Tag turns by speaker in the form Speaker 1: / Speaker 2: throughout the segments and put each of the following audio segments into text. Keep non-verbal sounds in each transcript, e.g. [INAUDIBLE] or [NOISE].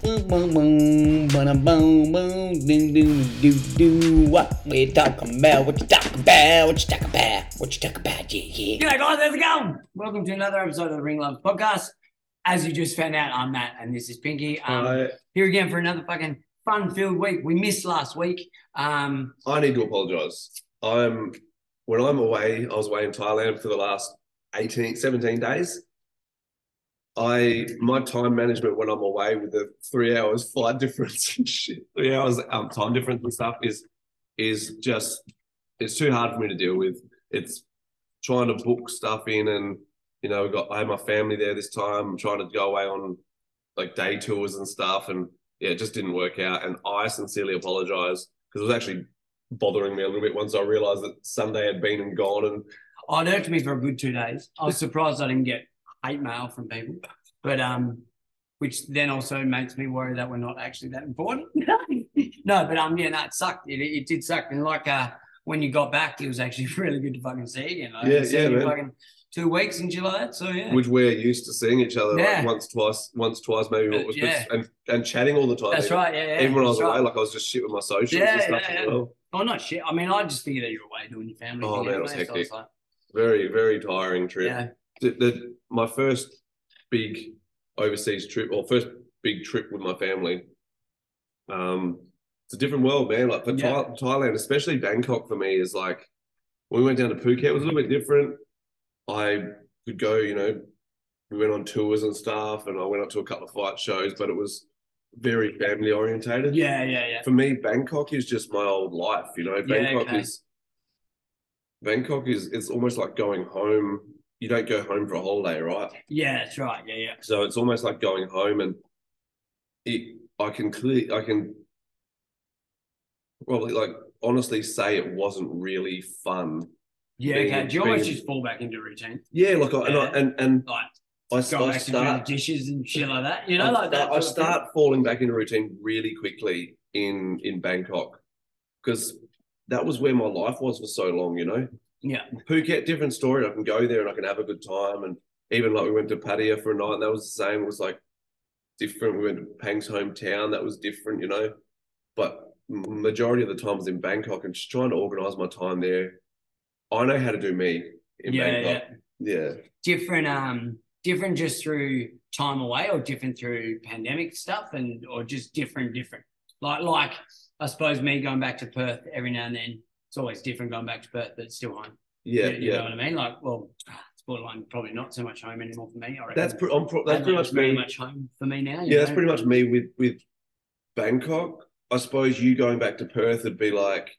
Speaker 1: Boom, boom, boom, ba-dum, boom, boom, ding, ding, do, do, what we talking about, what you talking about, what you talking about, what you talking about, yeah, yeah.
Speaker 2: G'day guys, how's it going? Welcome to another episode of the Ring Love Podcast. As you just found out, I'm Matt and this is Pinky. Um,
Speaker 3: I,
Speaker 2: Here again for another fucking fun-filled week. We missed last week. Um,
Speaker 3: I need to apologize. I'm when I'm away, I was away in Thailand for the last 18, 17 days. I my time management when I'm away with the three hours flight [LAUGHS] difference and shit, three hours um, time difference and stuff is is just it's too hard for me to deal with. It's trying to book stuff in and you know, got I had my family there this time. I'm trying to go away on like day tours and stuff, and yeah, it just didn't work out. And I sincerely apologize because it was actually bothering me a little bit once I realized that Sunday had been and gone. And
Speaker 2: oh, it irked me for a good two days. I was surprised I didn't get hate mail from people, but um, which then also makes me worry that we're not actually that
Speaker 3: [LAUGHS]
Speaker 2: important. [LAUGHS] no, but um, yeah, no, it sucked. It, it did suck, and like uh, when you got back, it was actually [LAUGHS] really good to fucking see you again. I haven't
Speaker 3: Yeah,
Speaker 2: seen
Speaker 3: yeah,
Speaker 2: you
Speaker 3: man.
Speaker 2: fucking two weeks in July, so yeah.
Speaker 3: which we're used to seeing each other
Speaker 2: Yeah.
Speaker 3: like once, twice, once, twice, maybe.
Speaker 2: Uh,
Speaker 3: it was,
Speaker 2: yeah.
Speaker 3: and, and chatting all the time.
Speaker 2: That's
Speaker 3: even,
Speaker 2: right. Yeah, yeah.
Speaker 3: Even when I was
Speaker 2: that's right.
Speaker 3: away, like I was just shit with my socials
Speaker 2: Yeah,
Speaker 3: and stuff
Speaker 2: yeah,
Speaker 3: as
Speaker 2: yeah.
Speaker 3: well.
Speaker 2: Well, not shit. I mean, I just figured that you were away doing your family.
Speaker 3: Oh,
Speaker 2: thing
Speaker 3: man, it was
Speaker 2: anyway, so I
Speaker 3: hectic.
Speaker 2: like,
Speaker 3: Very, very tiring trip.
Speaker 2: yeah,
Speaker 3: the, the, my first big overseas trip or first big trip with my family. Um, it's a different world, man. Like for Thai-
Speaker 2: Yeah.
Speaker 3: Thailand, especially Bangkok for me is like when we went down to Phuket, it was a little bit different. I could go, you know, we went on tours and stuff, and I went up to a couple of fight shows, but it was very family orientated
Speaker 2: yeah, yeah, yeah.
Speaker 3: for me, Bangkok is just my old life. You know,
Speaker 2: Yeah,
Speaker 3: Bangkok
Speaker 2: okay.
Speaker 3: is Bangkok is it's almost like going home. You don't go home for a holiday, right?
Speaker 2: Yeah, that's right. Yeah, yeah.
Speaker 3: So it's almost like going home, and it I can clear I can probably like honestly say it wasn't really fun.
Speaker 2: Yeah,
Speaker 3: Being-
Speaker 2: okay. Do you always
Speaker 3: being-
Speaker 2: just fall back into routine?
Speaker 3: Yeah, like I, and I,
Speaker 2: Yeah.
Speaker 3: and and
Speaker 2: Like,
Speaker 3: I, I
Speaker 2: go back to doing
Speaker 3: start
Speaker 2: dishes and shit like that? You know,
Speaker 3: I
Speaker 2: like that.
Speaker 3: start, I
Speaker 2: sort of thing?
Speaker 3: start falling back into routine really quickly in in Bangkok because that was where my life was for so long. You know,
Speaker 2: Yeah.
Speaker 3: Phuket different story. I can go there and I can have a good time. And even like we went to Pattaya for a night, and that was the same. It was like different. We went to Pang's hometown. That was different. You know, but m- majority of the time I was in Bangkok and just trying to organize my time there. I know how to do me in
Speaker 2: Yeah,
Speaker 3: Bangkok. Yeah.
Speaker 2: Different, um, different just through time away or different through pandemic stuff and, or just different, different. Like, like, I suppose me going back to Perth every now and then, it's always different going back to Perth, but it's still home.
Speaker 3: Yeah, yeah.
Speaker 2: you, you know what I mean? Like, well, it's borderline probably not so much home anymore for me. I reckon.
Speaker 3: That's, pre- I'm pro- that's pretty
Speaker 2: Adelaide's
Speaker 3: much
Speaker 2: very
Speaker 3: me.
Speaker 2: much home for me now. you
Speaker 3: Yeah, that's
Speaker 2: know?
Speaker 3: pretty much me with with Bangkok. I suppose you going back to Perth would be like,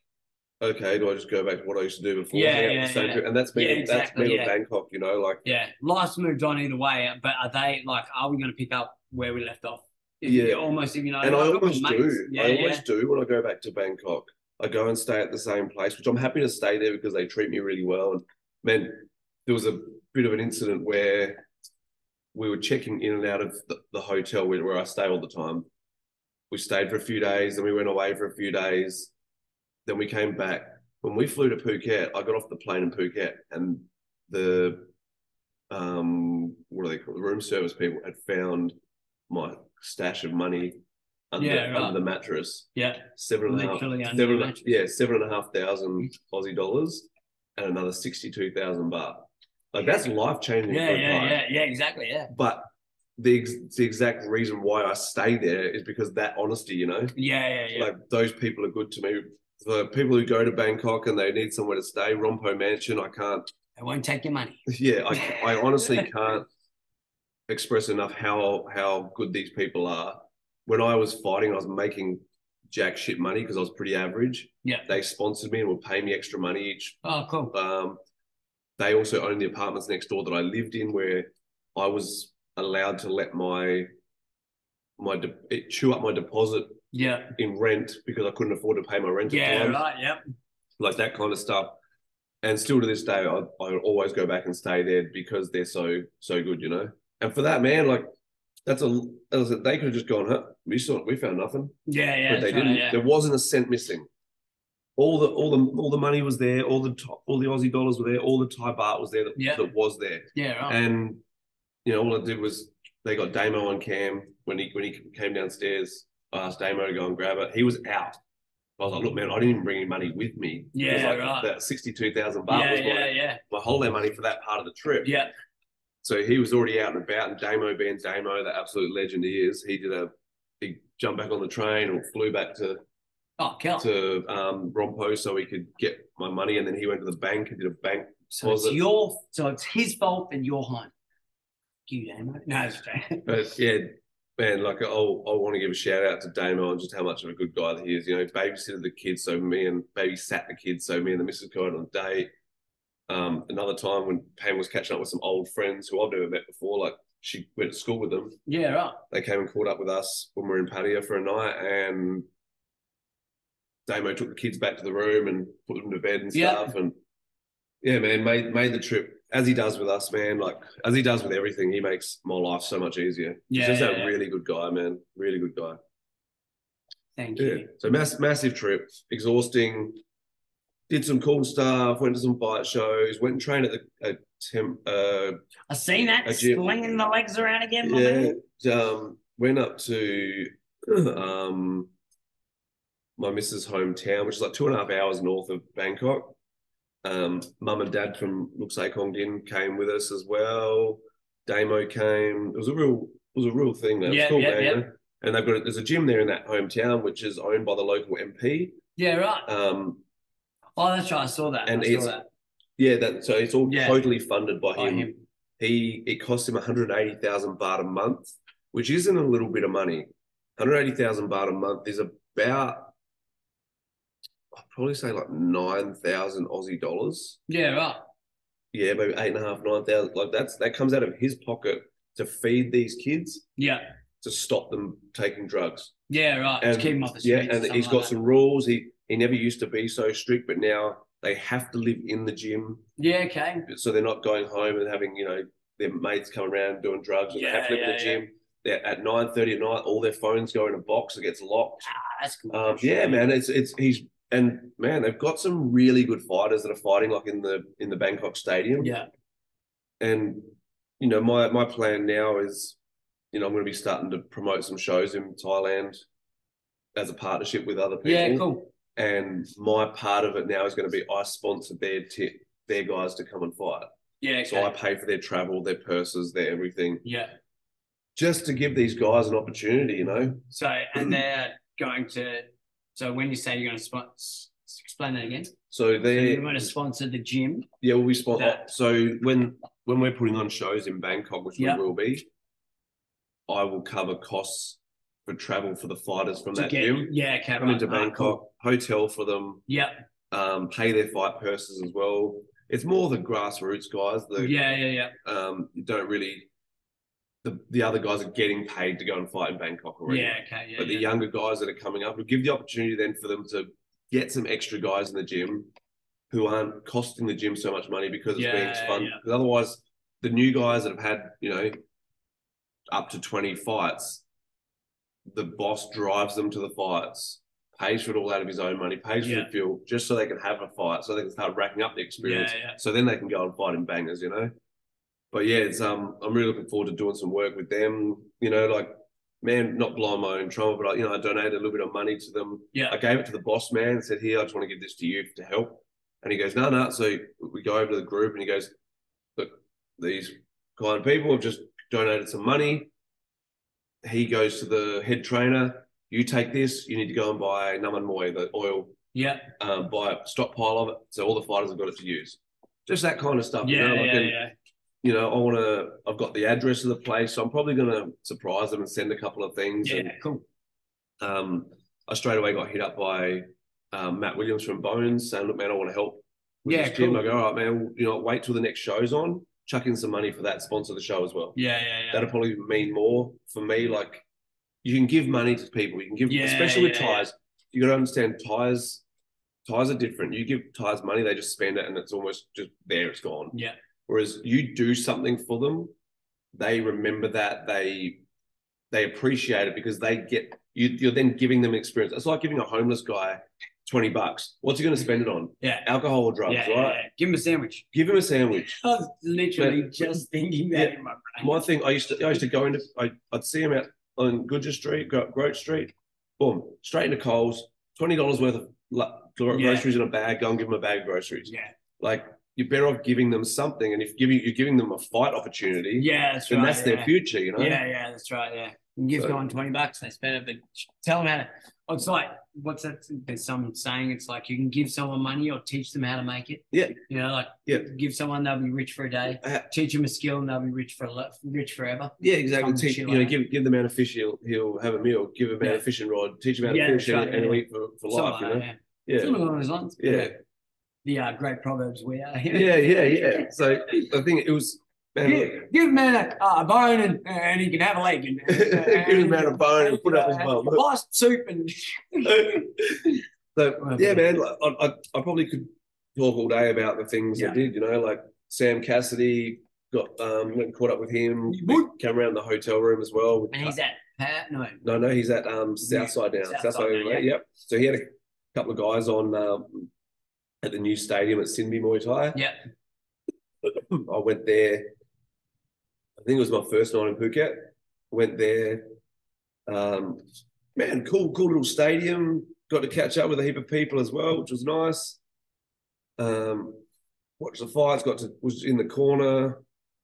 Speaker 3: okay, do I just go back to what I used to do before?
Speaker 2: Yeah,
Speaker 3: hang out with
Speaker 2: yeah,
Speaker 3: the same
Speaker 2: yeah.
Speaker 3: people? And that's me.
Speaker 2: Yeah,
Speaker 3: That's me
Speaker 2: exactly,
Speaker 3: with
Speaker 2: yeah.
Speaker 3: Bangkok. You know, like
Speaker 2: Yeah, life's moved on either way, but are they like? Are we going to pick up where we left off? Is
Speaker 3: Yeah.
Speaker 2: it almost if you know.
Speaker 3: and I
Speaker 2: like, look,
Speaker 3: always
Speaker 2: mates.
Speaker 3: do.
Speaker 2: Yeah,
Speaker 3: I
Speaker 2: yeah.
Speaker 3: always do when I go back to Bangkok. I go and stay at the same place, which I'm happy to stay there because they treat me really well. And man, there was a bit of an incident where we were checking in and out of the, the hotel where, where I stay all the time. We stayed for a few days, then we went away for a few days, then we came back. When we flew to Phuket, I got off the plane in Phuket, and the um, what are they called? The room service people had found my stash of money under,
Speaker 2: Yeah, right.
Speaker 3: under the mattress.
Speaker 2: yeah,
Speaker 3: Seven and a half,
Speaker 2: Literally under
Speaker 3: seven
Speaker 2: the
Speaker 3: and a- yeah, seven and a half thousand Aussie dollars and another sixty-two thousand baht. Like that's life changing.
Speaker 2: yeah, yeah, yeah, yeah, exactly. Yeah,
Speaker 3: But the ex- the exact reason why I stay there is because that honesty, you know,
Speaker 2: yeah, yeah, yeah.
Speaker 3: like those people are good to me. For people who go to Bangkok and they need somewhere to stay, Rompo Mansion, I can't
Speaker 2: they won't take your money.
Speaker 3: yeah, I, I
Speaker 2: [LAUGHS]
Speaker 3: honestly can't express enough how how good these people are. When I was fighting, I was making jack shit money because I was pretty average.
Speaker 2: Yeah.
Speaker 3: they sponsored me and would pay me extra money each.
Speaker 2: Oh, cool.
Speaker 3: Um, they also owned the apartments next door that I lived in, where I was allowed to let my my de- it chew up my deposit
Speaker 2: Yeah,
Speaker 3: in rent because I couldn't afford to pay my rent. at the
Speaker 2: yeah,
Speaker 3: time
Speaker 2: right. Yep.
Speaker 3: like that kind of stuff. and still to this day, I I always go back and stay there because they're so so good, you know. And for that man, like that's a, that was a they could have just gone, huh? We saw we found nothing,
Speaker 2: Yeah, yeah.
Speaker 3: but they
Speaker 2: that's right,
Speaker 3: didn't.
Speaker 2: yeah.
Speaker 3: There wasn't a cent missing. All the all the all the money was there. All the Thai- all the Aussie dollars were there. All the Thai art was there that,
Speaker 2: Yeah.
Speaker 3: that was there.
Speaker 2: Yeah, right.
Speaker 3: And you know, all I did was they got Damo on cam when he when he came downstairs. I asked Damo to go and grab it. He was out. I was like, look, man, I didn't even bring any money with me. It was
Speaker 2: Yeah,
Speaker 3: like
Speaker 2: right.
Speaker 3: That sixty-two thousand baht
Speaker 2: yeah,
Speaker 3: was my,
Speaker 2: yeah, yeah,
Speaker 3: my holiday money for that part of the trip.
Speaker 2: yeah.
Speaker 3: So he was already out and about, and Damo being Damo, the absolute legend he is, he did a he jumped back on the train or flew back to
Speaker 2: Oh, Kel. So,
Speaker 3: to um, Rompo so he could get my money, and then he went to the bank and did a bank
Speaker 2: it's
Speaker 3: deposit.
Speaker 2: your, so it's his fault and your home. You, Damo. No, it's okay.
Speaker 3: But yeah, man, like I, I want to give a shout out to Damo and just how much of a good guy that he is. You know, he babysitted the kids, so me and babysat the kids, so me and the missus go out on a date. Um, another time when Pam was catching up with some old friends who I've never met before, like she went to school with them.
Speaker 2: Yeah, right.
Speaker 3: They came and caught up with us when we were in patio for a night, and Damo took the kids back to the room and put them to bed and
Speaker 2: Yeah.
Speaker 3: stuff. And yeah, man, made made the trip as he does with us, man. Like as he does with everything, he makes my life so much easier.
Speaker 2: Yeah,
Speaker 3: He's just
Speaker 2: yeah,
Speaker 3: a
Speaker 2: yeah.
Speaker 3: really good guy, man. Really good guy.
Speaker 2: Thank
Speaker 3: Yeah.
Speaker 2: you.
Speaker 3: So mass, massive trip, exhausting. Did some cool stuff. Went to some bike shows. Went and trained at the at Tim. Uh,
Speaker 2: I seen that
Speaker 3: A gym.
Speaker 2: slinging the legs around again, my
Speaker 3: yeah.
Speaker 2: man.
Speaker 3: Um, went up to [CLEARS THROAT] um my missus' hometown, which is like two and a half hours north of Bangkok. Um, mum and dad from Luxay Kong Din came with us as well. Damo came. It was a real, it was a real thing. That was
Speaker 2: Yeah,
Speaker 3: cool,
Speaker 2: yeah,
Speaker 3: man.
Speaker 2: yeah.
Speaker 3: you know? And they've got there's a gym there in that hometown, which is owned by the local MP.
Speaker 2: Yeah, right.
Speaker 3: Um,
Speaker 2: Oh, that's right. I saw that.
Speaker 3: And
Speaker 2: I saw
Speaker 3: it's-
Speaker 2: that.
Speaker 3: yeah, that so it's all
Speaker 2: Yeah.
Speaker 3: totally funded by,
Speaker 2: By
Speaker 3: him.
Speaker 2: him.
Speaker 3: He it cost him 180,000 baht a month, which isn't a little bit of money. 180,000 baht a month is about I'd probably say like 9,000 Aussie dollars.
Speaker 2: Yeah, right.
Speaker 3: Yeah, maybe eight and a half, nine thousand. Like that's that comes out of his pocket to feed these kids
Speaker 2: Yeah.
Speaker 3: to stop them taking drugs.
Speaker 2: Yeah, right. Just keep him off the
Speaker 3: yeah,
Speaker 2: streets.
Speaker 3: and
Speaker 2: something
Speaker 3: he's
Speaker 2: like
Speaker 3: got
Speaker 2: that.
Speaker 3: some rules. He he never used to be so strict, but now they have to live in the gym
Speaker 2: Yeah, okay.
Speaker 3: so they're not going home and having you know their mates coming around doing drugs and they have to live
Speaker 2: Yeah,
Speaker 3: in the
Speaker 2: yeah,
Speaker 3: gym. They're at nine thirty at night, all their phones go in a box. It gets locked.
Speaker 2: Ah, that's cool.
Speaker 3: Um, yeah, man, it's it's he's and man, they've got some really good fighters that are fighting like in the in the Bangkok Stadium.
Speaker 2: Yeah.
Speaker 3: And you know my my plan now is, you know, I'm going to be starting to promote some shows in Thailand as a partnership with other people.
Speaker 2: Yeah, cool.
Speaker 3: And my part of it now is going to be I sponsor their tip their guys to come and fight.
Speaker 2: Yeah, okay.
Speaker 3: So I pay for their travel, their purses, their everything,
Speaker 2: yeah.
Speaker 3: just to give these guys an opportunity, you know?
Speaker 2: So,
Speaker 3: [CLEARS THROAT]
Speaker 2: and they're going to, so when you say you're going to sponsor, explain that again.
Speaker 3: So
Speaker 2: So
Speaker 3: they
Speaker 2: you're going to sponsor the gym.
Speaker 3: yeah, we'll be spot
Speaker 2: Yeah.
Speaker 3: So when when we're putting on shows in Bangkok, which
Speaker 2: Yeah.
Speaker 3: we will be, I will cover costs for travel for the fighters from
Speaker 2: to
Speaker 3: that
Speaker 2: get,
Speaker 3: gym.
Speaker 2: yeah, okay.
Speaker 3: Come
Speaker 2: right,
Speaker 3: into
Speaker 2: right, cool.
Speaker 3: Bangkok, hotel for them,
Speaker 2: Yeah,
Speaker 3: um, pay their fight purses as well. It's more the grassroots guys that
Speaker 2: yeah, yeah, yeah.
Speaker 3: um don't really the the other guys are getting paid to go and fight in Bangkok already.
Speaker 2: Yeah, okay. Yeah,
Speaker 3: but the
Speaker 2: yeah.
Speaker 3: younger guys that are coming up, we give the opportunity then for them to get some extra guys in the gym who aren't costing the gym so much money because it's being
Speaker 2: Yeah,
Speaker 3: fun.
Speaker 2: yeah.
Speaker 3: Because otherwise, the new guys that have had you know up to twenty fights, the boss drives them to the fights, pays for it all out of his own money, pays for
Speaker 2: Yeah.
Speaker 3: the fuel just so they can have a fight, so they can start racking up the experience.
Speaker 2: Yeah, yeah.
Speaker 3: So then they can go and fight in bangers, you know. But yeah, it's um, I'm really looking forward to doing some work with them. You know, like man, not blowing my own trumpet, but I, you know, I donated a little bit of money to them.
Speaker 2: Yeah.
Speaker 3: I gave it to the boss man and said, "Here, I just want to give this to you to help." And he goes, "No, no." So we go over to the group and he goes, "Look, these kind people have just donated some money." He goes to the head trainer. You take this. You need to go and buy Naman Moy, the oil
Speaker 2: Yeah,
Speaker 3: um, buy a stockpile of it, so all the fighters have got it to use. Just that kind of stuff. you
Speaker 2: yeah,
Speaker 3: know, like,
Speaker 2: yeah,
Speaker 3: and,
Speaker 2: yeah.
Speaker 3: you know, I want to. I've got the address of the place, so I'm probably going to surprise them and send a couple of things.
Speaker 2: Yeah,
Speaker 3: And
Speaker 2: cool.
Speaker 3: um, I straight away got hit up by um, Matt Williams from Bones, saying, "Look, man, I want to help." With
Speaker 2: Yeah,
Speaker 3: this gym.
Speaker 2: cool.
Speaker 3: I go, "All right, man. You know, wait till the next show's on. Chuck in some money for that. Sponsor the show as well.
Speaker 2: Yeah, yeah, yeah.
Speaker 3: That'll probably mean more for me. Like, you can give money to people. You can give,
Speaker 2: Yeah,
Speaker 3: especially with
Speaker 2: yeah, yeah.
Speaker 3: ties. You got to understand ties. Ties are different. You give ties money, they just spend it and it's almost just there, it's gone.
Speaker 2: Yeah.
Speaker 3: Whereas you do something for them, they remember that, they they appreciate it because they get you you're then giving them an experience. It's like giving a homeless guy 20 bucks. What's he gonna spend it on?
Speaker 2: Yeah.
Speaker 3: Alcohol or drugs,
Speaker 2: yeah,
Speaker 3: right?
Speaker 2: yeah, yeah. Give him a sandwich.
Speaker 3: Give him a sandwich.
Speaker 2: I was [LAUGHS] literally
Speaker 3: But-
Speaker 2: just thinking that
Speaker 3: Yeah.
Speaker 2: in my brain.
Speaker 3: my thing, I used to, I used to go into, I, I'd see him out on Goodger Street, Gro- Grote Street, boom, straight into Coles, twenty dollars worth of like, gro-
Speaker 2: Yeah.
Speaker 3: groceries in a bag. Go and give him a bag of groceries.
Speaker 2: Yeah.
Speaker 3: Like you're better off giving them something, and if giving you're giving them a fight opportunity,
Speaker 2: Yeah, that's
Speaker 3: then
Speaker 2: right.
Speaker 3: that's
Speaker 2: yeah.
Speaker 3: their future. You know,
Speaker 2: Yeah, yeah, that's right. Yeah. You give
Speaker 3: So-
Speaker 2: someone 20 bucks, they spend it, but sh- tell them how to. oh, It's like, what's that? There's some saying it's like you can give someone money or teach them how to make it.
Speaker 3: Yeah.
Speaker 2: You know, like
Speaker 3: Yeah.
Speaker 2: give someone, they'll be rich for a day.
Speaker 3: Uh,
Speaker 2: Teach them a skill and they'll be rich for a le- rich forever.
Speaker 3: yeah, exactly.
Speaker 2: Some
Speaker 3: Teach, you
Speaker 2: shit
Speaker 3: know,
Speaker 2: like
Speaker 3: give give the man a fish, he'll he'll have a meal. Give a man a
Speaker 2: Yeah.
Speaker 3: fishing rod, teach him how to
Speaker 2: Yeah,
Speaker 3: fish,
Speaker 2: that's right,
Speaker 3: and, and he'll
Speaker 2: yeah.
Speaker 3: eat for, for
Speaker 2: Something
Speaker 3: life. You
Speaker 2: like
Speaker 3: know,
Speaker 2: that, yeah.
Speaker 3: yeah.
Speaker 2: Something along those lines.
Speaker 3: Yeah.
Speaker 2: The uh, great proverbs we are.
Speaker 3: yeah, yeah, yeah. So I think it was. Man,
Speaker 2: Give, give a man a, uh, a bone and, and he can have a leg.
Speaker 3: [LAUGHS]
Speaker 2: And,
Speaker 3: Give a man a bone and put up his bum.
Speaker 2: Lost soup and [LAUGHS] um,
Speaker 3: So yeah, man, like, I, I, I probably could talk all day about the things I
Speaker 2: Yeah.
Speaker 3: did. You know, like Sam Cassidy got um went and caught up with him.
Speaker 2: You would.
Speaker 3: Came around the hotel room as well.
Speaker 2: and he's at Pat. No,
Speaker 3: no, no, he's at um
Speaker 2: Yeah,
Speaker 3: Southside now.
Speaker 2: Southside
Speaker 3: Southside,
Speaker 2: now,
Speaker 3: Overlay,
Speaker 2: yeah.
Speaker 3: Yep. So he had a couple of guys on um, at the new stadium at Sydney Muay Thai.
Speaker 2: yeah,
Speaker 3: [CLEARS THROAT] I went there. I think it was my first night in Phuket. Went there. Um, man, cool, cool little stadium. Got to catch up with a heap of people as well, which was nice. Um, watched the fights. Got to was in the corner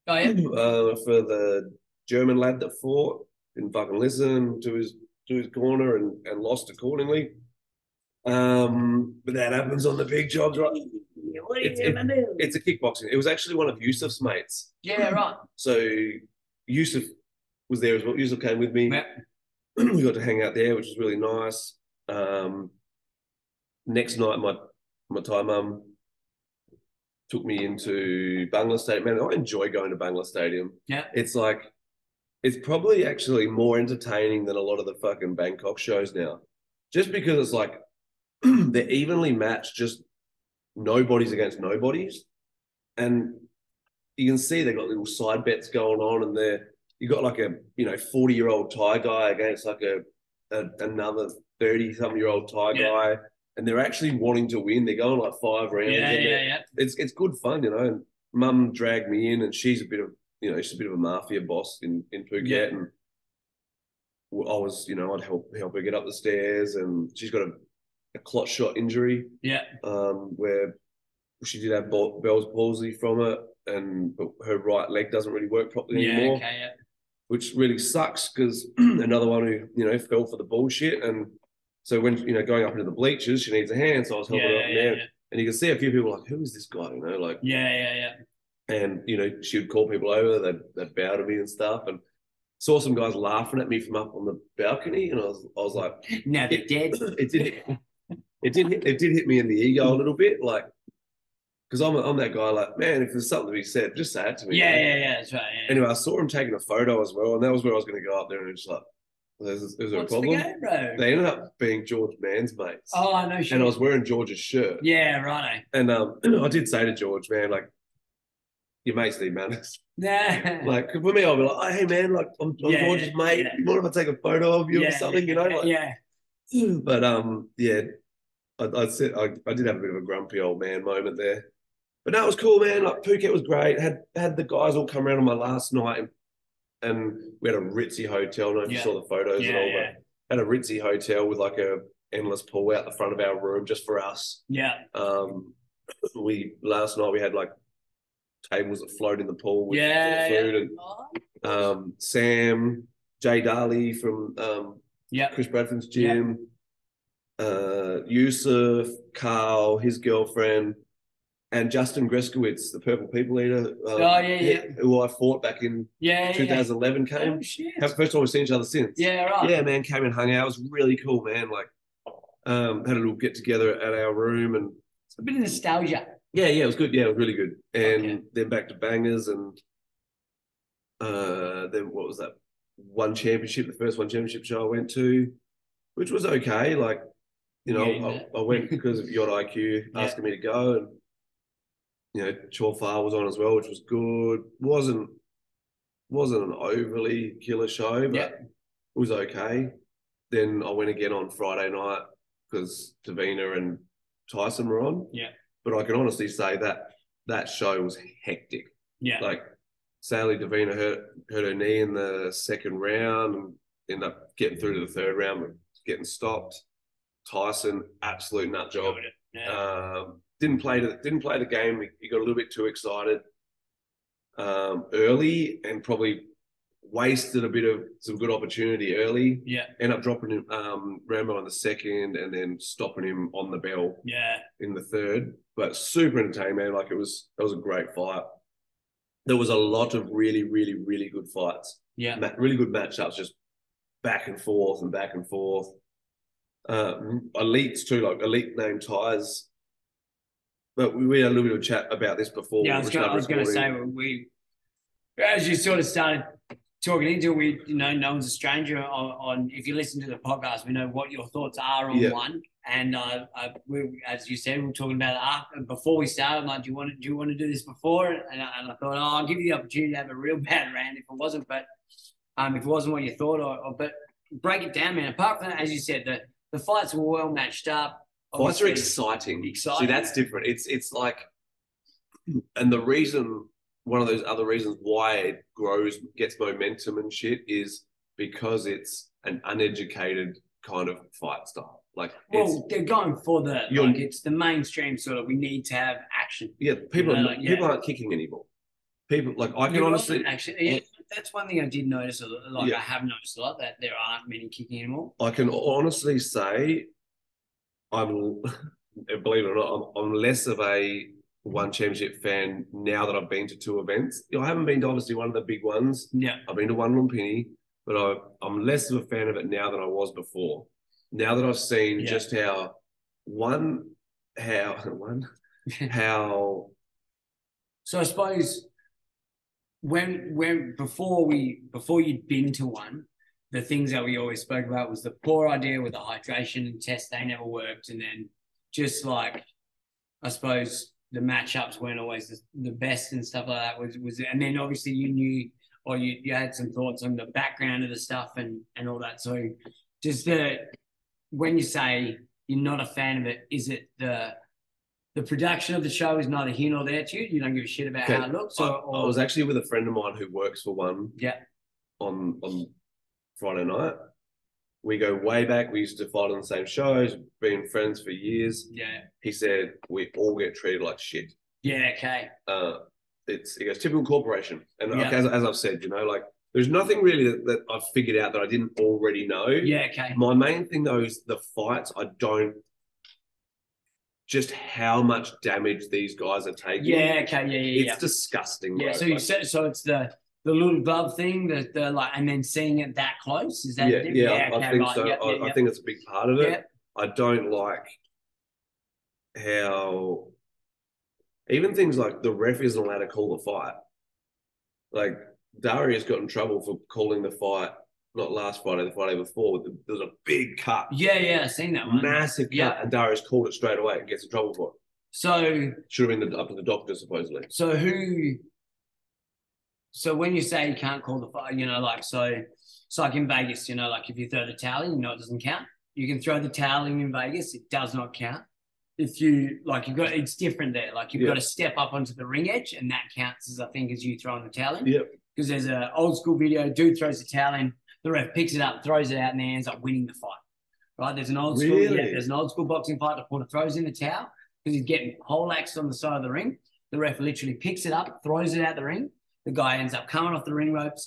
Speaker 2: oh yeah,
Speaker 3: uh, for the German lad that fought. Didn't fucking listen to his to his corner and, and lost accordingly. Um, but that happens on the big jobs, right?
Speaker 2: What are you
Speaker 3: It's-
Speaker 2: gonna do?
Speaker 3: It's a kickboxing. It was actually one of Yusuf's mates.
Speaker 2: Yeah, right.
Speaker 3: So Yusuf was there as well. Yusuf came with me.
Speaker 2: Yeah.
Speaker 3: [CLEARS THROAT] we got to hang out there, which was really nice. Um, next night, my my um, Thai mum took me into Bangla Stadium. Man, I enjoy going to Bangla Stadium.
Speaker 2: Yeah.
Speaker 3: it's like it's probably actually more entertaining than a lot of the fucking Bangkok shows now, just because it's like [CLEARS THROAT] they're evenly matched, just nobodies against nobodies, and you can see they've got little side bets going on, and they're you got like a you know forty year old Thai guy against like a, a another thirty something year old Thai
Speaker 2: Yeah.
Speaker 3: guy, and they're actually wanting to win. They're going like five rounds.
Speaker 2: Yeah,
Speaker 3: and
Speaker 2: yeah, yeah.
Speaker 3: It's it's good fun, you know. And mum dragged me in, and she's a bit of you know she's a bit of a mafia boss in in Phuket,
Speaker 2: Yeah.
Speaker 3: and w- I was you know I'd help help her get up the stairs, and she's got a, a clot shot injury,
Speaker 2: Yeah.
Speaker 3: um, where she did have ball, Bell's palsy from it, and but her right leg doesn't really work properly
Speaker 2: Yeah,
Speaker 3: anymore
Speaker 2: okay, yeah.
Speaker 3: which really sucks because [CLEARS THROAT] another one who you know fell for the bullshit and so when you know going up into the bleachers she needs a hand so I was
Speaker 2: Yeah,
Speaker 3: helping her up
Speaker 2: yeah,
Speaker 3: there
Speaker 2: yeah,
Speaker 3: and you can see a few people like who is this guy you know like
Speaker 2: yeah, yeah, yeah.
Speaker 3: and you know she would call people over they'd, they'd bow to me and stuff and saw some guys laughing at me from up on the balcony and I was I was like
Speaker 2: yeah. Now they're
Speaker 3: [COUGHS]
Speaker 2: dead.
Speaker 3: [LAUGHS] it did it did hit, it did hit me in the ego a little bit like because I'm, I'm that guy like man if there's something to be said just say it to me
Speaker 2: Yeah,
Speaker 3: man."
Speaker 2: yeah, yeah. That's right. Yeah.
Speaker 3: anyway, I saw him taking a photo as well, and that was where I was going to go up there and just like, is, is there
Speaker 2: What's
Speaker 3: a
Speaker 2: the
Speaker 3: problem?
Speaker 2: game, bro?
Speaker 3: They ended up being George Mann's mates,
Speaker 2: oh, I know.
Speaker 3: and I
Speaker 2: Sure.
Speaker 3: was wearing George's shirt.
Speaker 2: Yeah, righto.
Speaker 3: And um, [CLEARS THROAT] I did say to George, man, like, your mates need manners.
Speaker 2: Nah.
Speaker 3: [LAUGHS] Like for me, I'll be like, oh, hey man, like I'm, I'm
Speaker 2: Yeah,
Speaker 3: George's
Speaker 2: yeah,
Speaker 3: mate.
Speaker 2: yeah.
Speaker 3: You mind if I take a photo of you or
Speaker 2: yeah,
Speaker 3: something? You know, like,
Speaker 2: yeah,
Speaker 3: [CLEARS THROAT] but um, yeah, I, I said I, I did have a bit of a grumpy old man moment there, but no, it was cool, man. Like Phuket was great. Had had the guys all come around on my last night, and, and we had a ritzy hotel. I don't know if you
Speaker 2: Yeah.
Speaker 3: saw the photos and
Speaker 2: Yeah,
Speaker 3: all,
Speaker 2: yeah.
Speaker 3: but had a ritzy hotel with like a endless pool out the front of our room just for us.
Speaker 2: yeah,
Speaker 3: Um, we last night we had like tables that float in the pool with
Speaker 2: Yeah, yeah.
Speaker 3: food and
Speaker 2: Oh,
Speaker 3: um, Sam Jay Darley from um,
Speaker 2: yeah.
Speaker 3: Chris Bradford's gym, uh, Yusuf, Carl, his girlfriend, and Justin Greskowitz, the Purple People Eater, um,
Speaker 2: Oh, yeah, yeah.
Speaker 3: who I fought back in
Speaker 2: Yeah, yeah, yeah.
Speaker 3: 2011.
Speaker 2: Oh,
Speaker 3: Came
Speaker 2: shit.
Speaker 3: first time we've seen each other since.
Speaker 2: Yeah, right.
Speaker 3: Yeah, man, came and hung out. It was really cool, man. Like, um, had a little get together at our room, and
Speaker 2: It's a bit of nostalgia.
Speaker 3: yeah, yeah, it was good. Yeah, it was really good. And
Speaker 2: Okay.
Speaker 3: then back to bangers, and uh, then what was that? One championship, the first one championship show I went to, which was okay. Like You know,
Speaker 2: Yeah,
Speaker 3: I, I went because of your IQ
Speaker 2: Yeah.
Speaker 3: asking me to go, and you know, Chawfar was on as well, which was good. wasn't wasn't an overly killer show, but
Speaker 2: Yeah.
Speaker 3: it was okay. Then I went again on Friday night because Davina and Tyson were on.
Speaker 2: Yeah.
Speaker 3: but I can honestly say that that show was hectic.
Speaker 2: Yeah.
Speaker 3: Like, sadly, Davina hurt hurt her knee in the second round and ended up getting through to the third round, but getting stopped. Tyson, absolute nut job.
Speaker 2: Yeah.
Speaker 3: Um, didn't play the, didn't play the game. He got a little bit too excited um, early and probably wasted a bit of some good opportunity early.
Speaker 2: Yeah.
Speaker 3: End up dropping him, um, Rambo on the second and then stopping him on the bell
Speaker 2: Yeah.
Speaker 3: in the third, but super entertaining, man. Like it was, that was a great fight. There was a lot of really, really, really good fights,
Speaker 2: Yeah.
Speaker 3: Ma- really good matchups, just back and forth and back and forth. Uh, elites too, like elite name ties. But we, we had a little bit of chat about this before.
Speaker 2: Yeah, I
Speaker 3: we
Speaker 2: was gonna, I was
Speaker 3: started
Speaker 2: gonna say
Speaker 3: recording.
Speaker 2: we, as you sort of started talking into, it, we you know no one's a stranger on, on. If you listen to the podcast, we know what your thoughts are on
Speaker 3: Yeah.
Speaker 2: one. And uh, I, we, as you said, we were talking about it after before we started. I'm like, do you want to do you want to do this before? And I, and I thought, oh, I'll give you the opportunity to have a real [LAUGHS] bad rant if it wasn't, but um, if it wasn't what you thought, or, or but break it down, man. Apart from that, as you said, the the fights were well matched up.
Speaker 3: Fights are
Speaker 2: Obviously-
Speaker 3: exciting.
Speaker 2: Oh, Exciting.
Speaker 3: See, that's different. It's it's like, and the reason, one of those other reasons why it grows, gets momentum and shit is because it's an uneducated kind of fight style. Like, it's,
Speaker 2: Well, they're going for the
Speaker 3: You're-
Speaker 2: like it's the mainstream sort of. We need to have action.
Speaker 3: yeah, people
Speaker 2: you know,
Speaker 3: are,
Speaker 2: like,
Speaker 3: people aren't kicking anymore. People like I can
Speaker 2: You're
Speaker 3: honestly,
Speaker 2: right, actually, yeah, that's one thing I did notice. A lot, like
Speaker 3: Yeah.
Speaker 2: I have noticed a lot that there aren't many kicking anymore.
Speaker 3: I can honestly say, I'm [LAUGHS] believe it or not, I'm, I'm less of a one championship fan now that I've been to two events. You know, I haven't been to obviously one of the big ones.
Speaker 2: Yeah,
Speaker 3: I've been to one Lumpini, but I, I'm less of a fan of it now than I was before. Now that I've seen
Speaker 2: Yeah.
Speaker 3: just how one, how [LAUGHS]
Speaker 2: [LAUGHS]
Speaker 3: one, how
Speaker 2: so I suppose when when before we before you'd been to one, the things that we always spoke about was the poor idea with the hydration test. They never worked, and then just like I suppose the matchups weren't always the, the best and stuff like that. Was was and then obviously you knew or you, you had some thoughts on the background of the stuff and and all that. So just the when you say you're not a fan of it, is it the the production of the show is neither here nor there to you? You don't give a shit about
Speaker 3: Okay.
Speaker 2: how it looks. Or,
Speaker 3: I,
Speaker 2: or
Speaker 3: I was actually with a friend of mine who works for one
Speaker 2: uh, yeah,
Speaker 3: on on Friday night. We go way back. We used to fight on the same shows, been friends for years.
Speaker 2: yeah,
Speaker 3: He said we all get treated like shit.
Speaker 2: yeah. Okay,
Speaker 3: uh, it's it goes typical corporation. And
Speaker 2: Yeah.
Speaker 3: like, as, as I've said, you know, like there's nothing really that, that I've figured out that I didn't already know.
Speaker 2: yeah, okay,
Speaker 3: My main thing though is the fights. I don't just how much damage these guys are taking.
Speaker 2: yeah, okay, yeah, yeah,
Speaker 3: it's
Speaker 2: yeah.
Speaker 3: disgusting.
Speaker 2: Yeah,
Speaker 3: bro.
Speaker 2: so you
Speaker 3: Like,
Speaker 2: said so it's the the little glove thing that the like and then seeing it that close is that
Speaker 3: yeah,
Speaker 2: the difference?
Speaker 3: yeah, I, I
Speaker 2: okay,
Speaker 3: think
Speaker 2: right,
Speaker 3: so.
Speaker 2: yep,
Speaker 3: I,
Speaker 2: yep,
Speaker 3: I
Speaker 2: yep.
Speaker 3: think it's a big part of it.
Speaker 2: Yep.
Speaker 3: I don't like how even things like the ref isn't allowed to call the fight. Like Darius got in trouble for calling the fight not last Friday, the Friday before. There was a big cut,
Speaker 2: yeah, yeah, I've seen that one.
Speaker 3: massive cut,
Speaker 2: Yeah.
Speaker 3: and Darius called it straight away and gets in trouble for it.
Speaker 2: So
Speaker 3: Should have been up to the doctor supposedly.
Speaker 2: so who so when you say you can't call the fi- you know, like so it's like in Vegas, you know, like if you throw the towel in, you know it doesn't count. You can throw the towel in in Vegas, it does not count. If you like you've got it's different there. Like you've
Speaker 3: Yeah.
Speaker 2: got to step up onto the ring edge and that counts as I think as you throwing the towel in.
Speaker 3: Yep.
Speaker 2: because there's an old school video. Dude throws the towel in, the ref picks it up, throws it out, and then ends up winning the fight. Right? There's an old school, yeah,
Speaker 3: Really?
Speaker 2: there's an old school boxing fight. The porter throws in the towel because he's getting poleaxed on the side of the ring. The ref literally picks it up, throws it out the ring. The guy ends up coming off the ring ropes.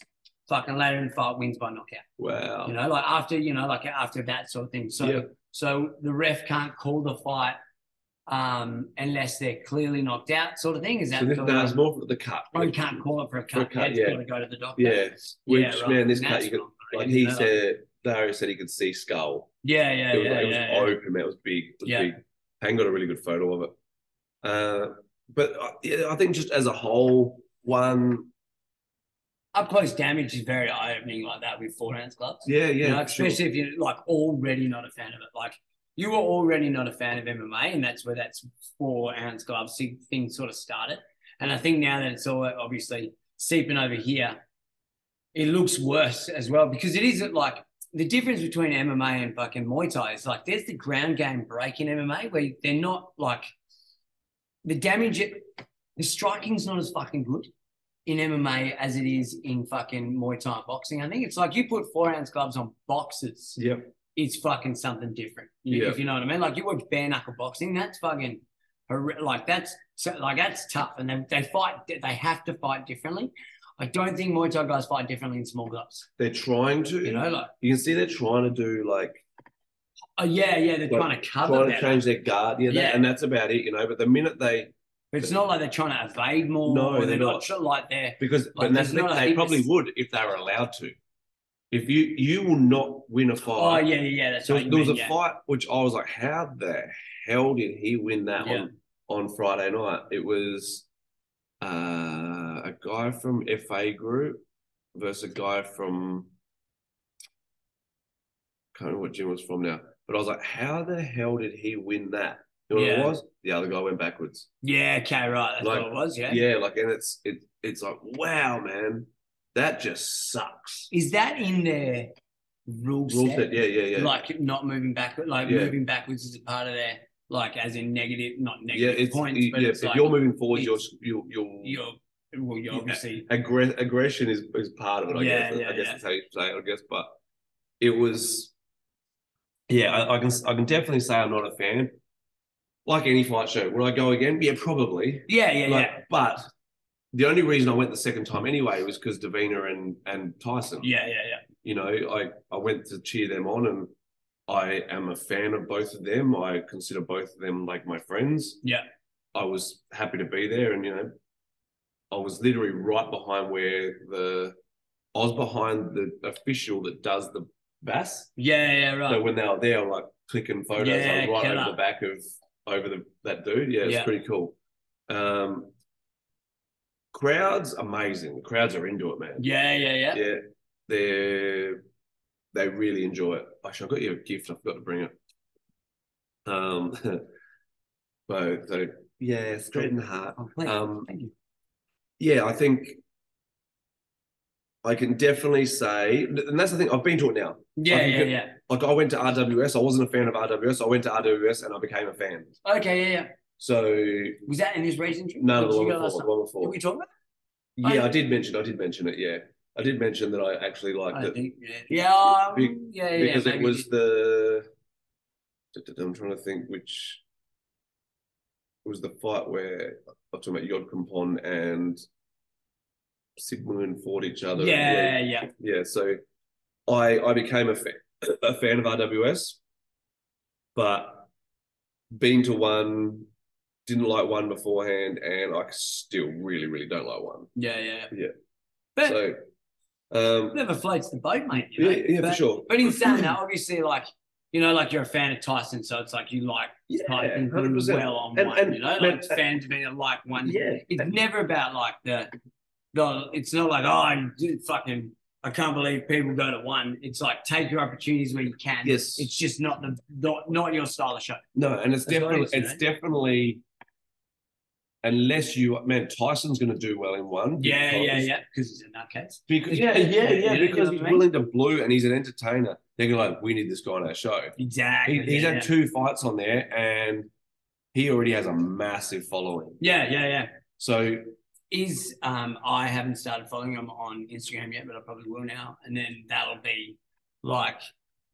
Speaker 2: Fucking later in the fight, wins by knockout.
Speaker 3: Wow.
Speaker 2: You know, like after you know, like after that sort of thing. So,
Speaker 3: Yeah.
Speaker 2: so the ref can't call the fight um, unless they're clearly knocked out, sort of thing. Is that
Speaker 3: so this,
Speaker 2: sort
Speaker 3: no,
Speaker 2: of,
Speaker 3: it's more for the cut.
Speaker 2: Oh, you can't call it for a
Speaker 3: For a
Speaker 2: cut.
Speaker 3: cut,
Speaker 2: it's
Speaker 3: yeah.
Speaker 2: got to go to the doctor.
Speaker 3: Yeah. Which man, this
Speaker 2: and
Speaker 3: cut
Speaker 2: that's
Speaker 3: you could-
Speaker 2: wrong.
Speaker 3: Like
Speaker 2: didn't
Speaker 3: he
Speaker 2: know that.
Speaker 3: said, Darius said he could see skull.
Speaker 2: yeah, yeah,
Speaker 3: it was,
Speaker 2: yeah,
Speaker 3: like, it was
Speaker 2: yeah, yeah.
Speaker 3: open, man. It was big. It was
Speaker 2: Yeah.
Speaker 3: big. Payne got a really good photo of it. Uh, but uh, yeah, I think just as a whole, one,
Speaker 2: Up close damage is very eye opening like that with four ounce gloves.
Speaker 3: yeah, yeah,
Speaker 2: you know,
Speaker 3: sure.
Speaker 2: especially if you're like already not a fan of it. Like you were already not a fan of MMA, and that's where that's four ounce gloves thing thing sort of started. And I think now that it's all obviously seeping over here, it looks worse as well because it isn't like the difference between MMA and fucking Muay Thai is like there's the ground game break in MMA where they're not like the damage, it, the striking's not as fucking good in MMA as it is in fucking Muay Thai boxing. I think it's like you put four ounce gloves on boxers,
Speaker 3: Yep.
Speaker 2: it's fucking something different.
Speaker 3: Yeah.
Speaker 2: If you know what I mean? Like you watch bare knuckle boxing, that's fucking horri- like that's so, like that's tough, and they, they fight. They have to fight differently. I don't think Muay Thai guys fight differently in small gloves.
Speaker 3: They're trying to.
Speaker 2: You know, like
Speaker 3: you can see they're trying to do like
Speaker 2: oh yeah, yeah, they're
Speaker 3: Like,
Speaker 2: trying to cover
Speaker 3: trying to
Speaker 2: better.
Speaker 3: change their guard, yeah, that-
Speaker 2: Yeah.
Speaker 3: and that's about it, you know. But the minute they,
Speaker 2: But it's not like they're trying to evade more.
Speaker 3: No,
Speaker 2: or they're,
Speaker 3: they're
Speaker 2: not,
Speaker 3: not.
Speaker 2: tr- like they're
Speaker 3: because
Speaker 2: Like,
Speaker 3: but that's
Speaker 2: there's
Speaker 3: the thing,
Speaker 2: not a
Speaker 3: they
Speaker 2: heap
Speaker 3: probably
Speaker 2: of-
Speaker 3: would if they were allowed to. If you you will not win a fight.
Speaker 2: oh yeah, yeah, yeah. That's
Speaker 3: So
Speaker 2: right.
Speaker 3: there was a fight which I was like, how the hell did he win that
Speaker 2: Yeah.
Speaker 3: on on Friday night? It was uh, a guy from FA Group versus a guy from can't remember what gym it was from now. But I was like, how the hell did he win that? You know what
Speaker 2: Yeah.
Speaker 3: it was? The other guy went backwards.
Speaker 2: Yeah. Okay. Right. That's
Speaker 3: Like,
Speaker 2: what it was. Yeah.
Speaker 3: Yeah, like and it's it it's like, wow, man, that just sucks.
Speaker 2: Is that in their rule
Speaker 3: Rule set, yeah, yeah, yeah.
Speaker 2: like not moving backward, like
Speaker 3: Yeah.
Speaker 2: moving backwards is a part of their like as in negative, not
Speaker 3: yeah,
Speaker 2: negative
Speaker 3: it's
Speaker 2: points,
Speaker 3: yeah,
Speaker 2: but it's
Speaker 3: if
Speaker 2: like
Speaker 3: you're moving forward, you're
Speaker 2: it's-
Speaker 3: you're you're
Speaker 2: you're well, you're
Speaker 3: Yeah.
Speaker 2: obviously
Speaker 3: aggre- aggression is, is part of it, I
Speaker 2: Yeah,
Speaker 3: guess.
Speaker 2: yeah,
Speaker 3: I guess
Speaker 2: yeah.
Speaker 3: that's how you say it, I guess. But it was, yeah, I, I can I can definitely say I'm not a fan. Like any fight show, would I go again? Yeah, probably.
Speaker 2: yeah, yeah,
Speaker 3: Like,
Speaker 2: yeah,
Speaker 3: But the only reason I went the second time anyway was because Davina and and Tyson.
Speaker 2: yeah, yeah, yeah.
Speaker 3: You know, I I went to cheer them on, and I am a fan of both of them. I consider both of them like my friends.
Speaker 2: Yeah.
Speaker 3: I was happy to be there, and you know, I was literally right behind where the I was behind the official that does the bass.
Speaker 2: Yeah, yeah,
Speaker 3: So
Speaker 2: right.
Speaker 3: when they were there, I'm like clicking photos,
Speaker 2: Yeah,
Speaker 3: I'm right
Speaker 2: killer.
Speaker 3: over the back of over the that dude. Yeah, it's
Speaker 2: Yeah.
Speaker 3: pretty cool. Um, crowds amazing. The crowds are into it, man.
Speaker 2: Yeah, yeah, yeah.
Speaker 3: Yeah, they they really enjoy it. Actually, I got you a gift. I forgot to bring it. Um, [LAUGHS] so so yeah, straight in the heart.
Speaker 2: Oh, please.
Speaker 3: Um,
Speaker 2: Thank you.
Speaker 3: Yeah, I think I can definitely say, and that's the thing. I've been to it now.
Speaker 2: Yeah,
Speaker 3: can
Speaker 2: yeah,
Speaker 3: get-
Speaker 2: yeah.
Speaker 3: Like I went to RWS. I wasn't a fan of RWS. I went to RWS and I became a fan.
Speaker 2: Okay, yeah, yeah.
Speaker 3: So
Speaker 2: Was that in his racing? trip?
Speaker 3: none
Speaker 2: Did
Speaker 3: of the
Speaker 2: you
Speaker 3: one
Speaker 2: go last
Speaker 3: before.
Speaker 2: time?
Speaker 3: The one before.
Speaker 2: Did we talk about?
Speaker 3: Yeah, I did mention. I did mention it. Yeah, I did mention that I actually
Speaker 2: It?
Speaker 3: liked
Speaker 2: I
Speaker 3: it.
Speaker 2: think yeah, yeah, um,
Speaker 3: Be-
Speaker 2: yeah, yeah.
Speaker 3: because it
Speaker 2: maybe
Speaker 3: was
Speaker 2: did.
Speaker 3: the I'm trying to think which was the fight where I'm talking about Yod Kompon and Sigmund fought each other.
Speaker 2: yeah, yeah,
Speaker 3: yeah. Yeah, So I I became a fan a fan of RWS, but been to one, didn't like one beforehand, and I still really really don't like one.
Speaker 2: yeah, yeah, yeah.
Speaker 3: Yeah.
Speaker 2: But
Speaker 3: So um,
Speaker 2: never floats the boat, mate. You know?
Speaker 3: yeah, yeah,
Speaker 2: But-
Speaker 3: for sure.
Speaker 2: But in saying that, obviously, like you know, like you're a fan of Tyson, so it's like you like
Speaker 3: Yeah,
Speaker 2: Tyson
Speaker 3: hundred percent.
Speaker 2: well on
Speaker 3: And-
Speaker 2: one,
Speaker 3: and-
Speaker 2: you know,
Speaker 3: man,
Speaker 2: like fans being like one.
Speaker 3: Yeah,
Speaker 2: It's never about like the the. It's not like oh, I did fucking. I can't believe people go to one. It's like take your opportunities where you can.
Speaker 3: Yes.
Speaker 2: It's just not the not, not your style of show.
Speaker 3: No, and it's
Speaker 2: That's what
Speaker 3: definitely
Speaker 2: it is,
Speaker 3: it's definitely unless you man Tyson's going to do well in one.
Speaker 2: Yeah, yeah,
Speaker 3: because-
Speaker 2: yeah. Because it's in that case.
Speaker 3: Because yeah, yeah,
Speaker 2: You know,
Speaker 3: yeah,
Speaker 2: you know
Speaker 3: because
Speaker 2: what
Speaker 3: he's
Speaker 2: I mean?
Speaker 3: willing to blue and he's an entertainer. They're going to like, we need this guy on our show.
Speaker 2: Exactly.
Speaker 3: He, he's
Speaker 2: yeah,
Speaker 3: had two fights on there, and he already has a massive following.
Speaker 2: yeah. yeah, yeah, yeah.
Speaker 3: So
Speaker 2: is um I haven't started following him on Instagram yet, but I probably will now. And then that'll be like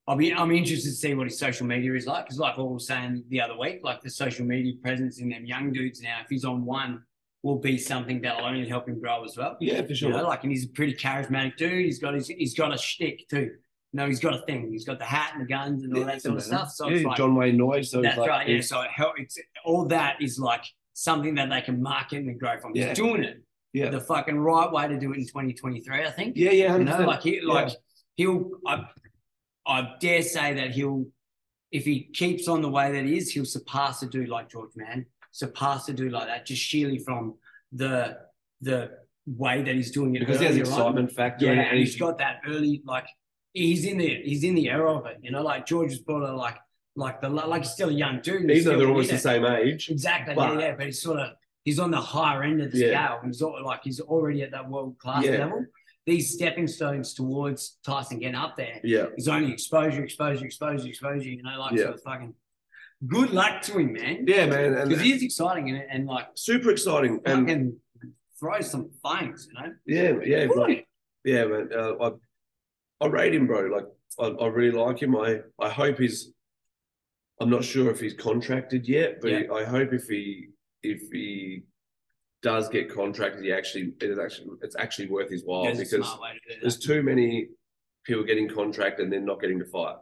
Speaker 2: I'll be I'm interested to see what his social media is like. Because like what we were saying the other week, like the social media presence in them young dudes now, if he's on one, will be something that'll only help him grow as well.
Speaker 3: yeah, for
Speaker 2: You
Speaker 3: sure.
Speaker 2: know, like and he's a pretty charismatic dude. He's got his he's got a shtick too. No, he's got a thing. He's got the hat and the guns and all
Speaker 3: Yeah,
Speaker 2: that sort
Speaker 3: man.
Speaker 2: of stuff. So
Speaker 3: yeah,
Speaker 2: it's like
Speaker 3: John Wayne Noy. So it's
Speaker 2: that's
Speaker 3: like,
Speaker 2: right. Yeah. So it help, it's all that is like something that they can market and grow from. He's
Speaker 3: Yeah.
Speaker 2: doing it
Speaker 3: yeah,
Speaker 2: the fucking right way to do it in 2023. I think.
Speaker 3: yeah, yeah,
Speaker 2: You
Speaker 3: 100%.
Speaker 2: know, like he, like he'll. I, I dare say that he'll, if he keeps on the way that he is, he'll surpass a dude like George Mann, surpass a dude like that, just sheerly from the the way that he's doing it.
Speaker 3: because he has
Speaker 2: earlier on.
Speaker 3: excitement factor,
Speaker 2: Yeah,
Speaker 3: and-
Speaker 2: and
Speaker 3: and
Speaker 2: he's got that early like he's in the he's in the era of it. You know, like George was brought a like like the like he's still a young dude. and he's still
Speaker 3: Even though they're
Speaker 2: in
Speaker 3: almost
Speaker 2: it.
Speaker 3: the same age,
Speaker 2: Exactly.
Speaker 3: But-
Speaker 2: yeah, yeah, but he's sort of he's on the higher end of the
Speaker 3: Yeah.
Speaker 2: scale. He's al- like he's already at that world class
Speaker 3: Yeah.
Speaker 2: level. These stepping stones towards Tyson getting up there
Speaker 3: yeah,
Speaker 2: is only exposure, exposure, exposure, exposure. You know, like
Speaker 3: Yeah.
Speaker 2: sort of fucking. Good luck to him, man.
Speaker 3: yeah, man, and
Speaker 2: because he is exciting and, and like
Speaker 3: super exciting, and
Speaker 2: fucking throw some fangs, you know.
Speaker 3: yeah, yeah, like,
Speaker 2: Right.
Speaker 3: yeah, man. Uh, I, I rate him, bro. Like, I, I really like him. I, I hope he's. I'm not sure if he's contracted yet, but
Speaker 2: Yeah.
Speaker 3: I hope if he if he does get contracted, he actually it is actually it's actually worth his while
Speaker 2: That's a
Speaker 3: oh, because
Speaker 2: smart way to do that.
Speaker 3: there's too many people getting contracted and then not getting to fight,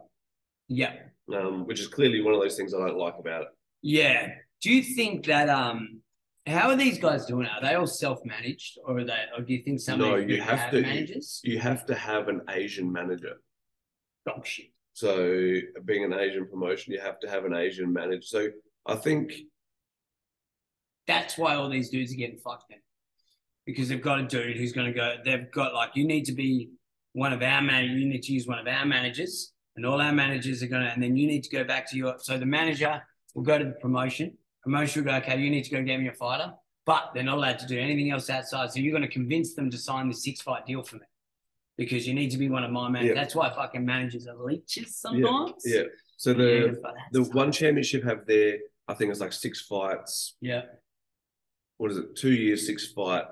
Speaker 2: Yeah,
Speaker 3: um, which is clearly one of those things I don't like about it.
Speaker 2: yeah. Do you think that um, how are these guys doing? Are they all self-managed, or are they, or do you think some
Speaker 3: No,
Speaker 2: of these
Speaker 3: you
Speaker 2: people
Speaker 3: have to-
Speaker 2: managers?
Speaker 3: You have to have an Asian manager.
Speaker 2: Oh shit!
Speaker 3: So being an Asian promotion, you have to have an Asian manager. So I think
Speaker 2: That's why all these dudes are getting fucked then, because they've got a dude who's going to go. They've got like you need to be one of our man. You need to use one of our managers, and all our managers are going to. And then you need to go back to your. So the manager will go to the promotion. Promotion will go. Okay, you need to go get me a fighter, but they're not allowed to do anything else outside. So you're going to convince them to sign the six fight deal for me. Because you need to be one of my managers.
Speaker 3: Yeah.
Speaker 2: That's why fucking managers are leeches sometimes.
Speaker 3: yeah. So
Speaker 2: Yeah,
Speaker 3: the
Speaker 2: but that's-
Speaker 3: the one championship have their I think it's like six fights.
Speaker 2: yeah,
Speaker 3: What is it? Two years, six fight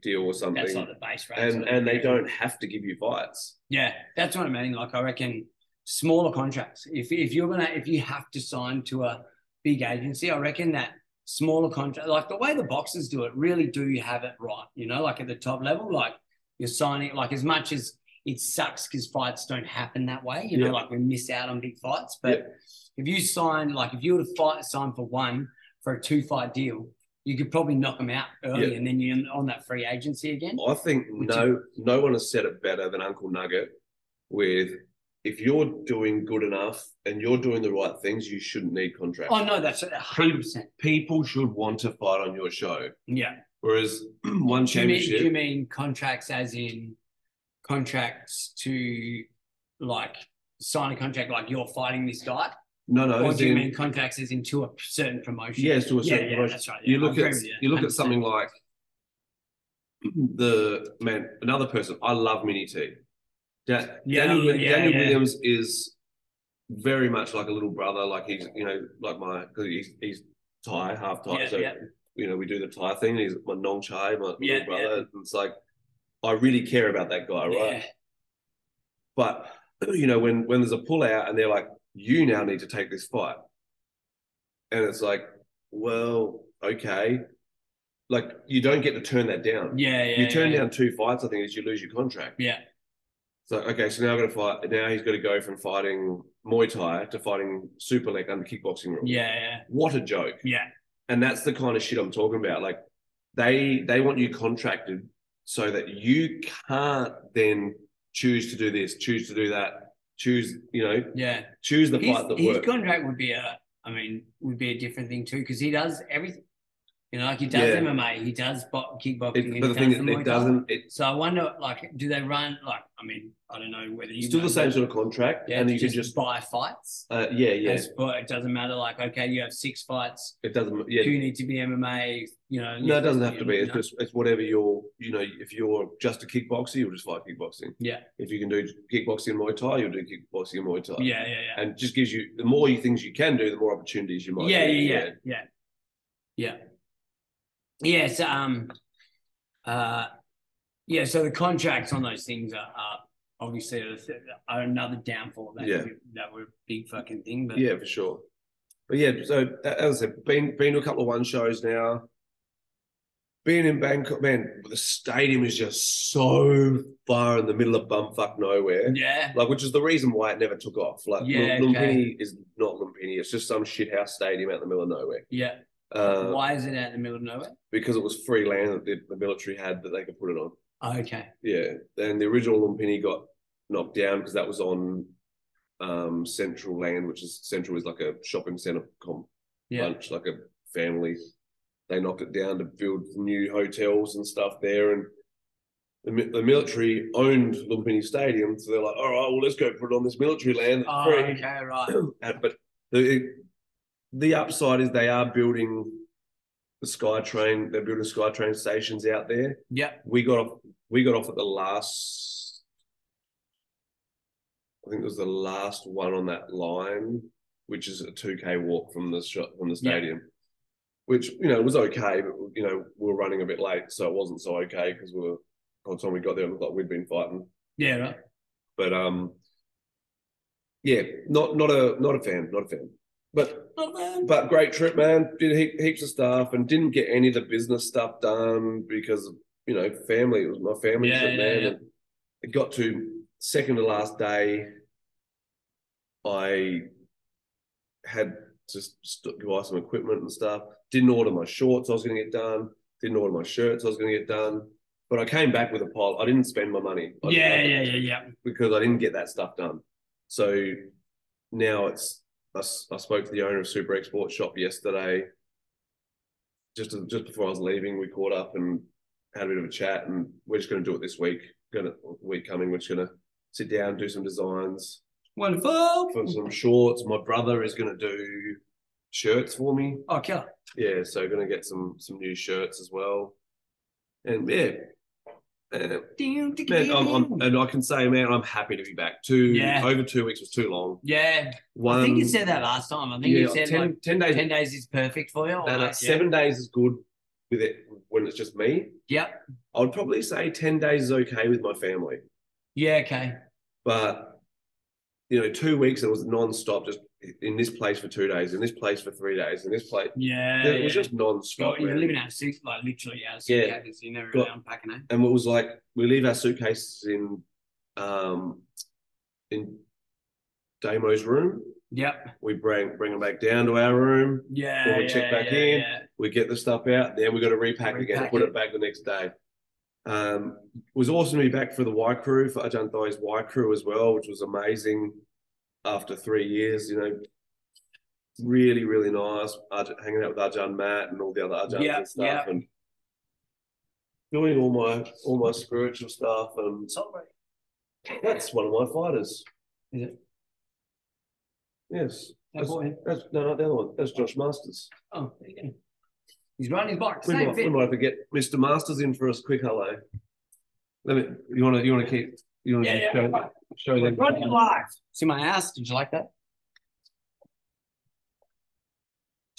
Speaker 3: deal or something.
Speaker 2: that's like the base rate.
Speaker 3: and and they don't have to give you fights.
Speaker 2: Yeah, that's what I mean. Like I reckon smaller contracts. If if you're gonna if you have to sign to a big agency, I reckon that smaller contract like the way the boxers do it really do have it right. You know, like at the top level, like you're signing like as much as it sucks because fights don't happen that way. You
Speaker 3: Yeah.
Speaker 2: know, like we miss out on big fights. But if you sign like if you were to fight sign for one for a two fight deal, you could probably knock them out early
Speaker 3: Yeah. Oh,
Speaker 2: and then you're on that free agency again.
Speaker 3: I think
Speaker 2: Would
Speaker 3: no no one has said it better than Uncle Nugget with if you're doing good enough and you're doing the right things, you shouldn't need contracts.
Speaker 2: Oh no, that's hundred percent.
Speaker 3: People should want to fight on your show.
Speaker 2: Yeah.
Speaker 3: Whereas [CLEARS THROAT] one
Speaker 2: Do you, mean,
Speaker 3: championship
Speaker 2: do you mean contracts as in contracts to like sign a contract like you're fighting this guy?
Speaker 3: no no
Speaker 2: or
Speaker 3: as
Speaker 2: do you
Speaker 3: in-
Speaker 2: mean contracts as into a certain promotion?
Speaker 3: Yeah, so a
Speaker 2: Yeah,
Speaker 3: certain
Speaker 2: yeah,
Speaker 3: promotion.
Speaker 2: that's right, yeah,
Speaker 3: you
Speaker 2: I
Speaker 3: look
Speaker 2: agree
Speaker 3: at
Speaker 2: with you,
Speaker 3: you look at
Speaker 2: 100%.
Speaker 3: something like the man, another person. I love Mini T. Da-
Speaker 2: Yeah,
Speaker 3: Daniel,
Speaker 2: yeah,
Speaker 3: Daniel
Speaker 2: yeah.
Speaker 3: Williams is very much like a little brother. Like he's you know like my 'cause he's he's Thai half Thai.
Speaker 2: Yeah,
Speaker 3: so
Speaker 2: yeah.
Speaker 3: you know we do the Thai thing. He's my Nong Chai, my
Speaker 2: Yeah,
Speaker 3: little brother. And It's like I really care about that guy, right?
Speaker 2: Yeah.
Speaker 3: But [CLEARS THROAT] you know, when when there's a pullout and they're like, you now need to take this fight, and it's like, well, okay, like you don't get to turn that down.
Speaker 2: Yeah, yeah.
Speaker 3: you turn
Speaker 2: yeah.
Speaker 3: down two fights, I think, is you lose your contract.
Speaker 2: Yeah.
Speaker 3: So okay, so now I've got to fight. Now he's got to go from fighting Muay Thai to fighting Super Leg under kickboxing rules.
Speaker 2: Yeah, yeah.
Speaker 3: What a joke!
Speaker 2: Yeah.
Speaker 3: And that's the kind of shit I'm talking about. Like they they want you contracted so that you can't then choose to do this, choose to do that, choose, you know,
Speaker 2: Yeah.
Speaker 3: choose the
Speaker 2: His,
Speaker 3: fight that
Speaker 2: his
Speaker 3: works.
Speaker 2: contract would be a I mean, would be a different thing too, because he does everything. You know, like he does
Speaker 3: Yeah.
Speaker 2: MMA, he does bo- kickboxing,
Speaker 3: It-
Speaker 2: and he
Speaker 3: but the
Speaker 2: does
Speaker 3: thing is
Speaker 2: the Muay Thai.
Speaker 3: it doesn't it's
Speaker 2: So I wonder, like, do they run like? I mean, I don't know whether you
Speaker 3: still
Speaker 2: know,
Speaker 3: the same sort of contract.
Speaker 2: Yeah,
Speaker 3: and
Speaker 2: to
Speaker 3: you
Speaker 2: just,
Speaker 3: can just
Speaker 2: buy fights.
Speaker 3: uh, yeah, yeah.
Speaker 2: As for- it doesn't matter. Like, okay, you have six fights.
Speaker 3: It doesn't
Speaker 2: Do
Speaker 3: yeah.
Speaker 2: you need to be MMA? You know,
Speaker 3: No, it doesn't have to be. It's
Speaker 2: No.
Speaker 3: just it's whatever you're you know, if you're just a kickboxer, you'll just fight kickboxing.
Speaker 2: Yeah.
Speaker 3: If you can do kickboxing and Muay Thai, you'll do kickboxing and Muay Thai.
Speaker 2: yeah, yeah, yeah,
Speaker 3: And it just gives you the more you things you can do, the more opportunities you might
Speaker 2: yeah, yeah,
Speaker 3: get.
Speaker 2: yeah, yeah, yeah, yeah. So, um, uh, yeah. So the contracts on those things are, are obviously are the- are another downfall. Of that
Speaker 3: Yeah.
Speaker 2: that were a big fucking thing. But
Speaker 3: Yeah, for sure. But yeah, so a- as I said, been been to a couple of one shows now. Being in Bangkok, man, the stadium is just so far in the middle of bumfuck nowhere.
Speaker 2: yeah,
Speaker 3: Like, which is the reason why it never took off. Like,
Speaker 2: Yeah,
Speaker 3: Lum- Lumpini is not Lumpini. It's just some shithouse stadium out in the middle of nowhere.
Speaker 2: yeah.
Speaker 3: Uh,
Speaker 2: Why is it out in the middle of nowhere?
Speaker 3: because it was free land that the, the military had that they could put it on.
Speaker 2: Oh, Okay.
Speaker 3: Yeah. Then the original Lumpini got knocked down because that was on um, Central Land, which is Central is like a shopping centre com-
Speaker 2: Yeah.
Speaker 3: bunch, like a family. They knocked it down to build new hotels and stuff there. And the, mi- the military owned Lumpini Stadium. So they're like, all right, well, let's go put it on this military land. It's
Speaker 2: Oh,
Speaker 3: free. [CLEARS THROAT]
Speaker 2: okay, right.
Speaker 3: And- but the the upside is they are building the SkyTrain. They're building SkyTrain stations out there.
Speaker 2: Yeah.
Speaker 3: We got off. We got off at the last. I think it was the last one on that line, which is a two k walk from the shot from the
Speaker 2: Yeah.
Speaker 3: stadium. Which you know was okay, but you know we were running a bit late, so it wasn't so okay because we were by the time we got there, it looked like we'd been fighting.
Speaker 2: Yeah, right.
Speaker 3: But um, yeah, not not a not a fan, not a fan. But but great trip, man. Did he- heaps of stuff and didn't get any of the business stuff done because you know family. It was my family
Speaker 2: Yeah,
Speaker 3: trip,
Speaker 2: yeah,
Speaker 3: man.
Speaker 2: yeah.
Speaker 3: And it got to second to last day. I had to st- buy some equipment and stuff. Didn't order my shorts. I was going to get done. Didn't order my shirts. I was going to get done. But I came back with a pile. I didn't spend my money. I-
Speaker 2: Yeah,
Speaker 3: I-
Speaker 2: yeah, yeah, yeah.
Speaker 3: because I didn't get that stuff done. So now it's I, s- I spoke to the owner of Super Export Shop yesterday. Just just before I was leaving, we caught up and had a bit of a chat, and we're just going to do it this week. Going to week coming, we're just going to sit down, do some designs
Speaker 2: Wonderful.
Speaker 3: for some shorts. My brother is going to do shirts for me.
Speaker 2: Oh, killer.
Speaker 3: Yeah, so going to get some some new shirts as well, and yeah. Uh, Man, I'm, uh, I'm, and I can say, man, I'm happy to be back. Two
Speaker 2: Yeah.
Speaker 3: over two weeks was too long.
Speaker 2: Yeah,
Speaker 3: One,
Speaker 2: I think you said that last time. I think
Speaker 3: yeah,
Speaker 2: you said
Speaker 3: ten,
Speaker 2: like
Speaker 3: ten days.
Speaker 2: ten days is perfect for you. or
Speaker 3: no, no,
Speaker 2: like, yeah.
Speaker 3: Seven days is good with it when it's just me.
Speaker 2: Yeah.
Speaker 3: I would probably say ten days is okay with my family,
Speaker 2: Yeah. Okay.
Speaker 3: but you know, two weeks it was non-stop, just in this place for two days, in this place for three days, in this place.
Speaker 2: Yeah.
Speaker 3: it was
Speaker 2: yeah.
Speaker 3: just non-stop.
Speaker 2: Got- you're
Speaker 3: man.
Speaker 2: living out of six, like literally out of
Speaker 3: Yeah.
Speaker 2: six cabins. You never really
Speaker 3: Got-
Speaker 2: unpacking eh? it.
Speaker 3: and it was like we leave our suitcases in, um, in Damo's room.
Speaker 2: Yep.
Speaker 3: We bring bring them back down to our room.
Speaker 2: Yeah.
Speaker 3: Well, we
Speaker 2: yeah,
Speaker 3: check back
Speaker 2: yeah,
Speaker 3: in.
Speaker 2: yeah.
Speaker 3: we get the stuff out, then we got to repack, again and
Speaker 2: Repack
Speaker 3: put
Speaker 2: it.
Speaker 3: it back the next day. Um, it was awesome to be back for the Y crew for Ajahn Thai's Y crew as well, which was amazing. After three years, you know, really really nice Aj- hanging out with Ajahn Matt and all the other Ajahns
Speaker 2: Yeah,
Speaker 3: and stuff,
Speaker 2: yeah.
Speaker 3: and doing all my all my spiritual stuff.
Speaker 2: [LAUGHS]
Speaker 3: And
Speaker 2: Sorry.
Speaker 3: that's one of my fighters.
Speaker 2: Is it?
Speaker 3: Yes,
Speaker 2: That boy.
Speaker 3: that's no, not the other one. That's Josh Masters.
Speaker 2: Oh, there you go. He's riding his bike.
Speaker 3: We
Speaker 2: Same
Speaker 3: might, we
Speaker 2: fit.
Speaker 3: might have to get Mr. Masters in for us quick hello. Let me you wanna you wanna keep you wanna
Speaker 2: Yeah, yeah.
Speaker 3: show, show them
Speaker 2: Running live. See my house. Did you like that?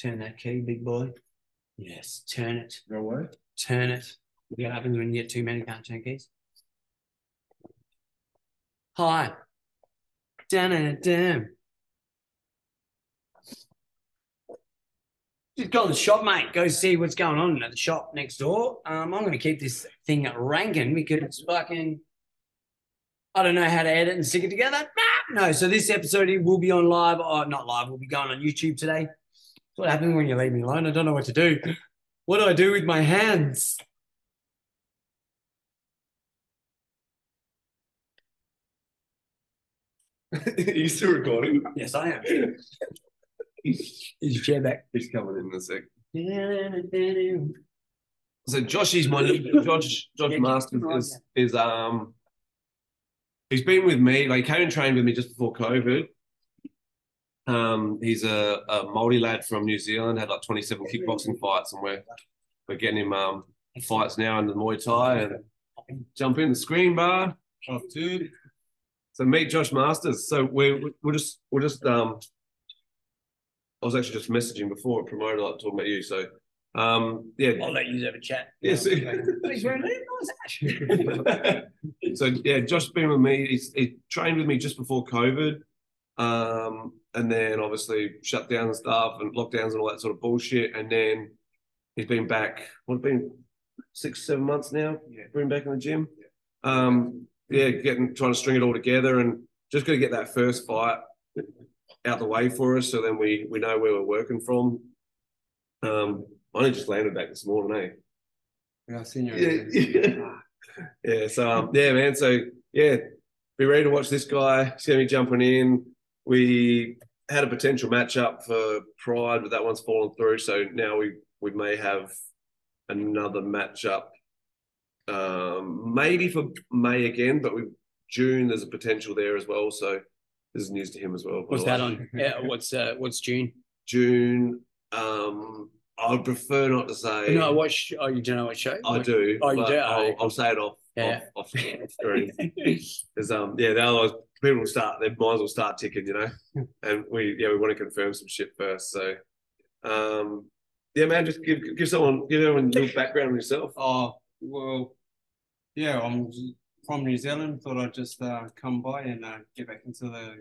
Speaker 2: Turn that key, big boy. Yes. Turn it.
Speaker 4: No way.
Speaker 2: Turn it. You know what happens when you get too many can't turn keys? Hi. Dun dun. Just go to the shop, mate. Go see what's going on at the shop next door. Um, I'm going to keep this thing ranking because it's fucking. I don't know how to edit and stick it together. Ah, No, so this episode it will be on live, or not live, will be going on YouTube today. That's what happens when you leave me alone. I don't know what to do. What do I do with my hands?
Speaker 3: [LAUGHS] Are you still recording?
Speaker 2: Yes, I am. Is your chair back?
Speaker 3: He's coming in in a sec.
Speaker 2: Yeah,
Speaker 3: So Josh is my [LAUGHS] Josh Josh
Speaker 2: Yeah,
Speaker 3: Masters
Speaker 2: keep it on,
Speaker 3: is is um he's been with me, like he came and trained with me just before COVID. Um he's a, a Maori lad from New Zealand, had like twenty seven kickboxing fights and we're we're getting him um fights now in the Muay Thai and jump in the screen bar off tube. So meet Josh Masters. So we're we're just we're just um I was actually just messaging before it promoted like talking about you. So um yeah.
Speaker 2: I'll let you have a chat.
Speaker 3: Yes.
Speaker 2: He's wearing a nice hat.
Speaker 3: [LAUGHS] so yeah, Josh's been with me. He's, he trained with me just before COVID, um, and then obviously shutdowns and stuff and lockdowns and all that sort of bullshit. And then he's been back. What been six, seven months now? Yeah, been back in the gym. Yeah. Um, yeah, getting trying to string it all together and just got to get that first fight out the way for us, so then we we know where we're working from. Um, I only just landed back this morning, eh?
Speaker 4: Yeah, I've seen you.
Speaker 3: yeah. [LAUGHS] yeah. So um, yeah, man. So yeah, be ready to watch this guy. He's gonna be jumping in. We had a potential matchup for Pride, but that one's fallen through. So now we we may have another matchup, um, maybe for May again, but we June there's a potential there as well. So This is news to him as well. by
Speaker 4: What's
Speaker 3: the way.
Speaker 4: that on? Yeah, what's uh, what's June?
Speaker 3: June. Um, I would prefer not to say.
Speaker 4: No, what? Sh- oh, you don't know what show? [LAUGHS]
Speaker 3: I do.
Speaker 4: Oh, you
Speaker 3: but
Speaker 4: do?
Speaker 3: I'll, I'll say it off.
Speaker 4: Yeah.
Speaker 3: Off, off,
Speaker 4: [LAUGHS]
Speaker 3: off screen. Because um, yeah, they always people will start their minds will start ticking,
Speaker 4: [LAUGHS]
Speaker 3: you know. And we yeah, we want to confirm some shit first. So um yeah, man, just give give someone give everyone a little background on yourself.
Speaker 5: Oh, well, yeah, I'm from New Zealand. Thought I'd just uh, come by and uh, get back into the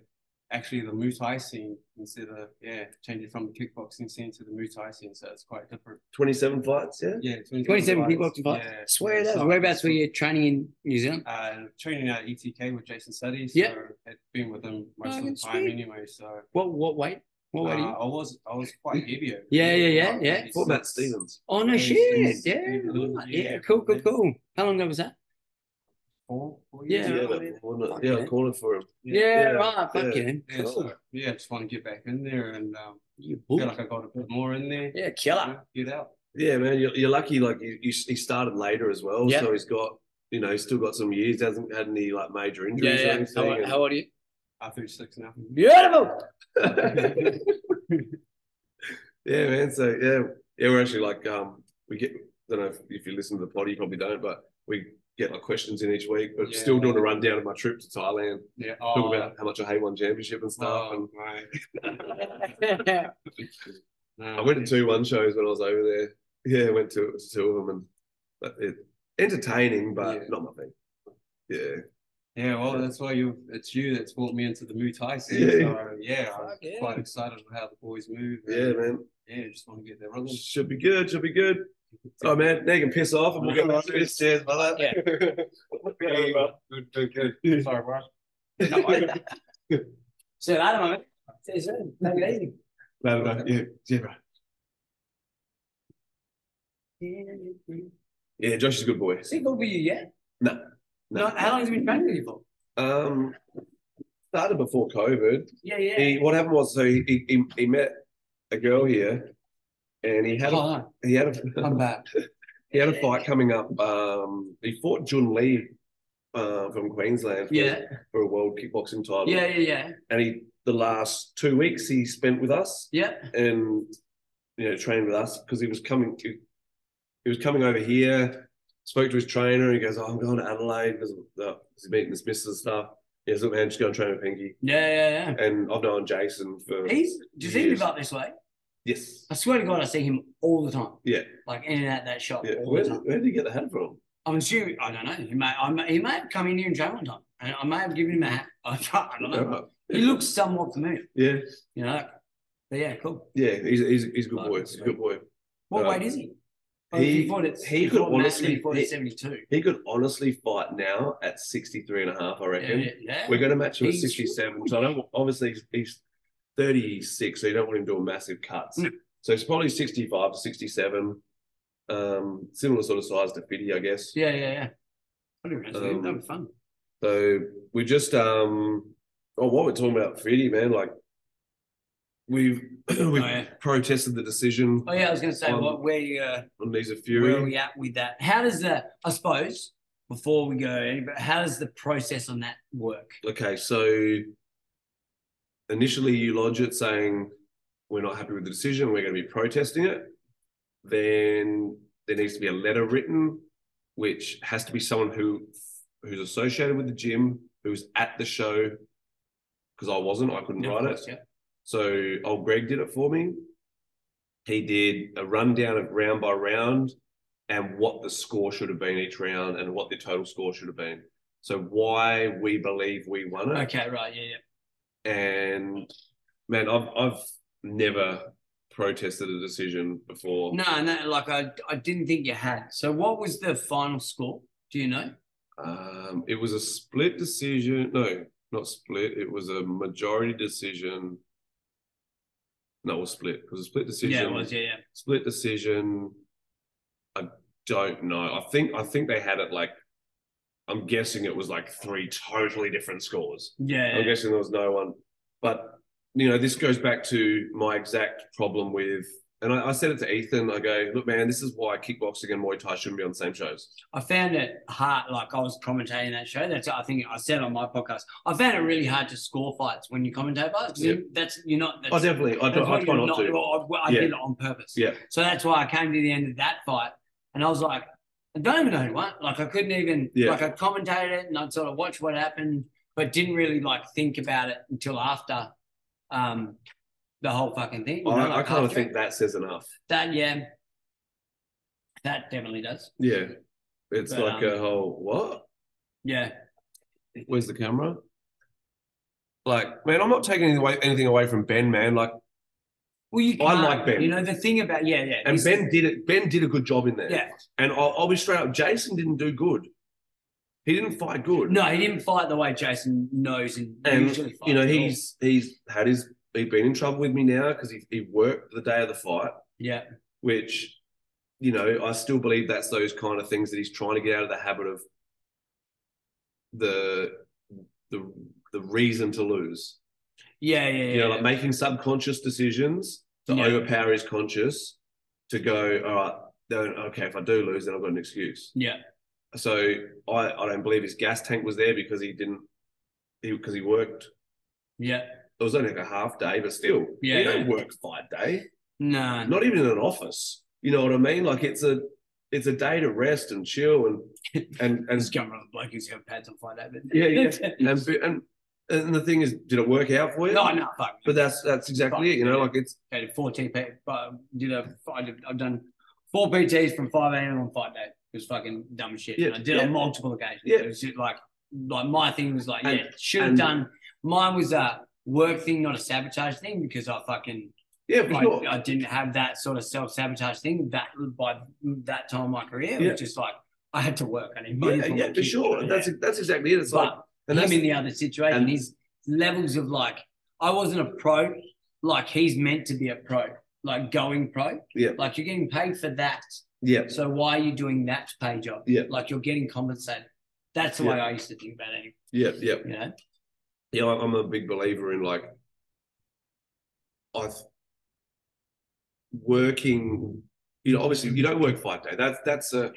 Speaker 5: actually the Muay Thai scene instead of, yeah, changing from the kickboxing scene to the Muay Thai scene. So it's quite different.
Speaker 3: Twenty seven fights, yeah.
Speaker 5: Yeah, 27,
Speaker 4: Twenty-seven
Speaker 5: fights.
Speaker 4: kickboxing fights.
Speaker 5: Yeah,
Speaker 4: Swear it
Speaker 5: so-
Speaker 4: out. Whereabouts were you training in New Zealand?
Speaker 5: Uh, training at ETK with Jason Suddy. So
Speaker 4: Yeah.
Speaker 5: I'd been with him most of
Speaker 4: Fucking
Speaker 5: the time
Speaker 4: sweet.
Speaker 5: anyway. So
Speaker 4: What what weight? What weight?
Speaker 5: uh,
Speaker 4: are you?
Speaker 5: I was I was quite heavy.
Speaker 4: Yeah, yeah, yeah,
Speaker 5: about
Speaker 4: yeah.
Speaker 5: 86.
Speaker 3: What about Stevens?
Speaker 4: Oh no
Speaker 5: yeah,
Speaker 4: shit!
Speaker 5: it's-
Speaker 4: Yeah,
Speaker 5: it's-
Speaker 4: right,
Speaker 5: yeah,
Speaker 4: yeah, cool, cool,
Speaker 5: it's-
Speaker 4: cool. How long ago was that?
Speaker 5: Four, four
Speaker 4: Yeah,
Speaker 5: years
Speaker 3: Yeah,
Speaker 5: ago.
Speaker 4: I
Speaker 3: that
Speaker 4: mean,
Speaker 3: corner.
Speaker 4: fuck
Speaker 3: Yeah,
Speaker 4: yeah.
Speaker 3: corner for him.
Speaker 4: Yeah,
Speaker 3: Yeah,
Speaker 4: right. Fuck
Speaker 3: yeah.
Speaker 4: yeah.
Speaker 5: Yeah,
Speaker 4: Cool.
Speaker 5: so, yeah, just want to get back in there and um,
Speaker 4: You
Speaker 5: feel
Speaker 4: book.
Speaker 5: like I got a bit more in there.
Speaker 4: Yeah, killer.
Speaker 5: Get out.
Speaker 3: Yeah, man, you're, you're lucky. Like you, you, he started later as well,
Speaker 4: Yeah.
Speaker 3: so he's got you know he's still got some years. Hasn't had any like major
Speaker 4: Yeah,
Speaker 3: injuries. Or
Speaker 4: yeah.
Speaker 3: anything,
Speaker 4: How,
Speaker 3: and-
Speaker 4: how old are you?
Speaker 5: I threw six now.
Speaker 4: Beautiful.
Speaker 3: [LAUGHS]
Speaker 4: [LAUGHS]
Speaker 3: yeah, man. So yeah, yeah, we're actually like um we get I don't know if, if you listen to the pod, you probably don't, but we get like questions in each week. But
Speaker 5: Yeah.
Speaker 3: still doing a rundown of my trip to Thailand,
Speaker 5: Yeah.
Speaker 3: talk
Speaker 5: Oh,
Speaker 3: about how much I hate one championship and stuff.
Speaker 5: oh, right.
Speaker 3: and [LAUGHS]
Speaker 5: No,
Speaker 3: I went to
Speaker 5: yeah.
Speaker 3: two one shows when I was over there. Yeah, went to to two of them, and but it entertaining, but
Speaker 5: Yeah.
Speaker 3: not my thing. Yeah,
Speaker 5: Yeah, well, that's why you. It's you that's brought me into the Muay
Speaker 3: [LAUGHS]
Speaker 5: Thai scene.
Speaker 3: Yeah.
Speaker 5: So yeah, I'm
Speaker 4: Fuck yeah.
Speaker 5: quite excited with how the boys move. and,
Speaker 3: yeah, man.
Speaker 5: Yeah, just want to get their rhythm.
Speaker 3: Should be good. Should be good. Oh man, now you can piss off and we'll get back to
Speaker 5: [LAUGHS]
Speaker 3: this. Cheers, brother.
Speaker 4: Yeah.
Speaker 3: Yeah.
Speaker 5: Good, good, good.
Speaker 3: [LAUGHS]
Speaker 5: Sorry, bro.
Speaker 2: [LAUGHS] So I don't know.
Speaker 4: See you soon. Take it easy.
Speaker 3: No, no, no. Yeah, yeah, bro. Yeah, Josh is a good boy.
Speaker 2: See, good for you, yeah?
Speaker 3: No,
Speaker 2: No,
Speaker 3: no.
Speaker 2: how long have you been training with you for?
Speaker 3: Um, started before COVID.
Speaker 2: Yeah, yeah.
Speaker 3: He, what happened was, so he, he he- he met a girl here, and he had a,
Speaker 2: Hold
Speaker 3: he had
Speaker 2: on,
Speaker 3: a
Speaker 2: Oh, [LAUGHS] I'm back.
Speaker 3: he had a fight coming up. Um, he fought Jun Lee, uh, from Queensland. For,
Speaker 2: Yeah,
Speaker 3: for a world kickboxing title.
Speaker 2: yeah, yeah, yeah.
Speaker 3: and he the last two weeks he spent with us.
Speaker 2: Yeah.
Speaker 3: and you know trained with us because he was coming he, he was coming over here spoke to his trainer and he goes oh i'm going to adelaide because uh, he's meeting this missus and stuff he goes look man just go and train with pinky
Speaker 2: Yeah, yeah,
Speaker 3: and i've known jason for
Speaker 2: yeah. He's does he live up this way?
Speaker 3: yes
Speaker 2: I swear to God, I see him all the time.
Speaker 3: yeah
Speaker 2: Like in and out that shop.
Speaker 3: yeah
Speaker 2: all the
Speaker 3: where,
Speaker 2: time.
Speaker 3: where did he get the hat from
Speaker 2: I'm assuming I don't know. He may, I may he may have come in here and trained one time, and I may have given him a hat. [LAUGHS] I don't, I don't know.
Speaker 3: Alright.
Speaker 2: He looks somewhat familiar,
Speaker 3: Uh, yeah
Speaker 2: you know. But yeah, cool.
Speaker 3: yeah he's, he's, he's a good boy he's a good boy
Speaker 2: What
Speaker 3: Uh,
Speaker 2: weight is he?
Speaker 3: he-
Speaker 2: he fought at,
Speaker 3: he
Speaker 2: he
Speaker 3: could
Speaker 2: fought Massey,
Speaker 3: honestly-
Speaker 2: he fought at
Speaker 3: he-
Speaker 2: 72.
Speaker 3: he could honestly fight now at 63 and a half i
Speaker 2: Yeah,
Speaker 3: reckon
Speaker 2: yeah, yeah.
Speaker 3: We're going to match him at
Speaker 2: He's
Speaker 3: 67. So I don't obviously he's, he's 36, so you don't want him doing massive cuts.
Speaker 2: No.
Speaker 3: So it's probably 65 to 67. Um, similar sort of size to Fiddy, I guess.
Speaker 2: Yeah, yeah, yeah. What a resume.
Speaker 3: Um,
Speaker 2: That'd be fun.
Speaker 3: So we just um oh what we're talking about Fiddy, man, like we've [CLEARS THROAT] we've
Speaker 2: Oh, yeah.
Speaker 3: protested the decision
Speaker 2: Oh yeah, I was gonna say
Speaker 3: Um,
Speaker 2: what where uh,
Speaker 3: on these of
Speaker 2: where are
Speaker 3: Fury.
Speaker 2: we at with that? How does the I suppose before we go any but how does the process on that work?
Speaker 3: Okay, so initially you lodge it saying we're not happy with the decision, we're going to be protesting it. Then there needs to be a letter written, which has to be someone who who's associated with the gym, who's at the show, because I wasn't, I couldn't write it.
Speaker 2: Yeah.
Speaker 3: So old Greg did it for me. He did a rundown of round by round and what the score should have been each round and what the total score should have been. So why we believe we won it.
Speaker 2: Okay, right, yeah, yeah.
Speaker 3: And man, I've I've never protested a decision before.
Speaker 2: No, no, like I I didn't think you had. So what was the final score? Do you know?
Speaker 3: Um, it was a split decision. No, not split. It was a majority decision. No, it was split. It was a split decision.
Speaker 2: Yeah, it was, yeah, yeah.
Speaker 3: split decision. I don't know. I think I think they had it like. I'm guessing it was like three totally different scores.
Speaker 2: Yeah.
Speaker 3: I'm guessing there was no one, but you know this goes back to my exact problem with And I, I said it to Ethan. I go, look, man, this is why kickboxing and Muay Thai shouldn't be on the same shows.
Speaker 2: I found it hard. Like I was commentating that show. That's I think I said on my podcast. I found it really hard to score fights when you commentate fights. 'cause
Speaker 3: Yeah.
Speaker 2: That's you're not. That's,
Speaker 3: Oh, definitely. I,
Speaker 2: that's
Speaker 3: do,
Speaker 2: what
Speaker 3: I try
Speaker 2: you're
Speaker 3: not to.
Speaker 2: well, I, I
Speaker 3: Yeah.
Speaker 2: did it on purpose.
Speaker 3: Yeah.
Speaker 2: So that's why I came to the end of that fight, and I was like, I don't even know who won. Like I couldn't even.
Speaker 3: Yeah.
Speaker 2: Like I commentated it and I'd sort of watch what happened, but didn't really like think about it until after, um, the whole fucking thing. you know,
Speaker 3: I, I
Speaker 2: like,
Speaker 3: kind of
Speaker 2: after it.
Speaker 3: think that says enough.
Speaker 2: that. Yeah. That definitely does.
Speaker 3: Yeah. It's
Speaker 2: But,
Speaker 3: like a whole, what?
Speaker 2: Yeah.
Speaker 3: Where's the camera? Like, man, I'm not taking anything away, anything away from Ben, man. Like,
Speaker 2: Well, you
Speaker 3: I
Speaker 2: can't,
Speaker 3: like Ben.
Speaker 2: You know the thing about yeah, yeah,
Speaker 3: and
Speaker 2: he's-
Speaker 3: Ben did it. Ben did a good job in there.
Speaker 2: Yeah.
Speaker 3: And I'll, I'll be straight up. Jason didn't do good. He didn't fight good.
Speaker 2: No, he didn't fight the way Jason knows and,
Speaker 3: and
Speaker 2: usually fights.
Speaker 3: you know
Speaker 2: at all.
Speaker 3: he's he's had his he's been in trouble with me now because he, he worked the day of the fight
Speaker 2: yeah,
Speaker 3: which you know i still believe that's those kind of things that he's trying to get out of the habit of the the the reason to lose
Speaker 2: yeah, yeah, yeah.
Speaker 3: you know like making subconscious decisions to
Speaker 2: Yeah.
Speaker 3: overpower his conscious to go all right then okay if i do lose then i've got an excuse
Speaker 2: yeah,
Speaker 3: so i i don't believe his gas tank was there because he didn't he because he worked
Speaker 2: yeah.
Speaker 3: it was only like a half day, but still,
Speaker 2: Yeah,
Speaker 3: you don't work five day,
Speaker 2: No,
Speaker 3: not even in an office. You know what I mean? Like it's a it's a day to rest and chill and and
Speaker 2: this
Speaker 3: and
Speaker 2: guy around the bloke who's got pads on fire. That, but
Speaker 3: [LAUGHS]
Speaker 2: [LAUGHS]
Speaker 3: yeah, yeah. and, and and the thing is, did it work out for you?
Speaker 2: no, no, fuck.
Speaker 3: But that's that's exactly it. You know, like it's
Speaker 2: I did fourteen. P- but did a, I did, I've done four PTs from five a.m. on fight day. It was fucking dumb shit.
Speaker 3: Yeah,
Speaker 2: and I did
Speaker 3: yeah.
Speaker 2: on multiple occasions.
Speaker 3: Yeah.
Speaker 2: It was just like, like my thing was like,
Speaker 3: And-
Speaker 2: yeah, should have
Speaker 3: and-
Speaker 2: done. Mine was a work thing, not a sabotage thing, because I fucking
Speaker 3: yeah, for
Speaker 2: I,
Speaker 3: sure.
Speaker 2: I didn't have that sort of self sabotage thing that by that time in my career. It
Speaker 3: Yeah.
Speaker 2: was just like I had to work. I need money.
Speaker 3: Yeah,
Speaker 2: for my
Speaker 3: yeah, for
Speaker 2: kids.
Speaker 3: sure.
Speaker 2: Yeah.
Speaker 3: That's that's exactly it. It's
Speaker 2: but
Speaker 3: like and
Speaker 2: him
Speaker 3: that's
Speaker 2: in the other situation,
Speaker 3: and-
Speaker 2: his levels of like I wasn't a pro, like he's meant to be a pro, like going pro.
Speaker 3: Yeah.
Speaker 2: Like you're getting paid for that.
Speaker 3: yeah,
Speaker 2: So why are you doing that pay job?
Speaker 3: Yeah.
Speaker 2: Like you're getting compensated. That's the way I used to think about it.
Speaker 3: yeah, yeah.
Speaker 2: You know?
Speaker 3: yeah, I'm I'm a big believer in like I th- working. You know, obviously, you don't work five day. That's that's a.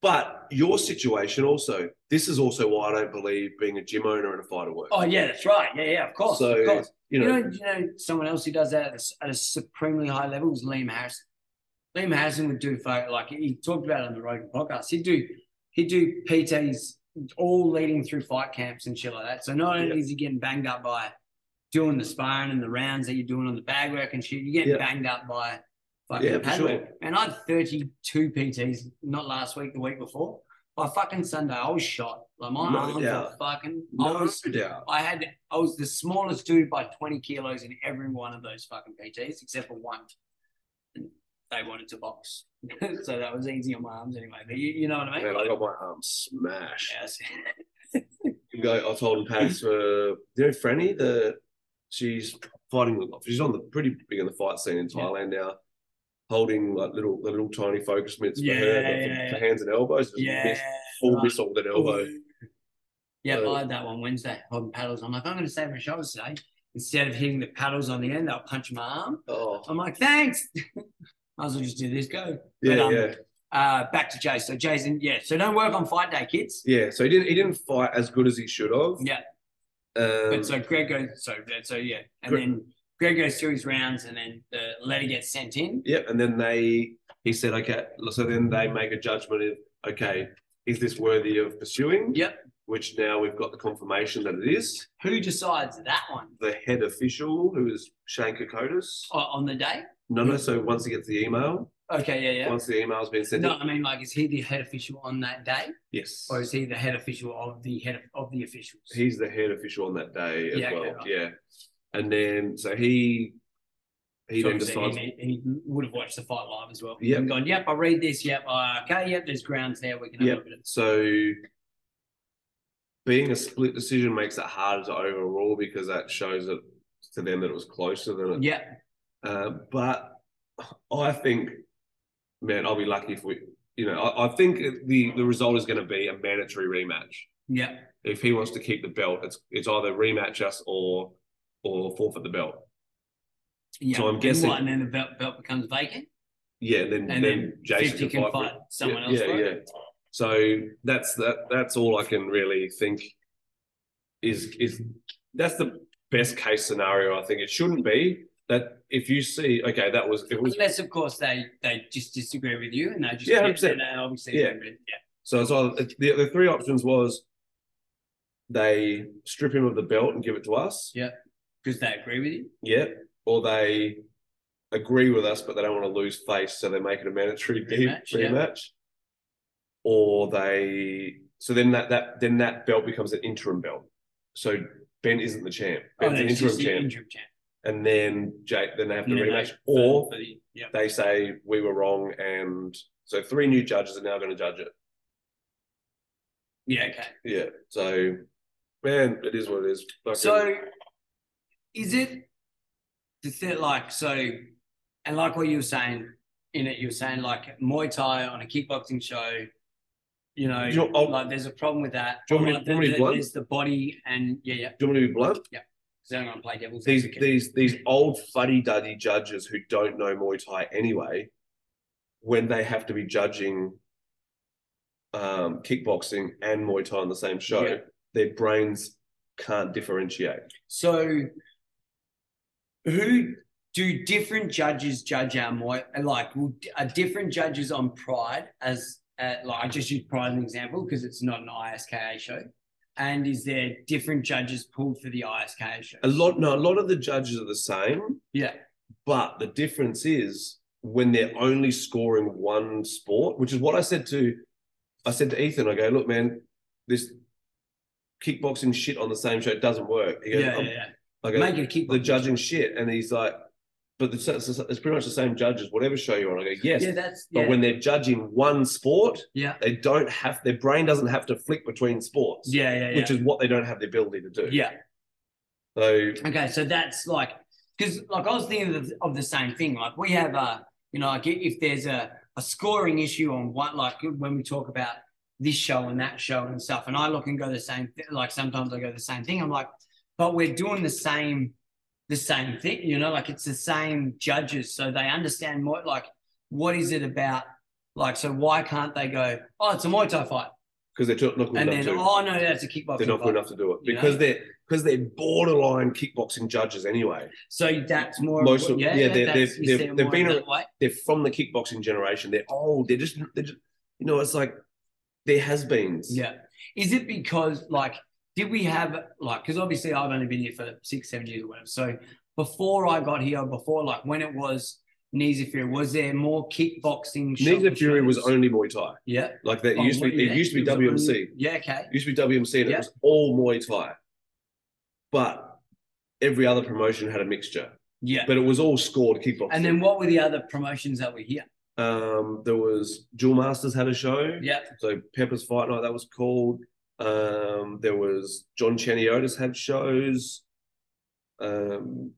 Speaker 3: But your situation also. This is also why I don't believe being a gym owner and a fighter works.
Speaker 2: Oh yeah, that's right. Yeah, yeah, of course.
Speaker 3: so
Speaker 2: of course.
Speaker 3: you
Speaker 2: You
Speaker 3: know,
Speaker 2: know, you know, someone else who does that at a, s- at a supremely high level is Liam Harrison. Liam Harrison would do fuck- like he talked about it on the Rogan podcast. He'd do he'd do PTs all leading through fight camps and shit like that. So not only
Speaker 3: Yeah.
Speaker 2: is he getting banged up by doing the sparring and the rounds that you're doing on the bag work and shit, you're getting
Speaker 3: Yeah.
Speaker 2: banged up by fucking
Speaker 3: Yeah,
Speaker 2: yeah,
Speaker 3: for
Speaker 2: pad
Speaker 3: sure.
Speaker 2: work. And I had 32 PTs not last week, the week before. By fucking Sunday, I was shot. Like my
Speaker 3: No
Speaker 2: arms
Speaker 3: doubt.
Speaker 2: were fucking. I
Speaker 3: no
Speaker 2: was
Speaker 3: doubt.
Speaker 2: I had I was the smallest dude by 20 kilos in every one of those fucking PTs except for one. They wanted to box, [LAUGHS] so that was easy on my arms anyway. But you, you know what I mean?
Speaker 3: Man, I got my arm smashed.
Speaker 2: Yes.
Speaker 3: You go. I told Pat
Speaker 2: Mm.
Speaker 3: for you know Franny, the she's fighting a lot. She's on the pretty big in the fight scene in
Speaker 2: Yeah.
Speaker 3: Thailand now, holding like little the little tiny focus mitts for
Speaker 2: Yeah,
Speaker 3: her but for,
Speaker 2: yeah,
Speaker 3: for
Speaker 2: yeah.
Speaker 3: hands and elbows. Just
Speaker 2: yeah.
Speaker 3: miss, full
Speaker 2: right.
Speaker 3: missile with an elbow.
Speaker 2: Yeah,
Speaker 3: So-
Speaker 2: I had that one Wednesday holding paddles. I'm like, I'm going to save my shoulders today. Instead of hitting the paddles on the end, I'll punch my arm.
Speaker 3: Oh
Speaker 2: I'm like, thanks. [LAUGHS] Might as well just do this. Go.
Speaker 3: yeah,
Speaker 2: um,
Speaker 3: yeah,
Speaker 2: Uh, back to Jay. So Jason, yeah. So don't work on fight day, kids.
Speaker 3: yeah. So he didn't he didn't fight as good as he should have.
Speaker 2: Yeah.
Speaker 3: Um,
Speaker 2: But so Greg goes, so so yeah, and
Speaker 3: Gre-
Speaker 2: then Greg goes through his rounds, and then the letter gets sent in.
Speaker 3: yep. And then they he said okay. So then they make a judgment of okay, is this worthy of pursuing?
Speaker 2: Yep.
Speaker 3: Which now we've got the confirmation that it is.
Speaker 2: Who decides that one
Speaker 3: The head official, who is Shane Kokotis.
Speaker 2: O- on the day?
Speaker 3: No, no. So once he gets the email,
Speaker 2: Okay, yeah,
Speaker 3: once the email's been
Speaker 2: yeah.
Speaker 3: sent,
Speaker 2: No,
Speaker 3: in,
Speaker 2: I mean, like, is he the head official on that day,
Speaker 3: yes,
Speaker 2: or is he the head official of the head of, of the officials?
Speaker 3: he's the head official on that day as
Speaker 2: Yeah, okay,
Speaker 3: well.
Speaker 2: right.
Speaker 3: Yeah. And then so he he
Speaker 2: So
Speaker 3: then
Speaker 2: obviously
Speaker 3: decides.
Speaker 2: he, he would have watched the fight live as well.
Speaker 3: Yep.
Speaker 2: and gone, yep, I read this. Yep, uh, okay, yep. There's grounds there. We can have
Speaker 3: Yep.
Speaker 2: a look at it.
Speaker 3: So being a split decision makes it harder to overrule because that shows it to them that it was closer than it.
Speaker 2: Yeah,
Speaker 3: Uh, but I think, man, I'll be lucky if we, you know, I, I think it- the the result is going to be a mandatory rematch.
Speaker 2: yeah,
Speaker 3: If he wants to keep the belt, it's it's either rematch us or or forfeit the belt.
Speaker 2: Yeah,
Speaker 3: So I'm
Speaker 2: and
Speaker 3: guessing-
Speaker 2: what, and then the belt, belt becomes vacant,
Speaker 3: Yeah, and then
Speaker 2: and
Speaker 3: then,
Speaker 2: then
Speaker 3: Jason
Speaker 2: fifty can
Speaker 3: for it.
Speaker 2: fight someone
Speaker 3: yeah,
Speaker 2: else.
Speaker 3: yeah,
Speaker 2: for
Speaker 3: yeah.
Speaker 2: it.
Speaker 3: So that's that. That's all I can really think is is that's the best case scenario. I think it shouldn't be that if you see okay that was it was
Speaker 2: Unless, of course, they they just disagree with you and they just
Speaker 3: Yeah,
Speaker 2: get-
Speaker 3: 100%.
Speaker 2: and they obviously
Speaker 3: Yeah.
Speaker 2: yeah.
Speaker 3: so it's either, the the three options was they strip him of the belt and give it to us.
Speaker 2: because they agree with you.
Speaker 3: Yeah, or they agree with us but they don't want to lose face, so they make it a mandatory
Speaker 2: Rematch,
Speaker 3: rematch.
Speaker 2: yeah.
Speaker 3: rematch. Or they so then that that then that belt becomes an interim belt. So Ben isn't the champ. Ben's an
Speaker 2: that's
Speaker 3: interim
Speaker 2: Oh, just the
Speaker 3: champ,
Speaker 2: interim champ.
Speaker 3: and then Jake then they have to
Speaker 2: And then they-
Speaker 3: rematch,
Speaker 2: for-
Speaker 3: or
Speaker 2: for the- yeah.
Speaker 3: they say we were wrong, and so three new judges are now going to judge it.
Speaker 2: yeah, okay.
Speaker 3: Yeah. So man, it is what it is. Fucking-
Speaker 2: So, is it the thing like so, and like what you were saying in it, you were saying like Muay Thai on a kickboxing show, you know,
Speaker 3: You know, I'll-
Speaker 2: like there's a problem with that.
Speaker 3: Oh. Do you want me to-
Speaker 2: Like,
Speaker 3: do you want me to
Speaker 2: there-
Speaker 3: blunt?
Speaker 2: there's the body and yeah, yeah.
Speaker 3: do you want me to be blunt?
Speaker 2: So I'm gonna play devil's
Speaker 3: these
Speaker 2: advocate.
Speaker 3: these these old fuddy duddy judges who don't know Muay Thai anyway, when they have to be judging um, kickboxing and Muay Thai on the same show,
Speaker 2: Yeah.
Speaker 3: their brains can't differentiate.
Speaker 2: So, who do different judges judge our Muay? Like, will- are different judges on Pride as uh, like I just use Pride as an example because it's not an ISKA show, and is there different judges pulled for the ISKA show?
Speaker 3: A lot no, a lot of the judges are the same,
Speaker 2: yeah,
Speaker 3: but the difference is when they're only scoring one sport, which is what I said to I said to Ethan, I go, look, man, this kickboxing shit on the same show doesn't work. He
Speaker 2: yeah,
Speaker 3: goes,
Speaker 2: yeah,
Speaker 3: "I'm-
Speaker 2: yeah.
Speaker 3: I go,
Speaker 2: Make it keep
Speaker 3: the judging shit, and he's like, but it's, it's, it's pretty much the same judges, whatever show you're on. I go, yes,
Speaker 2: Yeah, that's
Speaker 3: but
Speaker 2: yeah,
Speaker 3: when they're judging one sport,
Speaker 2: yeah,
Speaker 3: they don't have their brain doesn't have to flick between sports,
Speaker 2: yeah, yeah, yeah.
Speaker 3: which is what they don't have the ability to do.
Speaker 2: yeah.
Speaker 3: So
Speaker 2: Okay, so that's like because like I was thinking of, of the same thing. Like we have a you know like if there's a a scoring issue on one like when we talk about this show and that show and stuff, and I look and go the same thing. Like sometimes I go the same thing. I'm like, but we're doing the same the same thing. You know, like it's the same judges, so they understand more. Like what is it about? Like so, why can't they go? Oh, it's a Muay Thai fight,
Speaker 3: because they're not good
Speaker 2: and
Speaker 3: enough
Speaker 2: then
Speaker 3: to,
Speaker 2: oh no, that's a kickboxing.
Speaker 3: they're not
Speaker 2: fight.
Speaker 3: good enough to do it
Speaker 2: you know?
Speaker 3: because they're because they're borderline kickboxing judges anyway.
Speaker 2: So that's more.
Speaker 3: Most
Speaker 2: what-
Speaker 3: of- yeah, they're-
Speaker 2: that's-
Speaker 3: they've-
Speaker 2: you
Speaker 3: they've-
Speaker 2: see it
Speaker 3: they've
Speaker 2: more
Speaker 3: been
Speaker 2: that
Speaker 3: ar-
Speaker 2: way.
Speaker 3: They're from the kickboxing generation. They're old. They're just they're just you know it's like there has been
Speaker 2: Yeah. Is it because like did we have like because obviously I've only been here for six, seven years or whatever. So before I got here, before like when it was Nisa Fury, was there more kickboxing? shows
Speaker 3: Neither
Speaker 2: and
Speaker 3: Fury was
Speaker 2: shows?
Speaker 3: only Muay Thai.
Speaker 2: yeah.
Speaker 3: Like that
Speaker 2: Oh,
Speaker 3: used to be.
Speaker 2: yeah,
Speaker 3: It used to be
Speaker 2: was only-
Speaker 3: WMC.
Speaker 2: yeah, okay.
Speaker 3: It used to be WMC and
Speaker 2: Yeah.
Speaker 3: it was all Muay Thai. But every other promotion had a mixture.
Speaker 2: Yeah.
Speaker 3: But it was all scored kickboxing.
Speaker 2: And then what were the other promotions that were here?
Speaker 3: um, there was Dual Masters had a show.
Speaker 2: Yeah.
Speaker 3: So Pepper's Fight Night, that was called. Um, there was John Chaniotis had shows. Um,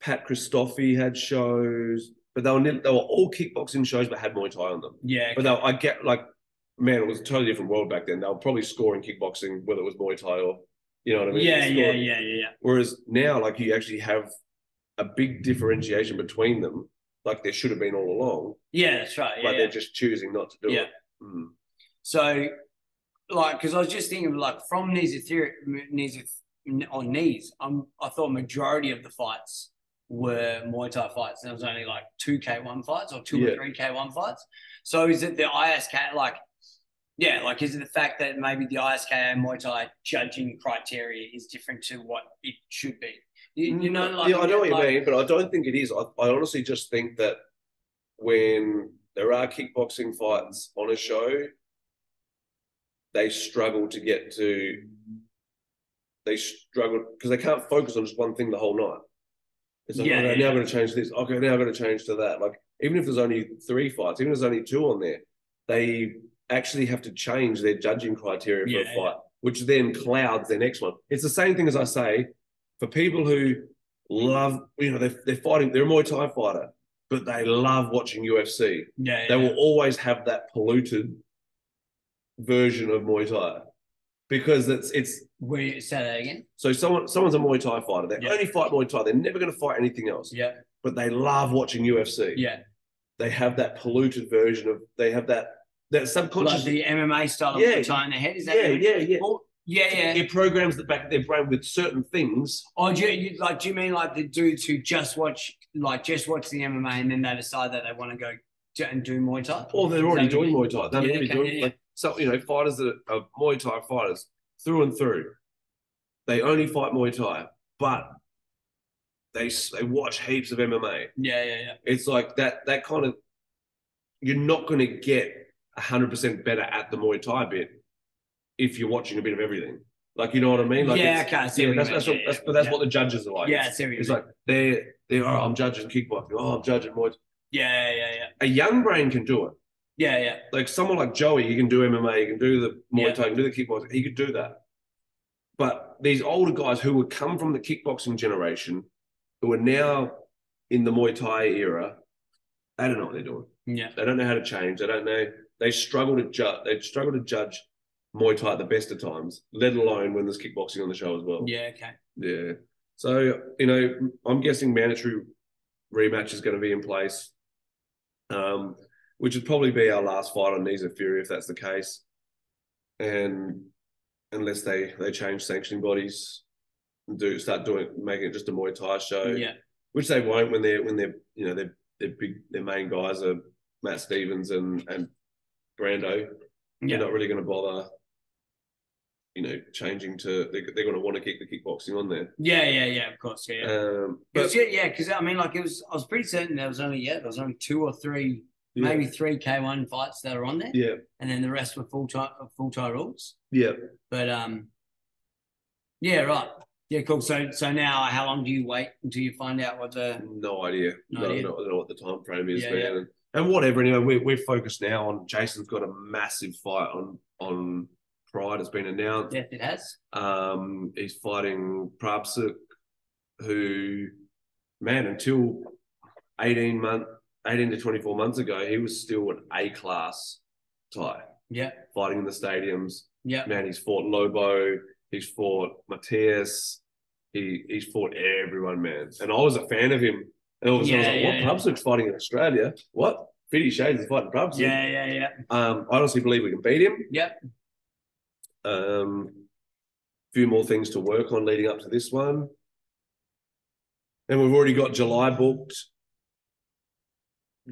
Speaker 3: Pat Christoffi had shows. But they were, ne- they were all kickboxing shows but had Muay Thai on them.
Speaker 2: Yeah.
Speaker 3: But though I get like, man, it was a totally different world back then. They were probably scoring kickboxing, whether it was Muay Thai or, you know what I mean?
Speaker 2: Yeah,
Speaker 3: They
Speaker 2: yeah, yeah,
Speaker 3: scored.
Speaker 2: yeah, yeah.
Speaker 3: Whereas now, like, you actually have a big differentiation between them, like there should have been all along,
Speaker 2: Yeah, that's right. Yeah,
Speaker 3: but
Speaker 2: yeah.
Speaker 3: they're just choosing not to do
Speaker 2: Yeah.
Speaker 3: it. Mm.
Speaker 2: So, like, because I was just thinking, like, from knees theory, knees on knees, I'm, I thought majority of the fights were Muay Thai fights. There was only like two K1 fights or two
Speaker 3: Yeah.
Speaker 2: or three K1 fights. So, is it the ISK, like, yeah, like, is it the fact that maybe the ISKA Muay Thai judging criteria is different to what it should be? You, you know, like,
Speaker 3: Mm, yeah, I know what you
Speaker 2: like-
Speaker 3: mean, but I don't think it is. I, I honestly just think that when there are kickboxing fights on a show, they struggle to get to. They struggle because they can't focus on just one thing the whole night. It's like,
Speaker 2: Yeah,
Speaker 3: okay,
Speaker 2: yeah,
Speaker 3: now
Speaker 2: yeah.
Speaker 3: I'm going to change this. Okay, now I'm going to change to that. Like, even if there's only three fights, even if there's only two on there, they actually have to change their judging criteria for
Speaker 2: Yeah,
Speaker 3: a fight, which then clouds their next one. It's the same thing as I say for people who love, you know, they're, they're fighting, they're a Muay Thai fighter, but they love watching UFC.
Speaker 2: Yeah,
Speaker 3: They
Speaker 2: yeah.
Speaker 3: will always have that polluted version of Muay Thai. because it's it's
Speaker 2: We say that again.
Speaker 3: so someone someone's a Muay Thai fighter. They
Speaker 2: Yeah.
Speaker 3: only fight Muay Thai. They're never going to fight anything else.
Speaker 2: Yeah.
Speaker 3: But they love watching UFC.
Speaker 2: Yeah.
Speaker 3: They have that polluted version of. They have that that subconscious.
Speaker 2: Like the MMA style
Speaker 3: Yeah.
Speaker 2: of tying the head. Is that
Speaker 3: yeah,
Speaker 2: what you-
Speaker 3: yeah, yeah.
Speaker 2: Oh, yeah, yeah.
Speaker 3: It programs the back of their brain with certain things.
Speaker 2: Or do you, you- like? Do you mean like the dudes who just watch, like, just watch the MMA and then they decide that they want to go do- and do Muay Thai?
Speaker 3: Or they're already
Speaker 2: Is that what you
Speaker 3: doing Muay Thai. They're
Speaker 2: Yeah,
Speaker 3: already
Speaker 2: okay,
Speaker 3: doing
Speaker 2: yeah, yeah.
Speaker 3: like so you know fighters that are, are Muay Thai fighters through and through. They only fight Muay Thai, but they s- they watch heaps of MMA.
Speaker 2: mean? Yeah, yeah, yeah.
Speaker 3: It's like that that kind of you're not going to get hundred percent better at the Muay Thai bit if you're watching a bit of everything. Like you know what I mean? Like
Speaker 2: yeah,
Speaker 3: it's-
Speaker 2: okay, I see
Speaker 3: yeah,
Speaker 2: what you
Speaker 3: that's
Speaker 2: mean.
Speaker 3: that's,
Speaker 2: yeah,
Speaker 3: what,
Speaker 2: yeah,
Speaker 3: that's, but that's
Speaker 2: yeah.
Speaker 3: what the judges are like.
Speaker 2: Yeah, I see what you
Speaker 3: it's
Speaker 2: mean.
Speaker 3: like they're they oh I'm judging kickboxing. Oh I'm judging Muay. Thai.
Speaker 2: yeah, yeah, yeah,
Speaker 3: A young brain can do it
Speaker 2: yeah, yeah.
Speaker 3: like someone like Joey, you can do MMA, you can do the Muay
Speaker 2: Yeah.
Speaker 3: Thai, you can do the kickboxing. He could do that. But these older guys who would come from the kickboxing generation, who are now in the Muay Thai era, they don't know what they're doing.
Speaker 2: Yeah.
Speaker 3: They don't know how to change. They don't know. They struggle to judge. They struggle to judge Muay Thai at the best of times, let alone when there's kickboxing on the show as well.
Speaker 2: Yeah, okay.
Speaker 3: Yeah. So, you know, I'm guessing mandatory rematch is going to be in place, um, which would probably be our last fight on Knees of Fury if that's the case. And unless they they change sanctioning bodies and do start doing making it just a Muay Thai show,
Speaker 2: Yeah.
Speaker 3: which they won't when they're when they're you know they're they're big their main guys are Matt Stevens and and Brando.
Speaker 2: Yeah.
Speaker 3: They're not really going to bother, you know, changing to they're, they're going to want to keep the kickboxing on there.
Speaker 2: Yeah, yeah, yeah, of course. Yeah. yeah.
Speaker 3: Um,
Speaker 2: It
Speaker 3: but
Speaker 2: was, yeah, yeah, because I mean, like it was. I was pretty certain there was only yeah, there was only two or three,
Speaker 3: yeah,
Speaker 2: maybe three K one fights that were on there,
Speaker 3: yeah,
Speaker 2: and then the rest were full time full time rules.
Speaker 3: yeah.
Speaker 2: But um, yeah, right, yeah, cool. So so now, how long do you wait until you find out what the
Speaker 3: No idea.
Speaker 2: No
Speaker 3: No, I
Speaker 2: idea.
Speaker 3: don't know- I don't know what the time frame is,
Speaker 2: Yeah,
Speaker 3: man.
Speaker 2: yeah.
Speaker 3: And, and whatever. Anyway, we're we're focused now on Jason's got a massive fight on on Pride. It's been announced.
Speaker 2: death it has?
Speaker 3: Um, he's fighting Prabsik, who, man, until 18 month, 18 to 24 months ago, he was still an A class tie.
Speaker 2: Yeah.
Speaker 3: Fighting in the stadiums.
Speaker 2: Yeah,
Speaker 3: Man, he's fought Lobo, he's fought Matthias, he he's fought everyone, man. And I was a fan of him. And all of a sudden,
Speaker 2: Yeah,
Speaker 3: I was like,
Speaker 2: yeah, yeah.
Speaker 3: what Prabsik's fighting in Australia? What? Fifty Shades is fighting Prabsik.
Speaker 2: yeah, yeah, yeah,
Speaker 3: Um, I honestly believe we can beat him.
Speaker 2: yeah.
Speaker 3: Um, few more things to work on leading up to this one. And we've already got July booked.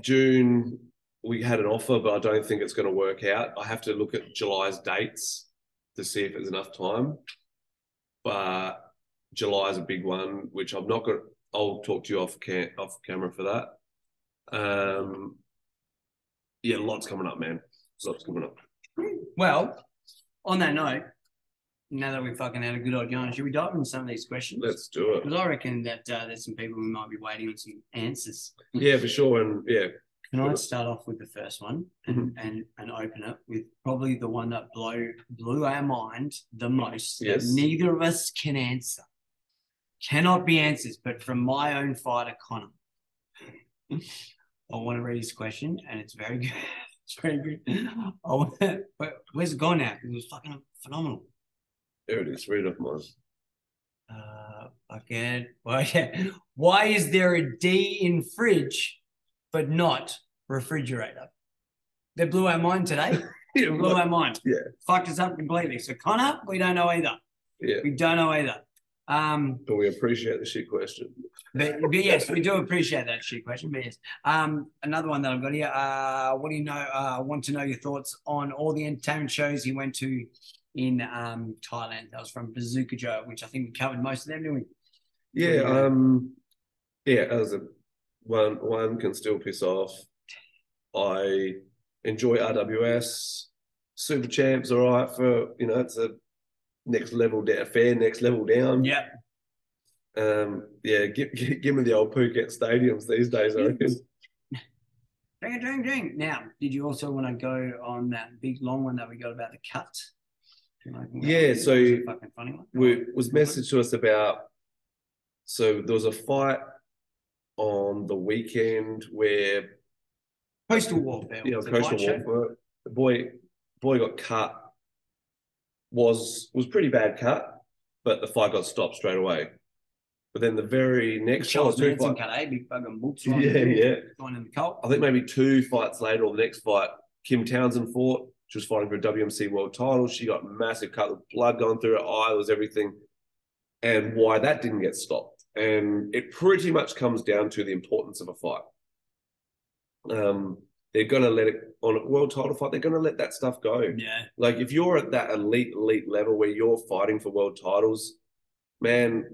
Speaker 3: June, we had an offer, but I don't think it's going to work out. I have to look at July's dates to see if there's enough time. But July is a big one, which I've not got. I'll talk to you off cam- off camera for that. Um, yeah, lots coming up, man. Lots coming up.
Speaker 2: Well, on that note, now that we fucking had a good old yarn, should we dive into some of these questions?
Speaker 3: Let's do it.
Speaker 2: Because I reckon that uh, there's some people who might be waiting on some answers.
Speaker 3: Yeah, for sure. And yeah,
Speaker 2: Can I start off with the first one and and, and open it with probably the one that blow blew our mind the most that
Speaker 3: Yes.
Speaker 2: neither of us can answer. Cannot be answers, but from my own fighter, Connor. I want to read his question, and it's very good. [LAUGHS] It's very good. I want to, but where's it gone now? 'Cause It was fucking phenomenal.
Speaker 3: There it is. Read off mine.
Speaker 2: Uh, fucking. Well, yeah. [LAUGHS] Why is there a D in fridge, but not refrigerator? They blew our mind
Speaker 3: [LAUGHS]
Speaker 2: today.
Speaker 3: Yeah, uh,
Speaker 2: blew our mind.
Speaker 3: Yeah.
Speaker 2: Fucked us up completely. So Connor, we don't know either.
Speaker 3: Yeah.
Speaker 2: We don't know either. Um,
Speaker 3: but we appreciate the shit question.
Speaker 2: but, but yes, we do appreciate that shit question. But yes, um, another one that I've got here. Uh, what do you know? Uh, want to know your thoughts on all the entertainment shows he went to in um Thailand. That was from Bazooka Joe, which I think we covered most of them, didn't we?
Speaker 3: Yeah.
Speaker 2: What do you mean?
Speaker 3: Um. Yeah. As a one, one can still piss off. I enjoy RWS. Super champs, all right for you know it's a next level da- affair, next level down.
Speaker 2: Yeah.
Speaker 3: Um. Yeah. Give, give, give me the old Phuket stadiums these days. I reckon.
Speaker 2: Ding, ding, ding. Now, did you also want to go on that big long one that we got about the cut?
Speaker 3: Yeah, so
Speaker 2: That was a fucking funny one.
Speaker 3: we, was messaged to us about. So there was a fight on the weekend where
Speaker 2: coastal warfare.
Speaker 3: Yeah,
Speaker 2: was the
Speaker 3: coastal
Speaker 2: fight show.
Speaker 3: warfare. The boy, boy got cut was was pretty bad cut, but the fight got stopped straight away. But then the very next
Speaker 2: Charles
Speaker 3: fight, two
Speaker 2: Manson
Speaker 3: fight,
Speaker 2: cut a big fucking boots.
Speaker 3: [LAUGHS] yeah,
Speaker 2: on him.
Speaker 3: yeah.
Speaker 2: Going in the cult.
Speaker 3: I think maybe two fights later or the next fight, Kim Townsend fought. She was fighting for a WMC world title. She got massive cut with blood going through her eye, it was everything. And why that didn't get stopped. And it pretty much comes down to the importance of a fight. Um, they're gonna let it on a world title fight, they're gonna let that stuff go.
Speaker 2: Yeah.
Speaker 3: Like if you're at that elite, elite level where you're fighting for world titles, man,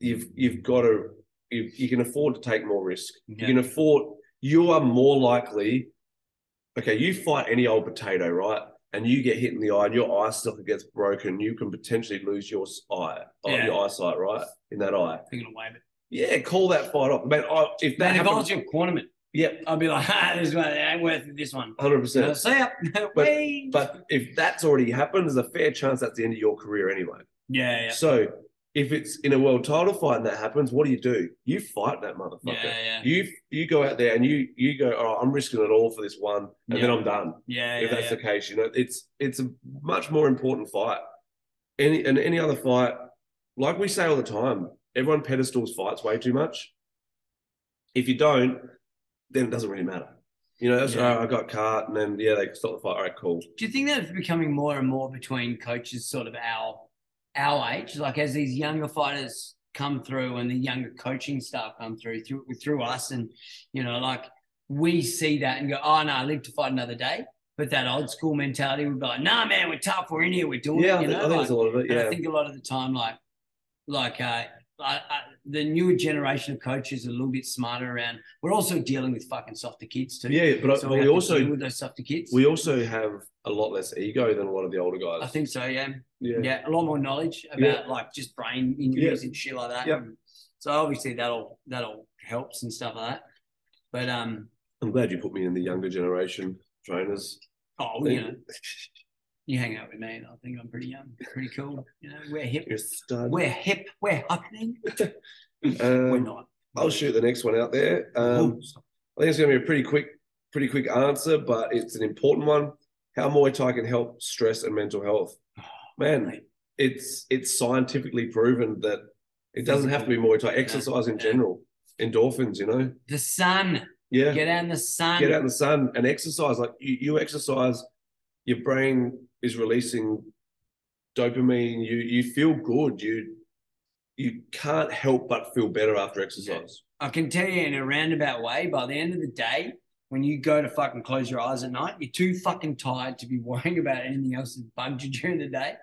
Speaker 3: you've you've got to you, you can afford to take more risk.
Speaker 2: Yeah.
Speaker 3: You can afford you are more likely okay, you fight any old potato, right? And you get hit in the eye and your eye socket gets broken, you can potentially lose your s- eye, or
Speaker 2: Yeah.
Speaker 3: your eyesight, right? In that eye.
Speaker 2: Picking away. But
Speaker 3: Yeah, call that fight off. Man, I, if that
Speaker 2: man, if I
Speaker 3: happens,
Speaker 2: was your cornerman,
Speaker 3: yep,
Speaker 2: I'd be like, [LAUGHS] ah, this one it ain't worth it, this one.
Speaker 3: hundred
Speaker 2: So,
Speaker 3: percent.
Speaker 2: see ya. [LAUGHS] Whee!
Speaker 3: But if that's already happened, there's a fair chance that's the end of your career anyway.
Speaker 2: yeah, yeah.
Speaker 3: So if it's in a world title fight and that happens, what do you do? You fight that motherfucker.
Speaker 2: Yeah, yeah,
Speaker 3: You you go out there and you you go. All right, I'm risking it all for this one, and then
Speaker 2: Yeah.
Speaker 3: I'm done.
Speaker 2: yeah,
Speaker 3: if
Speaker 2: yeah,
Speaker 3: that's
Speaker 2: yeah.
Speaker 3: the case, you know, it's it's a much more important fight. Any and any other fight, like we say all the time, everyone pedestals fights way too much. If you don't, then it doesn't really matter. You know, that's
Speaker 2: Yeah.
Speaker 3: all right, I got cart, and then yeah, they stop the fight. All right, cool.
Speaker 2: Do you think that it's becoming more and more between coaches, sort of our our age, like as these younger fighters come through and the younger coaching staff come through through through us, and you know, like we see that and go, oh no, I live to fight another day. But that old school mentality would be like, nah, man, we're tough, we're in here, we're doing it.
Speaker 3: Yeah, I
Speaker 2: You
Speaker 3: think, I
Speaker 2: know,
Speaker 3: think
Speaker 2: like,
Speaker 3: it's a lot of it.
Speaker 2: and I
Speaker 3: Yeah,
Speaker 2: think a lot of the time, like, like uh, I, I, the newer generation of coaches are a little bit smarter around. We're also dealing with fucking softer kids too.
Speaker 3: yeah, but I,
Speaker 2: so
Speaker 3: but
Speaker 2: have
Speaker 3: we
Speaker 2: to
Speaker 3: also
Speaker 2: deal with those softer kids.
Speaker 3: We also have a lot less ego than a lot of the older guys.
Speaker 2: I think so. Yeah.
Speaker 3: yeah.
Speaker 2: Uh, yeah, a lot more knowledge about like just brain injuries and shit like that.
Speaker 3: Yep.
Speaker 2: And So obviously that'll that'll helps and stuff like that. But um,
Speaker 3: I'm glad you put me in the younger generation trainers.
Speaker 2: oh, you know, you hang out with me, and I think I'm pretty young, pretty cool. You know, we're hip,
Speaker 3: You're a stud.
Speaker 2: we're hip, we're happening. we're
Speaker 3: Um,
Speaker 2: not.
Speaker 3: I'll shoot the next one out there. Um, I think it's going to be a pretty quick, pretty quick answer, but it's an important one. How Muay Thai can help stress and
Speaker 2: [SIGHS]
Speaker 3: mental health. Man, it's it's scientifically proven that it doesn't have to be Muay Thai. Exercise in
Speaker 2: Yeah.
Speaker 3: general, endorphins. You know,
Speaker 2: The sun.
Speaker 3: yeah.
Speaker 2: Get out in the sun.
Speaker 3: get out in the sun and exercise. Like you, you exercise, your brain is releasing dopamine. You you feel good. You you can't help but feel better after exercise.
Speaker 2: I can tell you in a roundabout way, by the end of the day, when you go to fucking close your eyes at night, you're too fucking tired to be [LAUGHS] worrying about anything else that's bugged you [LAUGHS] during the day.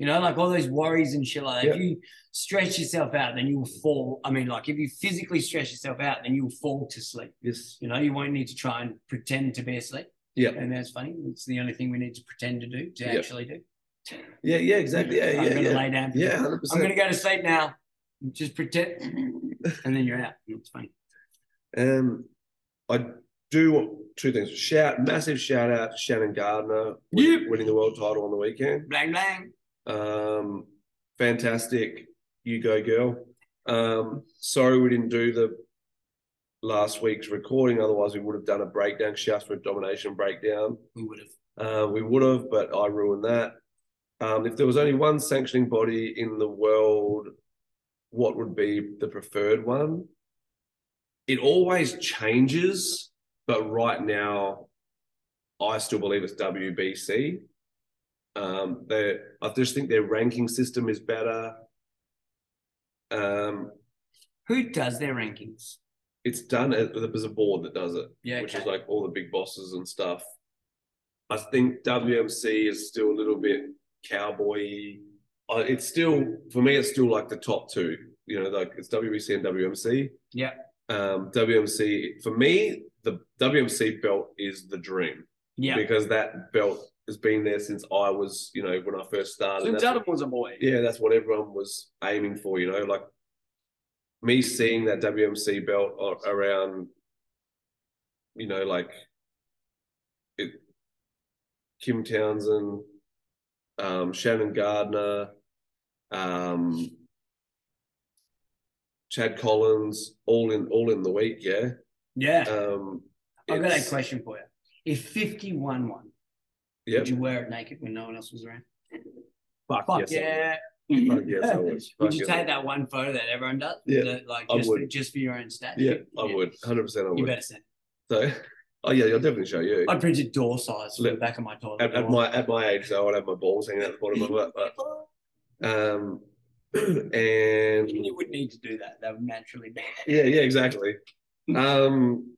Speaker 2: You know, like all those worries and shit like that. If you stretch yourself out, then you'll fall. I mean, like if you physically stretch yourself out, then you'll fall to sleep.
Speaker 3: Yes.
Speaker 2: You know, you won't need to try and pretend to be asleep.
Speaker 3: Yeah.
Speaker 2: And that's funny. It's the only thing we need to pretend to do to
Speaker 3: Yeah.
Speaker 2: actually do.
Speaker 3: Yeah. Yeah. Exactly. Yeah.
Speaker 2: I'm
Speaker 3: Yeah.
Speaker 2: gonna
Speaker 3: Yeah.
Speaker 2: lay down.
Speaker 3: Yeah. Hundred
Speaker 2: I'm gonna
Speaker 3: percent.
Speaker 2: go to sleep now. Just pretend, and then you're out. It's funny.
Speaker 3: Um, I do want two things. Shout massive shout out to Shannon Gardner win- winning the world title on the weekend.
Speaker 2: Blang blang.
Speaker 3: Um, fantastic. You go, girl. Um, sorry we didn't do the last week's recording. Otherwise, we would have done a breakdown. Shouts for a domination breakdown.
Speaker 2: We would have.
Speaker 3: Uh, we would have, but I ruined that. Um, if there was only one sanctioning body in the world, what would be the preferred one? It always changes, but right now, I still believe it's WBC. Um, they, I just think their ranking system is better. Um,
Speaker 2: Who does their rankings?
Speaker 3: it's done. at- There's a board that does it
Speaker 2: Yeah,
Speaker 3: which
Speaker 2: okay.
Speaker 3: is like all the big bosses and stuff. I think WMC is still a little bit cowboy. Uh, It's still for me. It's still like the top two. You know, like it's WBC and WMC.
Speaker 2: Yeah.
Speaker 3: Um, WMC for me, the WMC belt is the dream
Speaker 2: yeah.
Speaker 3: because that belt has been there since I was, you know, when I first started.
Speaker 4: Since
Speaker 3: That's
Speaker 4: Adam was a boy.
Speaker 3: yeah, that's what everyone was aiming for, you know, like me seeing that WMC belt a- around, you know, like it, Kim Townsend, um, Shannon Gardner, um, Chad Collins, all in all in the week, yeah.
Speaker 2: Yeah.
Speaker 3: Um,
Speaker 2: I've got a
Speaker 3: it's-
Speaker 2: question for you. If 51 won,
Speaker 3: Yep.
Speaker 2: would you wear it naked when no one else was around?
Speaker 3: Fuck,
Speaker 2: Fuck
Speaker 3: yes,
Speaker 2: yeah.
Speaker 3: I would. Fuck yes, I would. Fuck
Speaker 2: [LAUGHS] Would you
Speaker 3: yes, I
Speaker 2: take that one photo that everyone does?
Speaker 3: Yeah,
Speaker 2: That, like
Speaker 3: I
Speaker 2: just,
Speaker 3: would.
Speaker 2: just for your own stats?
Speaker 3: Yeah, I would. Hundred percent, I
Speaker 2: You
Speaker 3: would.
Speaker 2: better send.
Speaker 3: So, oh yeah, I'll definitely show you.
Speaker 2: I printed door size from the
Speaker 3: Look,
Speaker 2: back of my toilet.
Speaker 3: At, at
Speaker 2: door.
Speaker 3: my at my age, though, I would have my balls hanging out the bottom of my uh, butt. but- um, [CLEARS THROAT] and
Speaker 2: you wouldn't need to do that. That would naturally be.
Speaker 3: yeah, yeah, exactly. Um,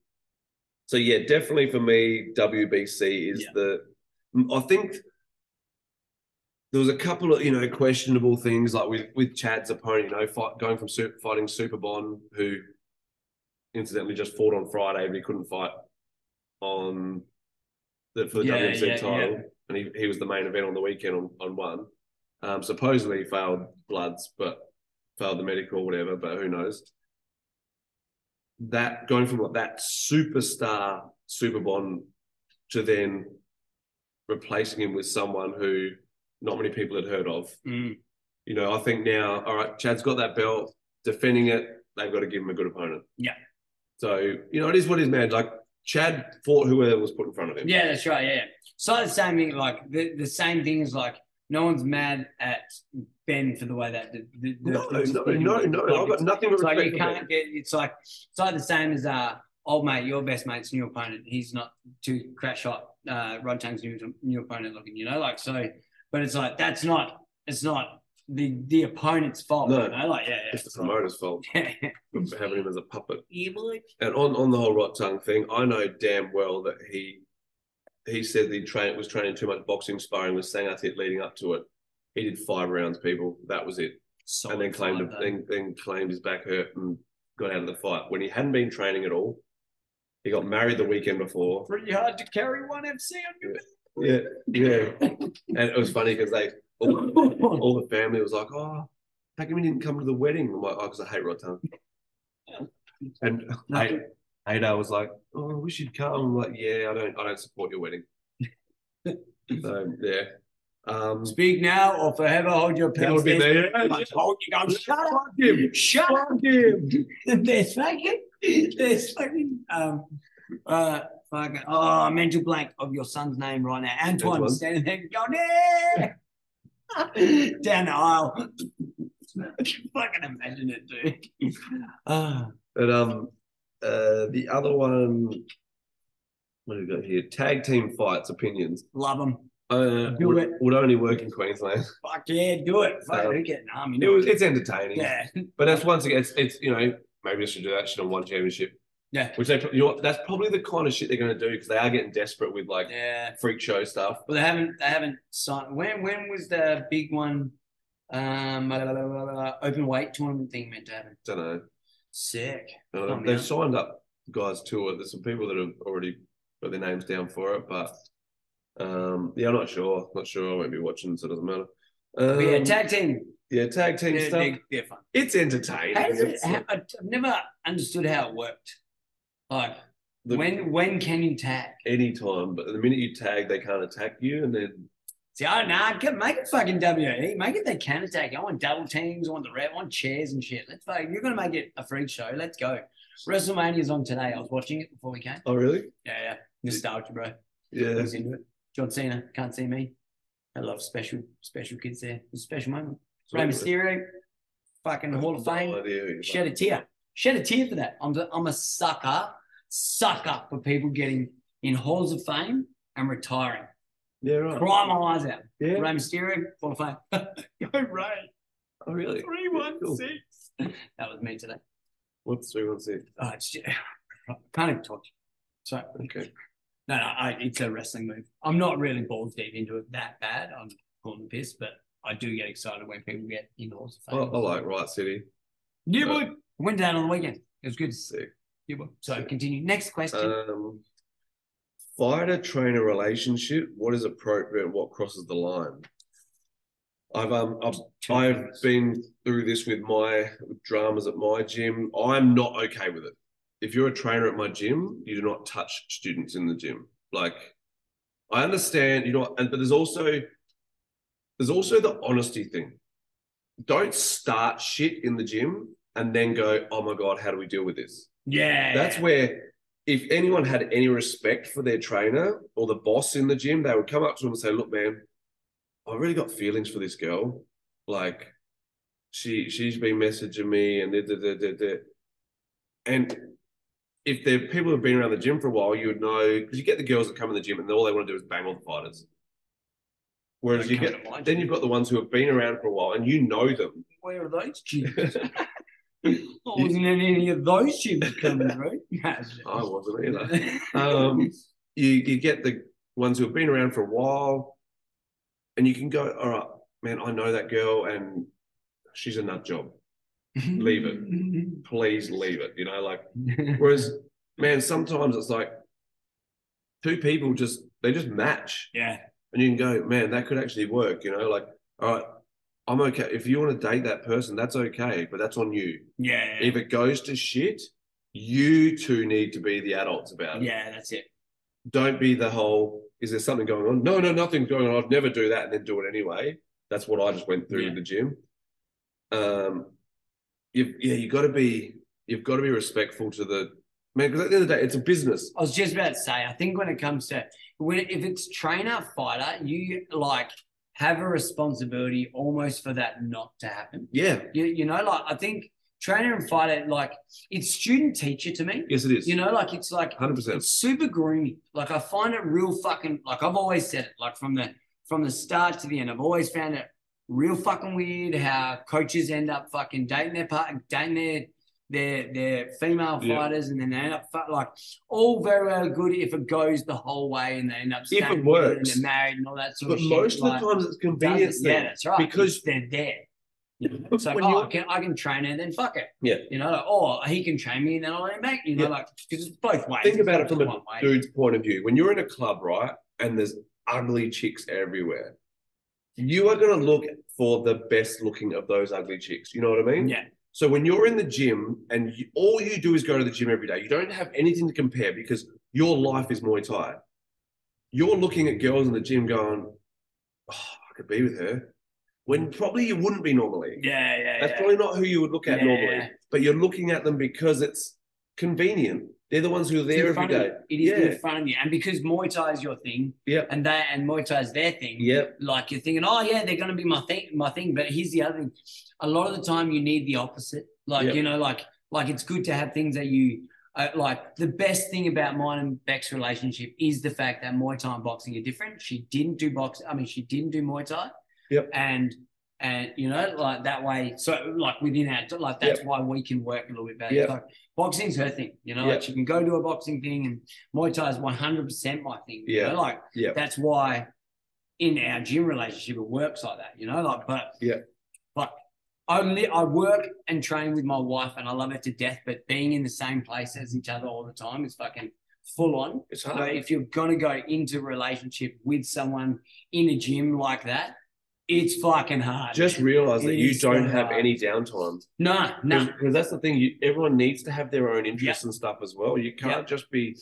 Speaker 3: so yeah, definitely for me, WBC is
Speaker 2: Yeah.
Speaker 3: the. Mm, I think there was a couple of you know questionable things like with with Chad's opponent, you know, fight, going from super, fighting Superbon, who incidentally just fought on Friday, but he couldn't fight on the for the
Speaker 2: Yeah,
Speaker 3: WBC
Speaker 2: yeah,
Speaker 3: title, and he, he was the main event on the weekend on on one. Um, supposedly he failed bloods, but failed the medical, whatever. But who knows? that going from like that superstar Superbon to then replacing him with someone who not many people had heard of.
Speaker 2: Mm.
Speaker 3: You know, I think now, all right, Chad's got that belt, defending it, they've got to give him a good opponent.
Speaker 2: Yeah.
Speaker 3: So, you know, it is what it is, man. Like Chad fought whoever was put in front of him.
Speaker 2: Yeah, that's right. Yeah. So the same thing, like the, the same thing is like no one's mad at Ben for the way that. The, the, the-
Speaker 3: No,
Speaker 2: the-
Speaker 3: no, no, no.
Speaker 2: like,
Speaker 3: I've got
Speaker 2: it's-
Speaker 3: nothing but
Speaker 2: It's like
Speaker 3: respect
Speaker 2: you
Speaker 3: for Ben.
Speaker 2: can't get. It's like it's like the same as uh old mate, your best mate's new opponent. He's not too crash hot. Uh, Rod Tang's new new opponent looking, you know, like so. But it's like that's not. It's not the the opponent's fault.
Speaker 3: No.
Speaker 2: you know? like yeah, yeah.
Speaker 3: It's the promoter's fault
Speaker 2: [LAUGHS] Yeah.
Speaker 3: for having him as a puppet.
Speaker 2: yeah, boy.
Speaker 3: And on, on the whole rot tongue thing, I know damn well that he he said that he trained was training too much boxing sparring with Sangatit leading up to it. He did five rounds, people. That was it.
Speaker 2: So
Speaker 3: and then claimed
Speaker 2: fine, though.
Speaker 3: then, then claimed his back hurt and got out of the fight when he hadn't been training at all. He got married the weekend before.
Speaker 2: pretty hard to carry one FC on your
Speaker 3: Yeah, yeah. [LAUGHS] and it was funny because they all,
Speaker 2: [LAUGHS]
Speaker 3: all the family was like, "Oh, how come he didn't come to the wedding?" I'm like, "Oh, because I hate Rotan." And I, Ada was like, "Oh, I wish you'd come." I'm like, "Yeah, I don't, I don't support your [LAUGHS] wedding." so yeah, um,
Speaker 2: Speak now or forever hold your
Speaker 3: that
Speaker 2: peace.
Speaker 3: would be
Speaker 2: There's-
Speaker 3: there.
Speaker 2: Like, hold you go, shut up,
Speaker 3: Fuck him.
Speaker 2: shut up.
Speaker 3: Fuck him.
Speaker 2: [LAUGHS] There's fucking, there's fucking, um, uh, fucking, oh, mental blank of your son's name right now. Antoine
Speaker 3: Antoine.
Speaker 2: standing there going, yeah, [LAUGHS] down the aisle. fucking imagine it, dude. Ah.
Speaker 3: But um, uh, the other one, what do we got here? Tag team fights opinions.
Speaker 2: love them.
Speaker 3: Uh,
Speaker 2: Do
Speaker 3: would,
Speaker 2: it.
Speaker 3: would only work in Queensland.
Speaker 2: Fuck yeah, do it. Fuck,
Speaker 3: Um,
Speaker 2: who getting army?
Speaker 3: It was, it's entertaining,
Speaker 2: yeah,
Speaker 3: but that's once again, it's, it's you know maybe they should do that shit on one championship,
Speaker 2: yeah,
Speaker 3: which they pro- you know what, that's probably the kind of shit they're going to do because they are getting desperate with like
Speaker 2: yeah.
Speaker 3: freak show stuff.
Speaker 2: Well, they haven't. They haven't signed. When when was the big one? Um, blah, blah, blah, blah, blah, open weight tournament thing meant to happen.
Speaker 3: Don't know.
Speaker 2: Sick.
Speaker 3: Uh,
Speaker 2: Oh,
Speaker 3: they've
Speaker 2: yeah.
Speaker 3: signed up guys to it. There's some people that have already got their names down for it, but um, yeah, I'm not sure. Not sure. I won't be watching, so it doesn't matter. Um,
Speaker 2: But yeah, tag team.
Speaker 3: yeah, tag team
Speaker 2: They're,
Speaker 3: stuff.
Speaker 2: they're, they're fun.
Speaker 3: It's entertaining.
Speaker 2: How does it,
Speaker 3: It's
Speaker 2: how, I've never understood how it worked. Like
Speaker 3: the-
Speaker 2: when when can you tag?
Speaker 3: any time, but the minute you tag, they can't attack you, and then
Speaker 2: See, oh no, nah, get- make it fucking WE. Make it they can attack. I want double teams. I want the red. I want chairs and shit. Let's fuck. You're gonna make it a freak show. Let's go. WrestleMania's on today. I was watching it before we came.
Speaker 3: oh really?
Speaker 2: Yeah, yeah. Nostalgia, bro.
Speaker 3: Yeah,
Speaker 2: He's into it. John Cena can't see me. I love special special kids there. It's a special moment. Rey Mysterio, fucking Hall of Fame. Shed a tear. Shed a tear for that. I'm the, I'm a sucker, sucker for people getting in halls of fame and retiring.
Speaker 3: Yeah, right.
Speaker 2: Cry my eyes out.
Speaker 3: Yeah.
Speaker 2: Rey Mysterio, Hall of Fame. [LAUGHS] Go Ray.
Speaker 3: Oh really?
Speaker 2: Three one
Speaker 3: Cool.
Speaker 2: six. That was me today.
Speaker 3: What's three one six?
Speaker 2: Oh, it's just, [SIGHS] can't even talk. to you. Sorry.
Speaker 3: Okay.
Speaker 2: No, no, I, it's a wrestling move. I'm not really balls deep into it that bad. I'm pulling the piss, but I do get excited when people get in the Halls of
Speaker 3: I,
Speaker 2: Fame.
Speaker 3: I like Right City.
Speaker 2: yeah,
Speaker 3: Oh, but-
Speaker 2: boy. I went down on the weekend. It was good.
Speaker 3: Sick.
Speaker 2: Yeah, boy. So continue. Next question.
Speaker 3: Um, fighter trainer relationship. What is appropriate? What crosses the line? I've um I've
Speaker 2: Two
Speaker 3: I've
Speaker 2: things.
Speaker 3: been through this with my dramas at my gym. I'm not okay with it. If you're a trainer at my gym, you do not touch students in the gym. Like, I understand, you know, and but there's also there's also the honesty thing. Don't start shit in the gym and then go, oh my god, how do we deal with this?
Speaker 2: yeah.
Speaker 3: That's where, if anyone had any respect for their trainer or the boss in the gym, they would come up to him and say, "Look, man, I really got feelings for this girl. Like, she she's been messaging me and da, da, da, da, da. and if the people who've been around the gym for a while, you would know because you get the girls that come in the gym and all they want to do is bang all the fighters. Whereas
Speaker 2: Don't
Speaker 3: you
Speaker 2: come
Speaker 3: get
Speaker 2: to my
Speaker 3: then
Speaker 2: gym.
Speaker 3: you've got the ones who have been around for a while and you know them.
Speaker 2: Where are those
Speaker 3: [LAUGHS]
Speaker 2: gyms? I wasn't in any of those gyms coming
Speaker 3: [LAUGHS]
Speaker 2: through.
Speaker 3: I wasn't either.
Speaker 2: [LAUGHS]
Speaker 3: um, you you get the ones who have been around for a while, and you can go, all right, man, I know that girl, and she's a nut job. Leave
Speaker 2: it.
Speaker 3: Please leave it. You know, like whereas, man, sometimes it's like two people just they just match,
Speaker 2: [LAUGHS] yeah.
Speaker 3: and you can go, man, that could actually work. You know, like all right. I'm okay. If you want to date that person, that's okay, but that's on you.
Speaker 2: Yeah.
Speaker 3: If it goes to shit, you two need to be the adults about it.
Speaker 2: yeah, that's it.
Speaker 3: don't be the whole is there something going on no no nothing's going on i'd never do that and then do it anyway that's what i just went through
Speaker 2: Yeah.
Speaker 3: in the gym um you yeah you got to be you've got to be respectful to the man because at the end of the day it's a business
Speaker 2: I was just about to say, I think when it comes to when if it's trainer fighter, you like have a responsibility almost for that not to happen.
Speaker 3: yeah
Speaker 2: You, you know, like I think trainer and fighter, like it's student teacher to me.
Speaker 3: yes it is
Speaker 2: You know, like it's like
Speaker 3: 100%
Speaker 2: it's super groomy. Like I find it real fucking like I've always said it, like from the from the start to the end, I've always found it real fucking weird how coaches end up fucking dating their part dating their their their female
Speaker 3: Yeah.
Speaker 2: fighters and then they end up fu- like all very well good if it goes the whole way and they end up
Speaker 3: If it
Speaker 2: staying together and
Speaker 3: works.
Speaker 2: they're married and all that sort
Speaker 3: but
Speaker 2: of shit.
Speaker 3: most
Speaker 2: like,
Speaker 3: of the times it's
Speaker 2: does it?
Speaker 3: convenience
Speaker 2: yeah,
Speaker 3: thing.
Speaker 2: that's right.
Speaker 3: because-
Speaker 2: Because they're there.
Speaker 3: [LAUGHS]
Speaker 2: It's like,
Speaker 3: When
Speaker 2: oh,
Speaker 3: you're-
Speaker 2: I can, I can train her, then fuck it.
Speaker 3: Yeah.
Speaker 2: You know, like, oh, he can train me, and then I'll let him back. You know,
Speaker 3: Yeah.
Speaker 2: like, because it's both ways.
Speaker 3: think
Speaker 2: It's
Speaker 3: about
Speaker 2: not
Speaker 3: it from
Speaker 2: just
Speaker 3: a dude's point of view when you're in a club right and there's ugly chicks everywhere you are going to look for the best looking of those ugly chicks you know what i mean
Speaker 2: Yeah.
Speaker 3: So when you're in the gym and you, all you do is go to the gym every day, you don't have anything to compare because your life is Muay Thai. You're looking at girls in the gym going, oh, I could be with her, when probably you wouldn't be normally.
Speaker 2: Yeah, yeah,
Speaker 3: That's
Speaker 2: yeah.
Speaker 3: probably not who you would look at
Speaker 2: Yeah.
Speaker 3: normally, but you're looking at them because it's convenient. They're the ones who are
Speaker 2: It's in
Speaker 3: there every
Speaker 2: front of
Speaker 3: day.
Speaker 2: you. It is
Speaker 3: Yeah.
Speaker 2: in front of you, and because Muay Thai is your thing,
Speaker 3: Yep.
Speaker 2: and that and Muay Thai is their thing.
Speaker 3: Yep.
Speaker 2: Like you're thinking, oh yeah, they're gonna be my thing, my thing. But here's the other thing: a lot of the time, you need the opposite. Like
Speaker 3: Yep.
Speaker 2: you know, like like it's good to have things that you uh, like. The best thing about mine and Beck's relationship is the fact that Muay Thai and boxing are different. She didn't do box. I mean, she didn't do Muay Thai.
Speaker 3: Yep.
Speaker 2: And and you know, like that way. So like within our like that's why we can work a little bit better.
Speaker 3: Yep.
Speaker 2: Like, boxing's her thing, you know.
Speaker 3: Yeah.
Speaker 2: Like she can go to a boxing thing, and Muay Thai is one hundred percent my thing. you
Speaker 3: Yeah.
Speaker 2: know? like
Speaker 3: Yeah.
Speaker 2: that's why in our gym relationship it works like that, you know. Like, but
Speaker 3: Yeah.
Speaker 2: but I li- I work and train with my wife, and I love her to death. But being in the same place as each other all the time is fucking full on.
Speaker 3: It's
Speaker 2: So
Speaker 3: hard.
Speaker 2: if you're gonna go into a relationship with someone in a gym like that, it's fucking hard.
Speaker 3: Just realize that
Speaker 2: It
Speaker 3: you
Speaker 2: is so
Speaker 3: don't have
Speaker 2: hard.
Speaker 3: any downtime.
Speaker 2: no, no,
Speaker 3: Because that's the thing. You, everyone needs to have their own interests and stuff as well. You can't just be,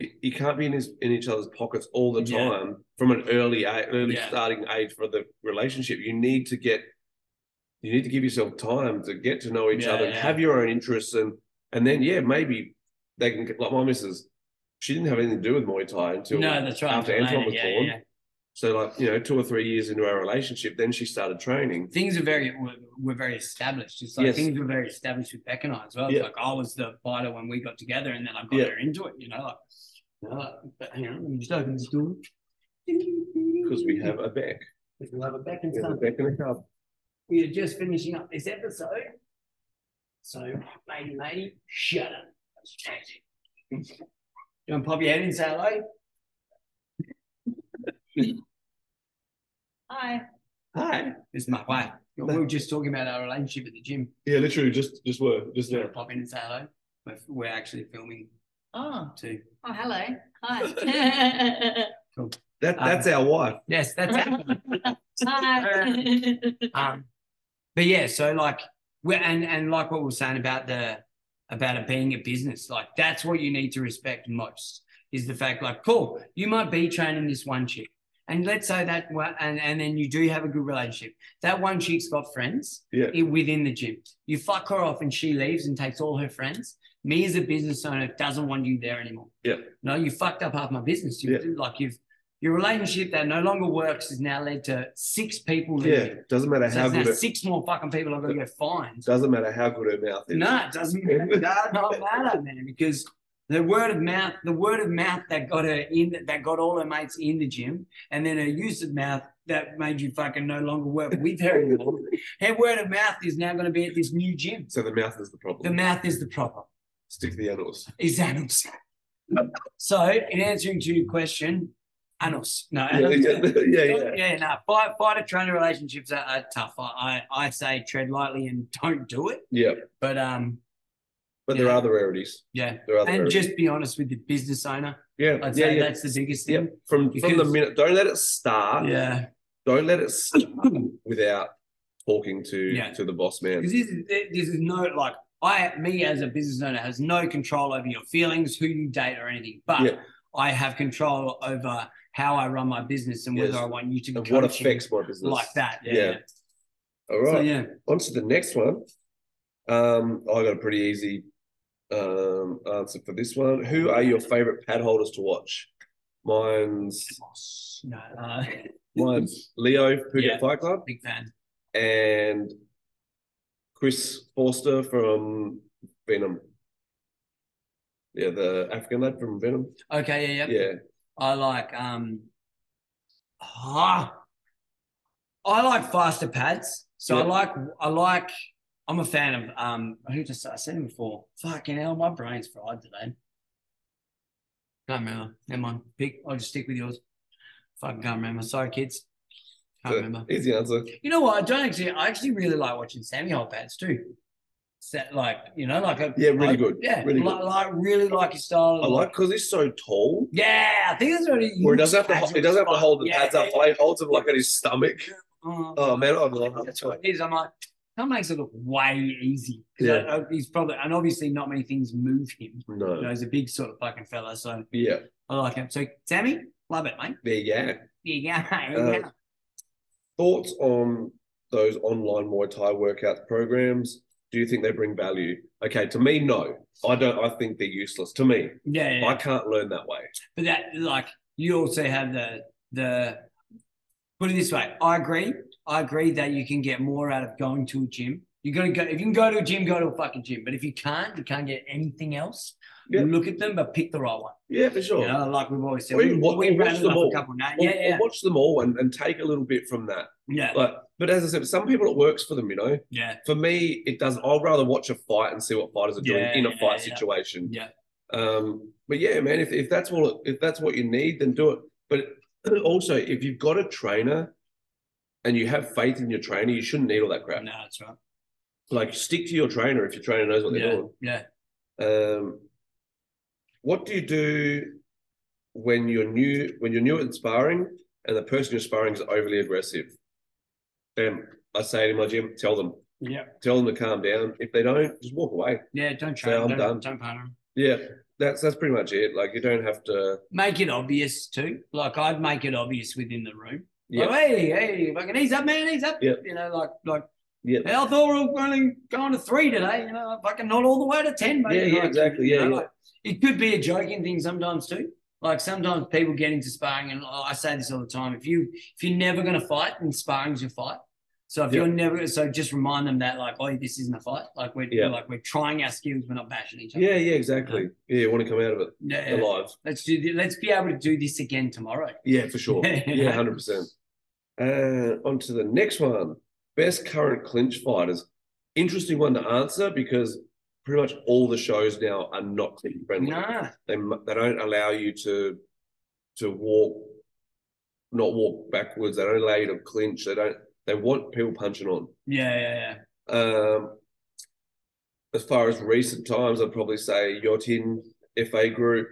Speaker 3: you you can't be in, his, in each other's pockets all the
Speaker 2: Yeah.
Speaker 3: time from an early a- early
Speaker 2: Yeah.
Speaker 3: starting age for the relationship. You need to get, you need to give yourself time to get to know each
Speaker 2: Yeah,
Speaker 3: other and
Speaker 2: yeah.
Speaker 3: have your own interests and and then yeah maybe they can get- like my missus. She didn't have anything to do with Muay Thai until
Speaker 2: no, that's right.
Speaker 3: after
Speaker 2: Later,
Speaker 3: Anton was
Speaker 2: yeah,
Speaker 3: born.
Speaker 2: yeah.
Speaker 3: So like you know two or three years into our relationship, then she started training.
Speaker 2: things are very were, were very established. It's like
Speaker 3: Yes.
Speaker 2: things were very established with Beck and I as well. It's
Speaker 3: Yeah.
Speaker 2: Like I was the fighter when we got together, and then I got
Speaker 3: Yeah.
Speaker 2: her into it. You know, like, you know, like uh, but hang on, let me just open this door
Speaker 3: Because we have a back,
Speaker 2: Because we'll have a Beck and
Speaker 3: we have a
Speaker 2: stuff.
Speaker 3: back in a cup.
Speaker 2: We are just finishing up this episode, so lady, lady, shut up. That's changing. You want to pop your head in and say hello? Hi.
Speaker 3: Hi.
Speaker 2: This is my wife. We were just talking about our relationship at the gym.
Speaker 3: Yeah, literally, just just were just
Speaker 2: Just
Speaker 3: now.
Speaker 2: gonna pop in and say hello. We're, we're actually filming
Speaker 6: Oh,
Speaker 2: too.
Speaker 6: oh, hello. Hi. [LAUGHS]
Speaker 3: That
Speaker 2: Um,
Speaker 3: that's our wife.
Speaker 2: Yes, that's
Speaker 7: [LAUGHS]
Speaker 2: happening.
Speaker 6: Hi.
Speaker 2: um, but yeah, so like we and and like what we were saying about the about it being a business, like that's what you need to respect most is the fact like, cool, you might be training this one chick, and let's say that one, and and then you do have a good relationship. That one chick's got friends
Speaker 3: Yeah.
Speaker 2: i- within the gym. You fuck her off, and she leaves and takes all her friends. Me as a business owner doesn't want you there anymore.
Speaker 3: Yeah.
Speaker 2: No, you fucked up half my business. You
Speaker 3: Yeah.
Speaker 2: like you've Your relationship that no longer works has now led to six people
Speaker 3: Yeah,
Speaker 2: leaving.
Speaker 3: doesn't matter
Speaker 2: So
Speaker 3: how
Speaker 2: it's now
Speaker 3: good it
Speaker 2: six more fucking people I've got to go find.
Speaker 3: doesn't matter how good her mouth is.
Speaker 2: No, it doesn't it does not matter, man, because the word of mouth, the word of mouth that got her in that got all her mates in the gym, and then her use of mouth that made you fucking no longer work with her
Speaker 3: [LAUGHS]
Speaker 2: anymore. Her word of mouth is now gonna be at this new gym.
Speaker 3: [LAUGHS] So the mouth is the
Speaker 2: The
Speaker 3: problem.
Speaker 2: mouth is the proper.
Speaker 3: Stick to the
Speaker 2: [LAUGHS]
Speaker 3: animals.
Speaker 2: Is anus. So in answering to your question, anus. No,
Speaker 3: Yeah,
Speaker 2: anus.
Speaker 3: yeah, yeah, yeah.
Speaker 2: [LAUGHS] Yeah, no, fight, fighter trainer relationships are, are tough. I, I, I say tread lightly and don't do it.
Speaker 3: Yeah.
Speaker 2: But um,
Speaker 3: But there
Speaker 2: Yeah.
Speaker 3: are the rarities.
Speaker 2: yeah,
Speaker 3: There are the
Speaker 2: and
Speaker 3: rarities.
Speaker 2: just be honest with the business owner.
Speaker 3: yeah,
Speaker 2: I'd
Speaker 3: yeah,
Speaker 2: say
Speaker 3: yeah.
Speaker 2: that's the biggest
Speaker 3: yeah.
Speaker 2: thing.
Speaker 3: From from the
Speaker 2: because-
Speaker 3: minute, don't let it start.
Speaker 2: Yeah,
Speaker 3: Don't let it
Speaker 2: [COUGHS]
Speaker 3: start without talking to
Speaker 2: Yeah.
Speaker 3: to the boss man.
Speaker 2: because this is this is no like I me as a business owner has no control over your feelings, who you date, or anything. But
Speaker 3: Yeah.
Speaker 2: I have control over how I run my business and whether
Speaker 3: Yes.
Speaker 2: I want you to be
Speaker 3: And what
Speaker 2: coaching
Speaker 3: affects my business?
Speaker 2: like that. Yeah,
Speaker 3: Yeah.
Speaker 2: yeah.
Speaker 3: All
Speaker 2: So
Speaker 3: right.
Speaker 2: yeah,
Speaker 3: On to the next one. Um, I got a pretty easy um, answer for this one. Who are your favorite pad holders to watch? Mine's
Speaker 2: no, uh, [LAUGHS]
Speaker 3: mine's Leo Phuket
Speaker 2: Yeah.
Speaker 3: Fight Club
Speaker 2: big fan.
Speaker 3: and Chris Forster from Venom. Yeah, the African lad from Venom.
Speaker 2: Okay, yeah, yeah.
Speaker 3: Yeah,
Speaker 2: I like um ah, I like faster pads. So I
Speaker 3: Yeah.
Speaker 2: like I like I'm a fan of um who just I said him before. Fucking hell, my brain's fried today. Can't remember. Never mind. Pick I'll just stick with yours. Fucking can't remember. Sorry kids. Can't
Speaker 3: so,
Speaker 2: remember.
Speaker 3: easy answer.
Speaker 2: You know what? I don't actually I actually really like watching Sammy Hole pads too. Set like you know, like a,
Speaker 3: Yeah, really
Speaker 2: I-
Speaker 3: good.
Speaker 2: Yeah,
Speaker 3: Really
Speaker 2: like,
Speaker 3: good.
Speaker 2: like really like his style.
Speaker 3: I like because he's so tall.
Speaker 2: Yeah, I think that's what he.
Speaker 3: Where he doesn't have to,
Speaker 2: Casual
Speaker 3: he doesn't have to
Speaker 2: spot.
Speaker 3: hold the
Speaker 2: Yeah,
Speaker 3: pads
Speaker 2: yeah,
Speaker 3: up
Speaker 2: yeah.
Speaker 3: high. He holds them like at his stomach.
Speaker 2: Uh,
Speaker 3: Oh man, I love
Speaker 2: That's
Speaker 3: that.
Speaker 2: what it is. I'm like, that makes it look way easy. 'Cause
Speaker 3: Yeah.
Speaker 2: I- I- he's probably, and obviously not many things move him. You know,
Speaker 3: No,
Speaker 2: he's a big sort of fucking fella, so
Speaker 3: yeah,
Speaker 2: I like him. So Sammy, love it, mate.
Speaker 3: there you go.
Speaker 2: There you go. [LAUGHS]
Speaker 3: Uh, thoughts on those online Muay Thai workout programs? Do you think they bring value? Okay, to me, no. I don't. I think they're useless. To me,
Speaker 2: yeah, yeah,
Speaker 3: I
Speaker 2: yeah.
Speaker 3: can't learn that way.
Speaker 2: but that like you also have the the put it this way. I agree. I agree that you can get more out of going to a gym. You gotta go if you can go to a gym, go to a fucking gym. But if you can't, you can't get anything else.
Speaker 3: Yeah.
Speaker 2: Look at them, but pick the right one.
Speaker 3: Yeah, for sure.
Speaker 2: You know, like we've always said,
Speaker 3: Or you
Speaker 2: we,
Speaker 3: wa-
Speaker 2: we
Speaker 3: or watch
Speaker 2: rattled
Speaker 3: them
Speaker 2: off
Speaker 3: all.
Speaker 2: a couple now.
Speaker 3: Or-
Speaker 2: Yeah,
Speaker 3: or
Speaker 2: yeah,
Speaker 3: watch them all and, and take a little bit from that.
Speaker 2: yeah,
Speaker 3: Like, but as I said, some people it works for them. You know,
Speaker 2: yeah.
Speaker 3: for me, it doesn't. I'd rather watch a fight and see what fighters are doing
Speaker 2: Yeah,
Speaker 3: in a
Speaker 2: yeah,
Speaker 3: fight
Speaker 2: yeah.
Speaker 3: situation.
Speaker 2: Yeah.
Speaker 3: Um, but yeah, man, if, if that's what if that's what you need, then do it. But [CLEARS THROAT] also, if you've got a trainer and you have faith in your trainer, you shouldn't need all that crap.
Speaker 2: No, that's right.
Speaker 3: Like, stick to your trainer if your trainer knows what
Speaker 2: Yeah,
Speaker 3: they're
Speaker 2: yeah.
Speaker 3: doing. Um, what do you do when you're new when you're new at sparring and the person you're sparring is overly aggressive? Bam, I say it in my gym, tell them,
Speaker 2: Yeah,
Speaker 3: tell them to calm down. If they don't, just walk away.
Speaker 2: yeah. Don't
Speaker 3: So
Speaker 2: try.
Speaker 3: I'm
Speaker 2: don't,
Speaker 3: done.
Speaker 2: don't partner. 'em.
Speaker 3: Yeah, that's that's pretty much it. Like, you don't have to.
Speaker 2: Make it obvious too. Like I'd make it obvious within the room.
Speaker 3: Yeah.
Speaker 2: Like, hey, hey, fucking ease up, man, ease up.
Speaker 3: Yeah.
Speaker 2: You know, like, like.
Speaker 3: Yeah.
Speaker 2: Hey, I thought we were only going to three today. You know, like, fucking not all the way to ten, mate.
Speaker 3: Yeah, yeah,
Speaker 2: Like,
Speaker 3: exactly.
Speaker 2: you
Speaker 3: Yeah,
Speaker 2: know,
Speaker 3: yeah.
Speaker 2: like, it could be a joking thing sometimes too. Like sometimes people get into sparring, and I say this all the time: if you if you're never going to fight, then sparring's your fight. So if
Speaker 3: Yeah.
Speaker 2: you're never, so just remind them that like, oh, this isn't a fight. Like we're
Speaker 3: Yeah.
Speaker 2: like we're trying our skills, we're not bashing each other.
Speaker 3: Yeah, yeah, exactly. Yeah, you want to come out of it
Speaker 2: yeah. yeah.
Speaker 3: alive.
Speaker 2: Let's do. thi- Let's be able to do this again tomorrow.
Speaker 3: Yeah,
Speaker 2: [LAUGHS]
Speaker 3: for sure. Yeah, hundred percent. And on to the next one. Best current clinch fighters. Interesting one to answer because pretty much all the shows now are not clinch friendly.
Speaker 2: Nah.
Speaker 3: They mu- they don't allow you to to walk, not walk backwards. They don't allow you to clinch. They don't. They want people punching on.
Speaker 2: Yeah, yeah, yeah.
Speaker 3: Um, as far as recent times, I'd probably say Yotin, FA Group.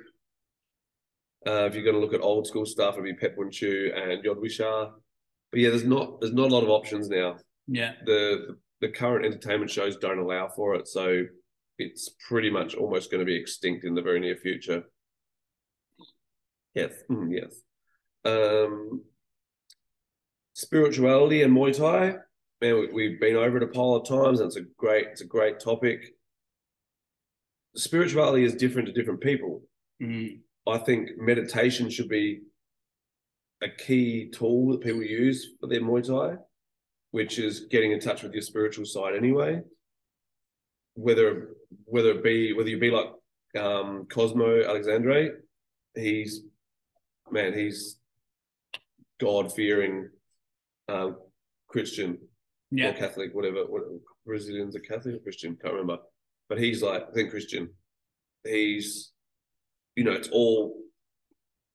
Speaker 3: Uh, if you're going to look at old school stuff, it'd be Pepwin Chu and Yodwishar. But yeah, there's not there's not a lot of options now.
Speaker 2: Yeah.
Speaker 3: The the current entertainment shows don't allow for it, so it's pretty much almost going to be extinct in the very near future. Yes, mm, yes. Um, spirituality and Muay Thai man, we, we've been over it a pile of times, and it's a great, it's a great topic. Spirituality is different to different people.
Speaker 2: Mm.
Speaker 3: I think meditation should be a key tool that people use for their Muay Thai, which is getting in touch with your spiritual side anyway. Whether whether it be whether you be like um, Cosmo Alexandre, he's man, he's God fearing um, Christian
Speaker 2: Yeah.
Speaker 3: or Catholic, whatever, whatever. Brazilians are Catholic or Christian, can't remember. But he's like, I think Christian. He's, you know, it's all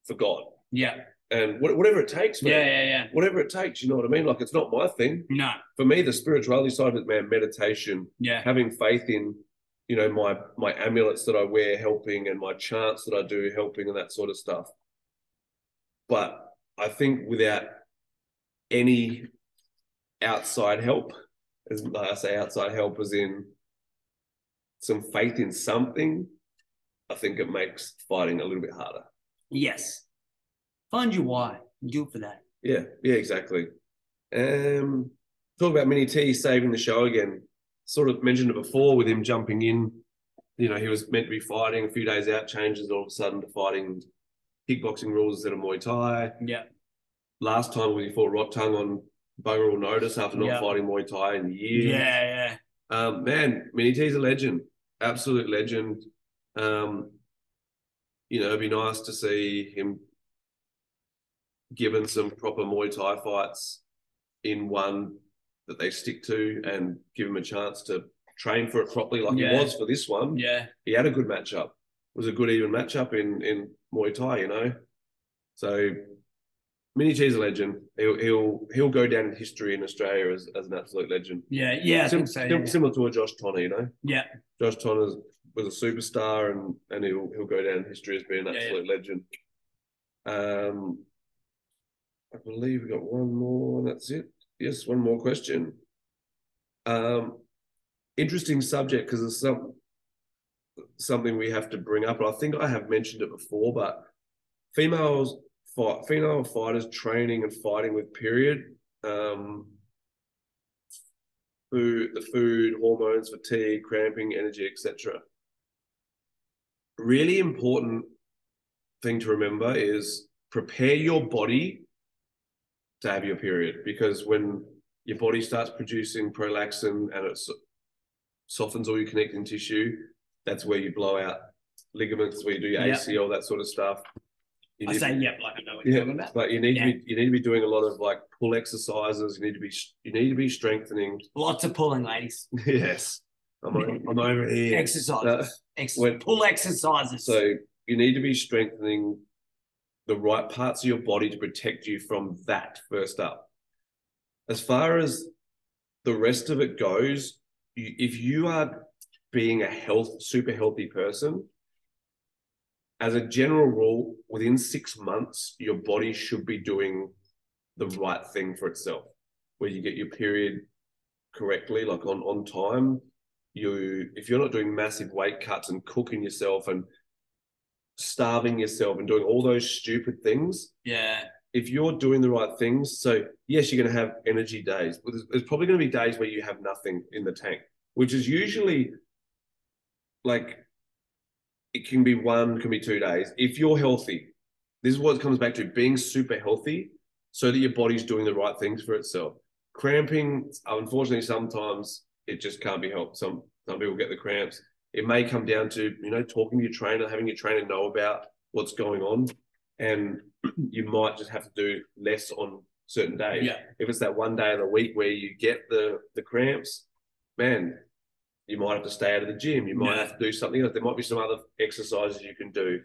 Speaker 3: for God
Speaker 2: Yeah.
Speaker 3: and wha- whatever it takes, man.
Speaker 2: Yeah. Yeah. Yeah.
Speaker 3: Whatever it takes, you know what I mean? Like, it's not my thing.
Speaker 2: No.
Speaker 3: For me, the spirituality side of it, man, meditation,
Speaker 2: Yeah.
Speaker 3: having faith in, you know, my my amulets that I wear helping and my chants that I do helping and that sort of stuff. But I think without any outside help, as like I say, outside help as in some faith in something, I think it makes fighting a little bit harder.
Speaker 2: Yes. Find your why. and Do it for that.
Speaker 3: Yeah, yeah, exactly. Um, talk about Mini T saving the show again. Sort of mentioned it before with him jumping in. You know, he was meant to be fighting a few days out, changes all of a sudden to fighting kickboxing rules instead of Muay Thai.
Speaker 2: Yeah.
Speaker 3: Last time when he fought Rocktongue on bugger all notice after not
Speaker 2: Yeah.
Speaker 3: fighting Muay Thai in
Speaker 2: Yeah.
Speaker 3: years.
Speaker 2: Yeah.
Speaker 3: Um, man, Mini T's a legend, absolute legend. Um, you know, it'd be nice to see him given some proper Muay Thai fights in one that they stick to and give him a chance to train for it properly, like
Speaker 2: Yeah.
Speaker 3: he was for this one.
Speaker 2: Yeah.
Speaker 3: He had a good matchup, it was a good even matchup in in Muay Thai, you know. So, Mini T's a legend. He'll he'll he'll go down in history in Australia as, as an absolute legend.
Speaker 2: Yeah. Yeah. I
Speaker 3: Sim-
Speaker 2: think so,
Speaker 3: sim-
Speaker 2: yeah.
Speaker 3: similar to a Josh Tonner, you know.
Speaker 2: Yeah.
Speaker 3: Josh Tonner was a superstar, and and he'll he'll go down in history as being an
Speaker 2: Yeah, yeah.
Speaker 3: absolute legend. Um, I believe we got one more, and that's it. Yes, one more question. Um, interesting subject because it's some something we have to bring up. and I think I have mentioned it before, but females fight female fighters training and fighting with period. Um, food, the food, hormones, fatigue, cramping, energy, etc. Really important thing to remember is prepare your body to have your period because when your body starts producing prolactin and it so- softens all your connecting tissue, that's where you blow out ligaments, where you do your
Speaker 2: Yeah.
Speaker 3: ACL, that sort of stuff. You
Speaker 2: I
Speaker 3: need-
Speaker 2: say yep, like I know what you're
Speaker 3: yeah,
Speaker 2: talking about.
Speaker 3: but you need to be you need to be doing a lot of like pull exercises. You need to be you need to be strengthening.
Speaker 2: Lots of pulling, ladies.
Speaker 3: Yes, I'm, o- I'm over here.
Speaker 2: Exercises. Ex-
Speaker 3: when-
Speaker 2: pull exercises.
Speaker 3: So you need to be strengthening the right parts of your body to protect you from that first up. As far as the rest of it goes, you, if you are being a health super healthy person, as a general rule, within six months, your body should be doing the right thing for itself, where you get your period correctly, like on on time. You, if you're not doing massive weight cuts and cooking yourself and starving yourself and doing all those stupid things,
Speaker 2: yeah.
Speaker 3: if you're doing the right things, so yes, you're going to have energy days, but there's, there's probably going to be days where you have nothing in the tank, which is usually like it can be one, can be two days. If you're healthy, this is what it comes back to being super healthy so that your body's doing the right things for itself. Cramping, unfortunately, sometimes it just can't be helped. Some some people get the cramps. It may come down to, you know, talking to your trainer, having your trainer know about what's going on. And [CLEARS THROAT] you might just have to do less on certain days.
Speaker 2: Yeah.
Speaker 3: If it's that one day of the week where you get the the cramps, man, you might have to stay out of the gym. You might
Speaker 2: Yeah.
Speaker 3: have to do something else. There might be some other exercises you can do.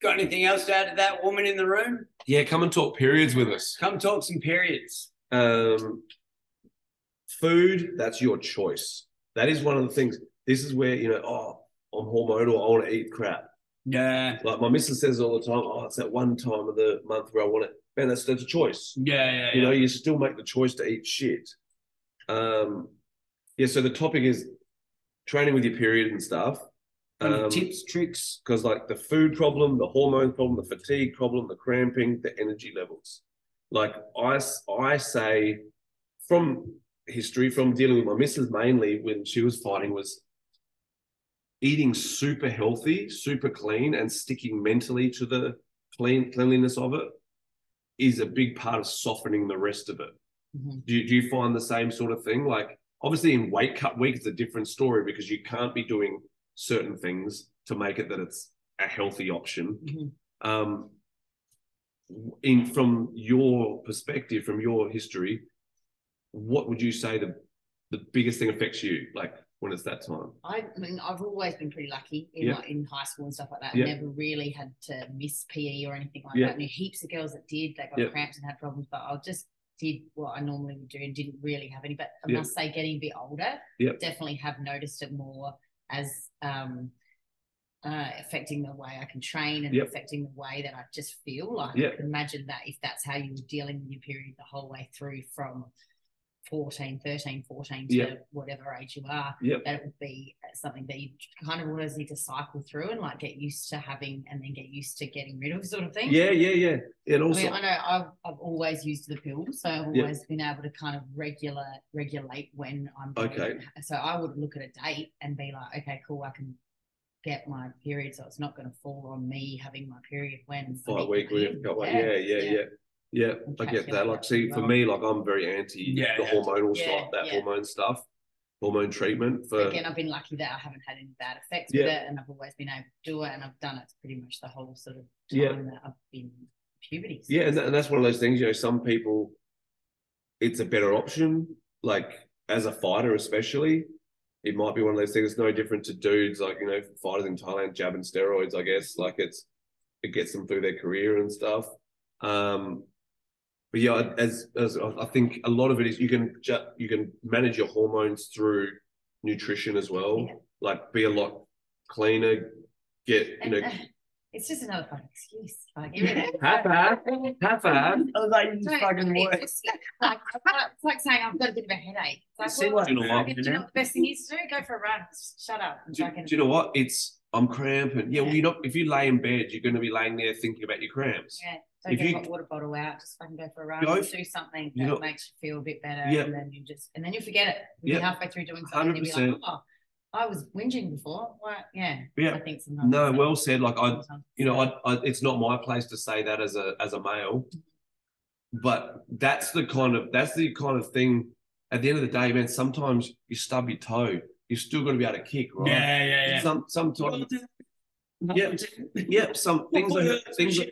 Speaker 2: Got anything else to add to that woman in the room?
Speaker 3: Yeah, come and talk periods with us.
Speaker 2: Come talk some periods.
Speaker 3: Um, food, that's your choice. That is one of the things. This is where, you know, oh, I'm hormonal. I want to eat crap.
Speaker 2: Yeah.
Speaker 3: Like my missus says all the time, oh, it's that one time of the month where I want it. Man, that's, that's a choice.
Speaker 2: Yeah. Yeah.
Speaker 3: You know, you still make the choice to eat shit. Um, yeah, so the topic is training with your period and stuff.
Speaker 2: Any
Speaker 3: Um,
Speaker 2: tips, tricks.
Speaker 3: because like the food problem, the hormone problem, the fatigue problem, the cramping, the energy levels. Like I, s- I say from history, from dealing with my missus mainly when she was fighting was eating super healthy, super clean, and sticking mentally to the clean cleanliness of it is a big part of softening the rest of it.
Speaker 2: Mm-hmm.
Speaker 4: Mhm.
Speaker 3: Do, you, do you find the same sort of thing? Like, obviously, in weight cut week, it's a different story because you can't be doing certain things to make it that it's a healthy option.
Speaker 4: Mhm.
Speaker 7: Mm-hmm.
Speaker 3: Um, in from your perspective, from your history, what would you say the the biggest thing affects you? Like when it's that time?
Speaker 7: I mean, I've always been pretty lucky in,
Speaker 3: Yeah.
Speaker 7: like, in high school and stuff like that.
Speaker 3: Yeah.
Speaker 7: Never really had to miss PE or anything like
Speaker 3: Yeah.
Speaker 7: that. I knew heaps of girls that did. They got
Speaker 3: Yeah.
Speaker 7: cramps and had problems, but I just did what I normally would do and didn't really have any. But I
Speaker 3: Yeah.
Speaker 7: must say, getting a bit older,
Speaker 3: Yeah.
Speaker 7: definitely have noticed it more as um, uh, affecting the way I can train and
Speaker 3: Yeah.
Speaker 7: affecting the way that I just feel. Like,
Speaker 3: Yeah.
Speaker 7: imagine that if that's how you were dealing with your period the whole way through from 14, 13, 14 to
Speaker 3: Yeah.
Speaker 7: whatever age you are
Speaker 3: Yep.
Speaker 7: that it would be something that you kind of always need to cycle through and like get used to having and then get used to getting rid of sort of thing.
Speaker 3: Yeah, yeah, yeah. And
Speaker 7: I
Speaker 3: also,
Speaker 7: mean, I know I've, I've always used the pill, so I've
Speaker 3: Yeah.
Speaker 7: always been able to kind of regular regulate when I'm going.
Speaker 3: Okay.
Speaker 7: So I would look at a date and be like, okay, cool, I can get my period, so it's not going to fall on me having my period when
Speaker 3: five
Speaker 7: something
Speaker 3: week, we have
Speaker 7: comes.
Speaker 3: got one. Yeah, yeah, yeah. Yeah, I
Speaker 7: Okay,
Speaker 3: get
Speaker 7: yeah,
Speaker 3: that. Like,
Speaker 7: that's
Speaker 3: see, for
Speaker 7: well.
Speaker 3: me, like, I'm very anti
Speaker 2: Yeah,
Speaker 3: the
Speaker 2: yeah.
Speaker 3: hormonal
Speaker 7: Yeah,
Speaker 3: stuff, that
Speaker 7: yeah.
Speaker 3: hormone stuff, hormone treatment for.
Speaker 7: Again, I've been lucky that I haven't had any bad effects with
Speaker 3: Yeah.
Speaker 7: it, and I've always been able to do it, and I've done it pretty much the whole sort of time
Speaker 3: Yeah.
Speaker 7: that I've been in puberty.
Speaker 3: Yeah, and, that, and that's one of those things. You know, some people, it's a better option. Like as a fighter, especially, it might be one of those things. It's no different to dudes like you know fighters in Thailand jabbing steroids. I guess like it's it gets them through their career and stuff. Um, but yeah, as as I I think a lot of it is you can ju- you can manage your hormones through nutrition as well.
Speaker 7: Yeah.
Speaker 3: Like be a lot cleaner, get you
Speaker 7: And,
Speaker 3: know.
Speaker 7: uh, it's just another fucking excuse.
Speaker 3: [LAUGHS]
Speaker 7: Like, it really-
Speaker 3: Half half, half half.
Speaker 2: I was like, you
Speaker 7: No,
Speaker 2: just fucking
Speaker 7: it's
Speaker 2: work.
Speaker 7: just Like, it's like saying I've got a bit of a headache. It's
Speaker 2: See
Speaker 7: like,
Speaker 2: what
Speaker 7: well,
Speaker 3: you know what?
Speaker 7: do you know what the best thing is to do? Go for a run. Shut up.
Speaker 3: do,
Speaker 7: Fucking-
Speaker 3: do you know what? It's I'm cramping. Yeah, well, you're not. If you lay in bed, you're going to be laying there thinking about your cramps.
Speaker 7: Yeah. Don't
Speaker 3: if
Speaker 7: get
Speaker 3: you-
Speaker 7: a hot water bottle out. Just fucking go for a run.
Speaker 3: Go
Speaker 7: Go,
Speaker 3: f-
Speaker 7: do something
Speaker 3: you
Speaker 7: that
Speaker 3: know-
Speaker 7: makes you feel a bit better,
Speaker 3: Yeah.
Speaker 7: and then you just and then you forget it. You'll be
Speaker 3: Yeah.
Speaker 7: halfway through doing something, and you'll be like,
Speaker 3: 100%.
Speaker 7: oh, I was whinging before. What? Yeah.
Speaker 3: Yeah.
Speaker 7: I think sometimes.
Speaker 3: No,
Speaker 7: it's
Speaker 3: well
Speaker 7: like-
Speaker 3: said. Like I,
Speaker 7: sometimes.
Speaker 3: you know, I, I, it's not my place to say that as a as a male, but that's the kind of that's the kind of thing. At the end of the day, man, sometimes you stub your toe. You still got to be able to kick, right?
Speaker 2: Yeah, yeah,
Speaker 3: Some sometimes. Yeah, yeah. Some things are things are,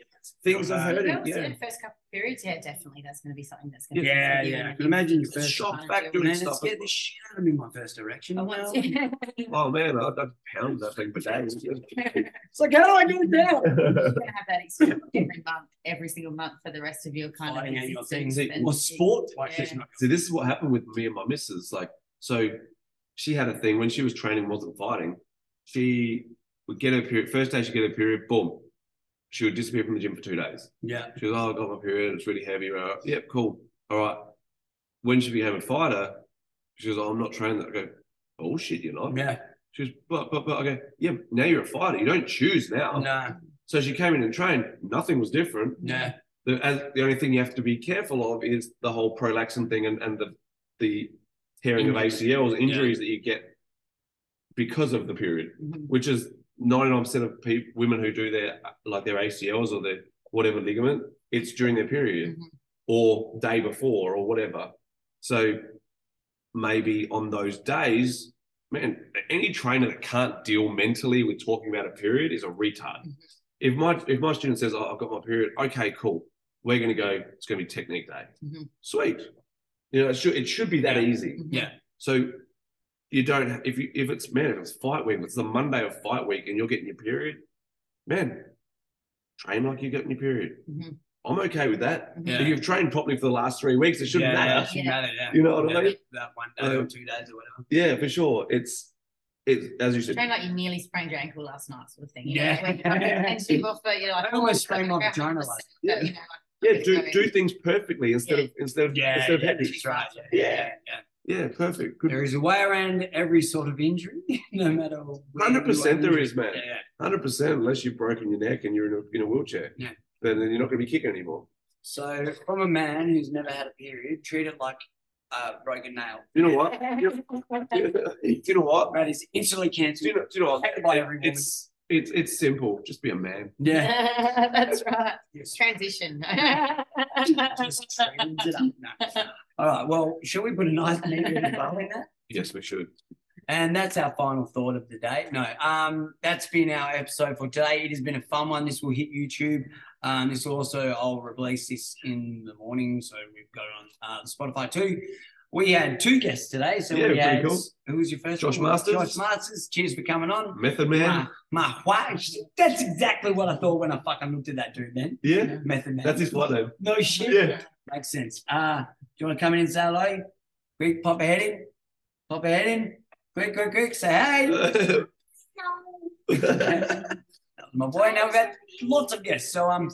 Speaker 3: things are
Speaker 7: Well,
Speaker 3: hurting.
Speaker 7: yeah,
Speaker 3: Yeah,
Speaker 7: first couple of periods, yeah, definitely. That's going to be something that's
Speaker 2: yeah.
Speaker 7: going to
Speaker 2: Yeah,
Speaker 7: be
Speaker 2: yeah. I can imagine your
Speaker 3: it's
Speaker 2: first.
Speaker 3: shock
Speaker 7: time.
Speaker 3: factor
Speaker 2: Man,
Speaker 3: and
Speaker 2: it's
Speaker 3: stuff.
Speaker 2: getting the shit out of me my first erection.
Speaker 7: I
Speaker 2: you
Speaker 7: [LAUGHS] want
Speaker 2: know?
Speaker 7: to.
Speaker 3: Oh man, I, I pound that thing for days. [LAUGHS]
Speaker 2: It's like, how do I do it now?
Speaker 7: You're going to have
Speaker 2: [LAUGHS]
Speaker 7: that experience every month, every single month for the rest of your kind
Speaker 2: Fighting
Speaker 7: of
Speaker 2: out your eh,
Speaker 7: existence.
Speaker 3: things.
Speaker 7: and-
Speaker 2: Or sport like
Speaker 7: Yeah.
Speaker 2: this. mate.
Speaker 3: See, this is what happened with me and my missus. Like, so she had a thing when she was training, wasn't fighting. She would get her period. First day she get her period, boom. She would disappear from the gym for two days.
Speaker 2: Yeah.
Speaker 3: She was, oh, I got my period. It's really heavy. Right? Yep, cool. All right. When she became a fighter, she was, oh, I'm not training. I go, oh shit, you're not.
Speaker 2: Yeah.
Speaker 3: She was, but, but, but. I go, yeah. Now you're a fighter. You don't choose now.
Speaker 2: No,
Speaker 3: So she came in and trained. Nothing was different.
Speaker 2: no.
Speaker 3: The, as, the only thing you have to be careful of is the whole prolaxin thing and, and the the tearing
Speaker 2: Injuries.
Speaker 3: of ACLs, injuries that you get because of the period,
Speaker 7: Mhm.
Speaker 3: which is ninety nine percent of peop women who do their like their ACLs or their whatever ligament, it's during their period
Speaker 7: Mhm.
Speaker 3: or day before or whatever. So maybe on those days, man, any trainer that can't deal mentally with talking about a period is a retard.
Speaker 7: Mhm.
Speaker 3: If my if my student says, "Oh, I've got my period," okay, cool. We're gonna go. It's gonna be technique day.
Speaker 7: Mhm.
Speaker 3: Sweet. You know, it should it should be that easy.
Speaker 7: Mhm.
Speaker 2: Yeah.
Speaker 3: So you don't if you if it's man if it's fight week, if it's the Monday of fight week, and you're getting your period, man, train like you're getting your period.
Speaker 7: Mhm.
Speaker 3: I'm okay with that.
Speaker 2: Yeah.
Speaker 3: If you've trained properly for the last three weeks, it shouldn't
Speaker 2: yeah,
Speaker 3: matter.
Speaker 2: it shouldn't matter, yeah.
Speaker 3: You know what I
Speaker 2: Yeah,
Speaker 3: mean?
Speaker 2: That one day or
Speaker 3: Um,
Speaker 2: two days or whatever.
Speaker 3: Yeah, for sure. It's it's as you said.
Speaker 7: Train like you nearly sprained your ankle last night, sort of thing. you know,
Speaker 2: Yeah. [LAUGHS]
Speaker 7: when you fucking
Speaker 3: [LAUGHS]
Speaker 7: fence people off, but you're like,
Speaker 2: I almost
Speaker 7: "Oh,
Speaker 2: sprained my
Speaker 7: crap,
Speaker 2: vagina
Speaker 7: crap,
Speaker 2: last
Speaker 7: crap,"
Speaker 3: night.
Speaker 7: you know, like,
Speaker 3: Yeah, do
Speaker 7: Okay.
Speaker 3: do things perfectly instead of instead of
Speaker 2: Yeah,
Speaker 3: instead of
Speaker 2: yeah,
Speaker 3: hectic.
Speaker 2: that's right. Yeah,
Speaker 3: Yeah.
Speaker 2: yeah.
Speaker 3: Yeah, perfect. Good.
Speaker 2: There is a way around every sort of injury, [LAUGHS] no matter. where you are
Speaker 3: 100% there
Speaker 2: injured.
Speaker 3: is, man.
Speaker 2: Yeah, yeah.
Speaker 3: Hundred percent. Unless you've broken your neck and you're in a in a wheelchair,
Speaker 2: Yeah.
Speaker 3: then then you're not going to be kicking anymore.
Speaker 2: So, from a man who's never had a period, treat it like a broken nail.
Speaker 3: You know
Speaker 7: [LAUGHS]
Speaker 3: what? [LAUGHS] You know, you know what?
Speaker 2: That is instantly
Speaker 3: Do
Speaker 2: cancelled.
Speaker 3: you know? Do you know what?
Speaker 2: Taken by every woman.
Speaker 3: It's it's it's simple. Just be a man.
Speaker 2: Yeah.
Speaker 7: That's right.
Speaker 2: Yes.
Speaker 7: Transition.
Speaker 2: Just trains it up. [LAUGHS] No. All right. Well, shall we put a nice meter in
Speaker 3: [LAUGHS]
Speaker 2: the bowl in that?
Speaker 3: Yes, we should.
Speaker 2: And that's our final thought of the day. No, um, that's been our episode for today. It has been a fun one. This will hit YouTube. Um, this will also I'll release this in the morning, so we've got it on uh, Spotify too. We had two guests today, so
Speaker 3: Yeah,
Speaker 2: we
Speaker 3: pretty
Speaker 2: had
Speaker 3: cool.
Speaker 2: who was your first?
Speaker 3: Josh
Speaker 2: one?
Speaker 3: Masters.
Speaker 2: Josh Masters. Cheers for coming on.
Speaker 3: Method man.
Speaker 2: My, my wife. That's exactly what I thought when I fucking looked at that dude. Then
Speaker 3: Yeah,
Speaker 2: Method Man.
Speaker 3: that's his flight name.
Speaker 2: No shit.
Speaker 3: Yeah.
Speaker 2: Makes sense. Uh, do you want to come in and say hello? Quick, pop a head in. Pop a head in. Quick, quick, quick. Say
Speaker 3: [LAUGHS]
Speaker 2: hey. My boy, now we've had lots of guests. So um,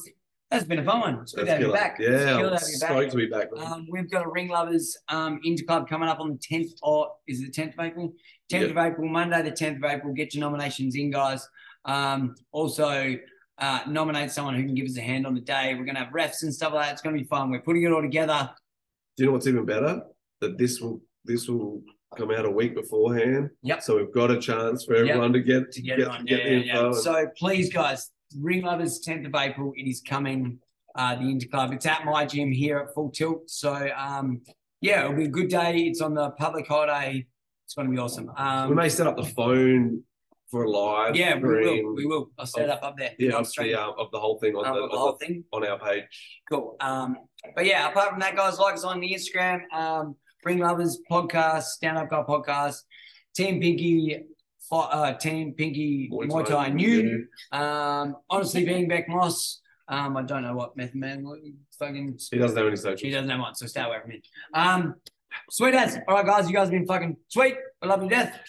Speaker 2: that's been a fun one. It's good to have you back. It's
Speaker 3: Yeah,
Speaker 2: good to
Speaker 3: I'm
Speaker 2: have you back.
Speaker 3: stoked to be back. man.
Speaker 2: Um, we've got a Ring Lovers um, Inter Club coming up on the 10th or is it the 10th of April? 10th of April, Monday, the 10th of April. Get your nominations in, guys. Um, also, uh, nominate someone who can give us a hand on the day. We're going to have refs and stuff like that. It's going to be fun. We're putting it all together.
Speaker 3: Do you know what's even better? That this will this will come out a week beforehand.
Speaker 2: Yep.
Speaker 3: So we've got a chance for
Speaker 2: Yep.
Speaker 3: everyone to get
Speaker 2: to get, it on.
Speaker 3: get
Speaker 2: yeah,
Speaker 3: the
Speaker 2: yeah, yeah.
Speaker 3: info and-
Speaker 2: So please, guys, Ring Lovers, 10th of April, it is coming. Uh, the Inter Club. It's at my gym here at Full Tilt. So um, yeah, it'll be a good day. It's on the public holiday. It's going to be awesome. Um,
Speaker 3: we may set up the phone for a live.
Speaker 2: yeah, we
Speaker 3: stream
Speaker 2: will. We will. I'll set it up up there.
Speaker 3: Yeah,
Speaker 2: I'll
Speaker 3: of the, um, of the whole thing on
Speaker 2: um,
Speaker 3: the,
Speaker 2: of
Speaker 3: on
Speaker 2: the
Speaker 3: the-
Speaker 2: whole thing.
Speaker 3: on our page.
Speaker 2: Cool. Um, but yeah, apart from that, guys, like us on the Instagram, um, Bring Lovers Podcast, Stand Up Guy Podcast, Team Pinky, Fi- uh, Team Pinky Muay Thai New. Um, honestly, being Beck Moss, um, I don't know what Method Man what he fucking.
Speaker 3: He doesn't have any
Speaker 2: He
Speaker 3: socials.
Speaker 2: doesn't have one, so stay away from him. Um, sweet as. All right, guys, you guys have been fucking sweet. I love you to death.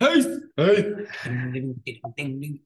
Speaker 2: Peace.
Speaker 3: Hey.
Speaker 2: Ding, ding, ding, ding.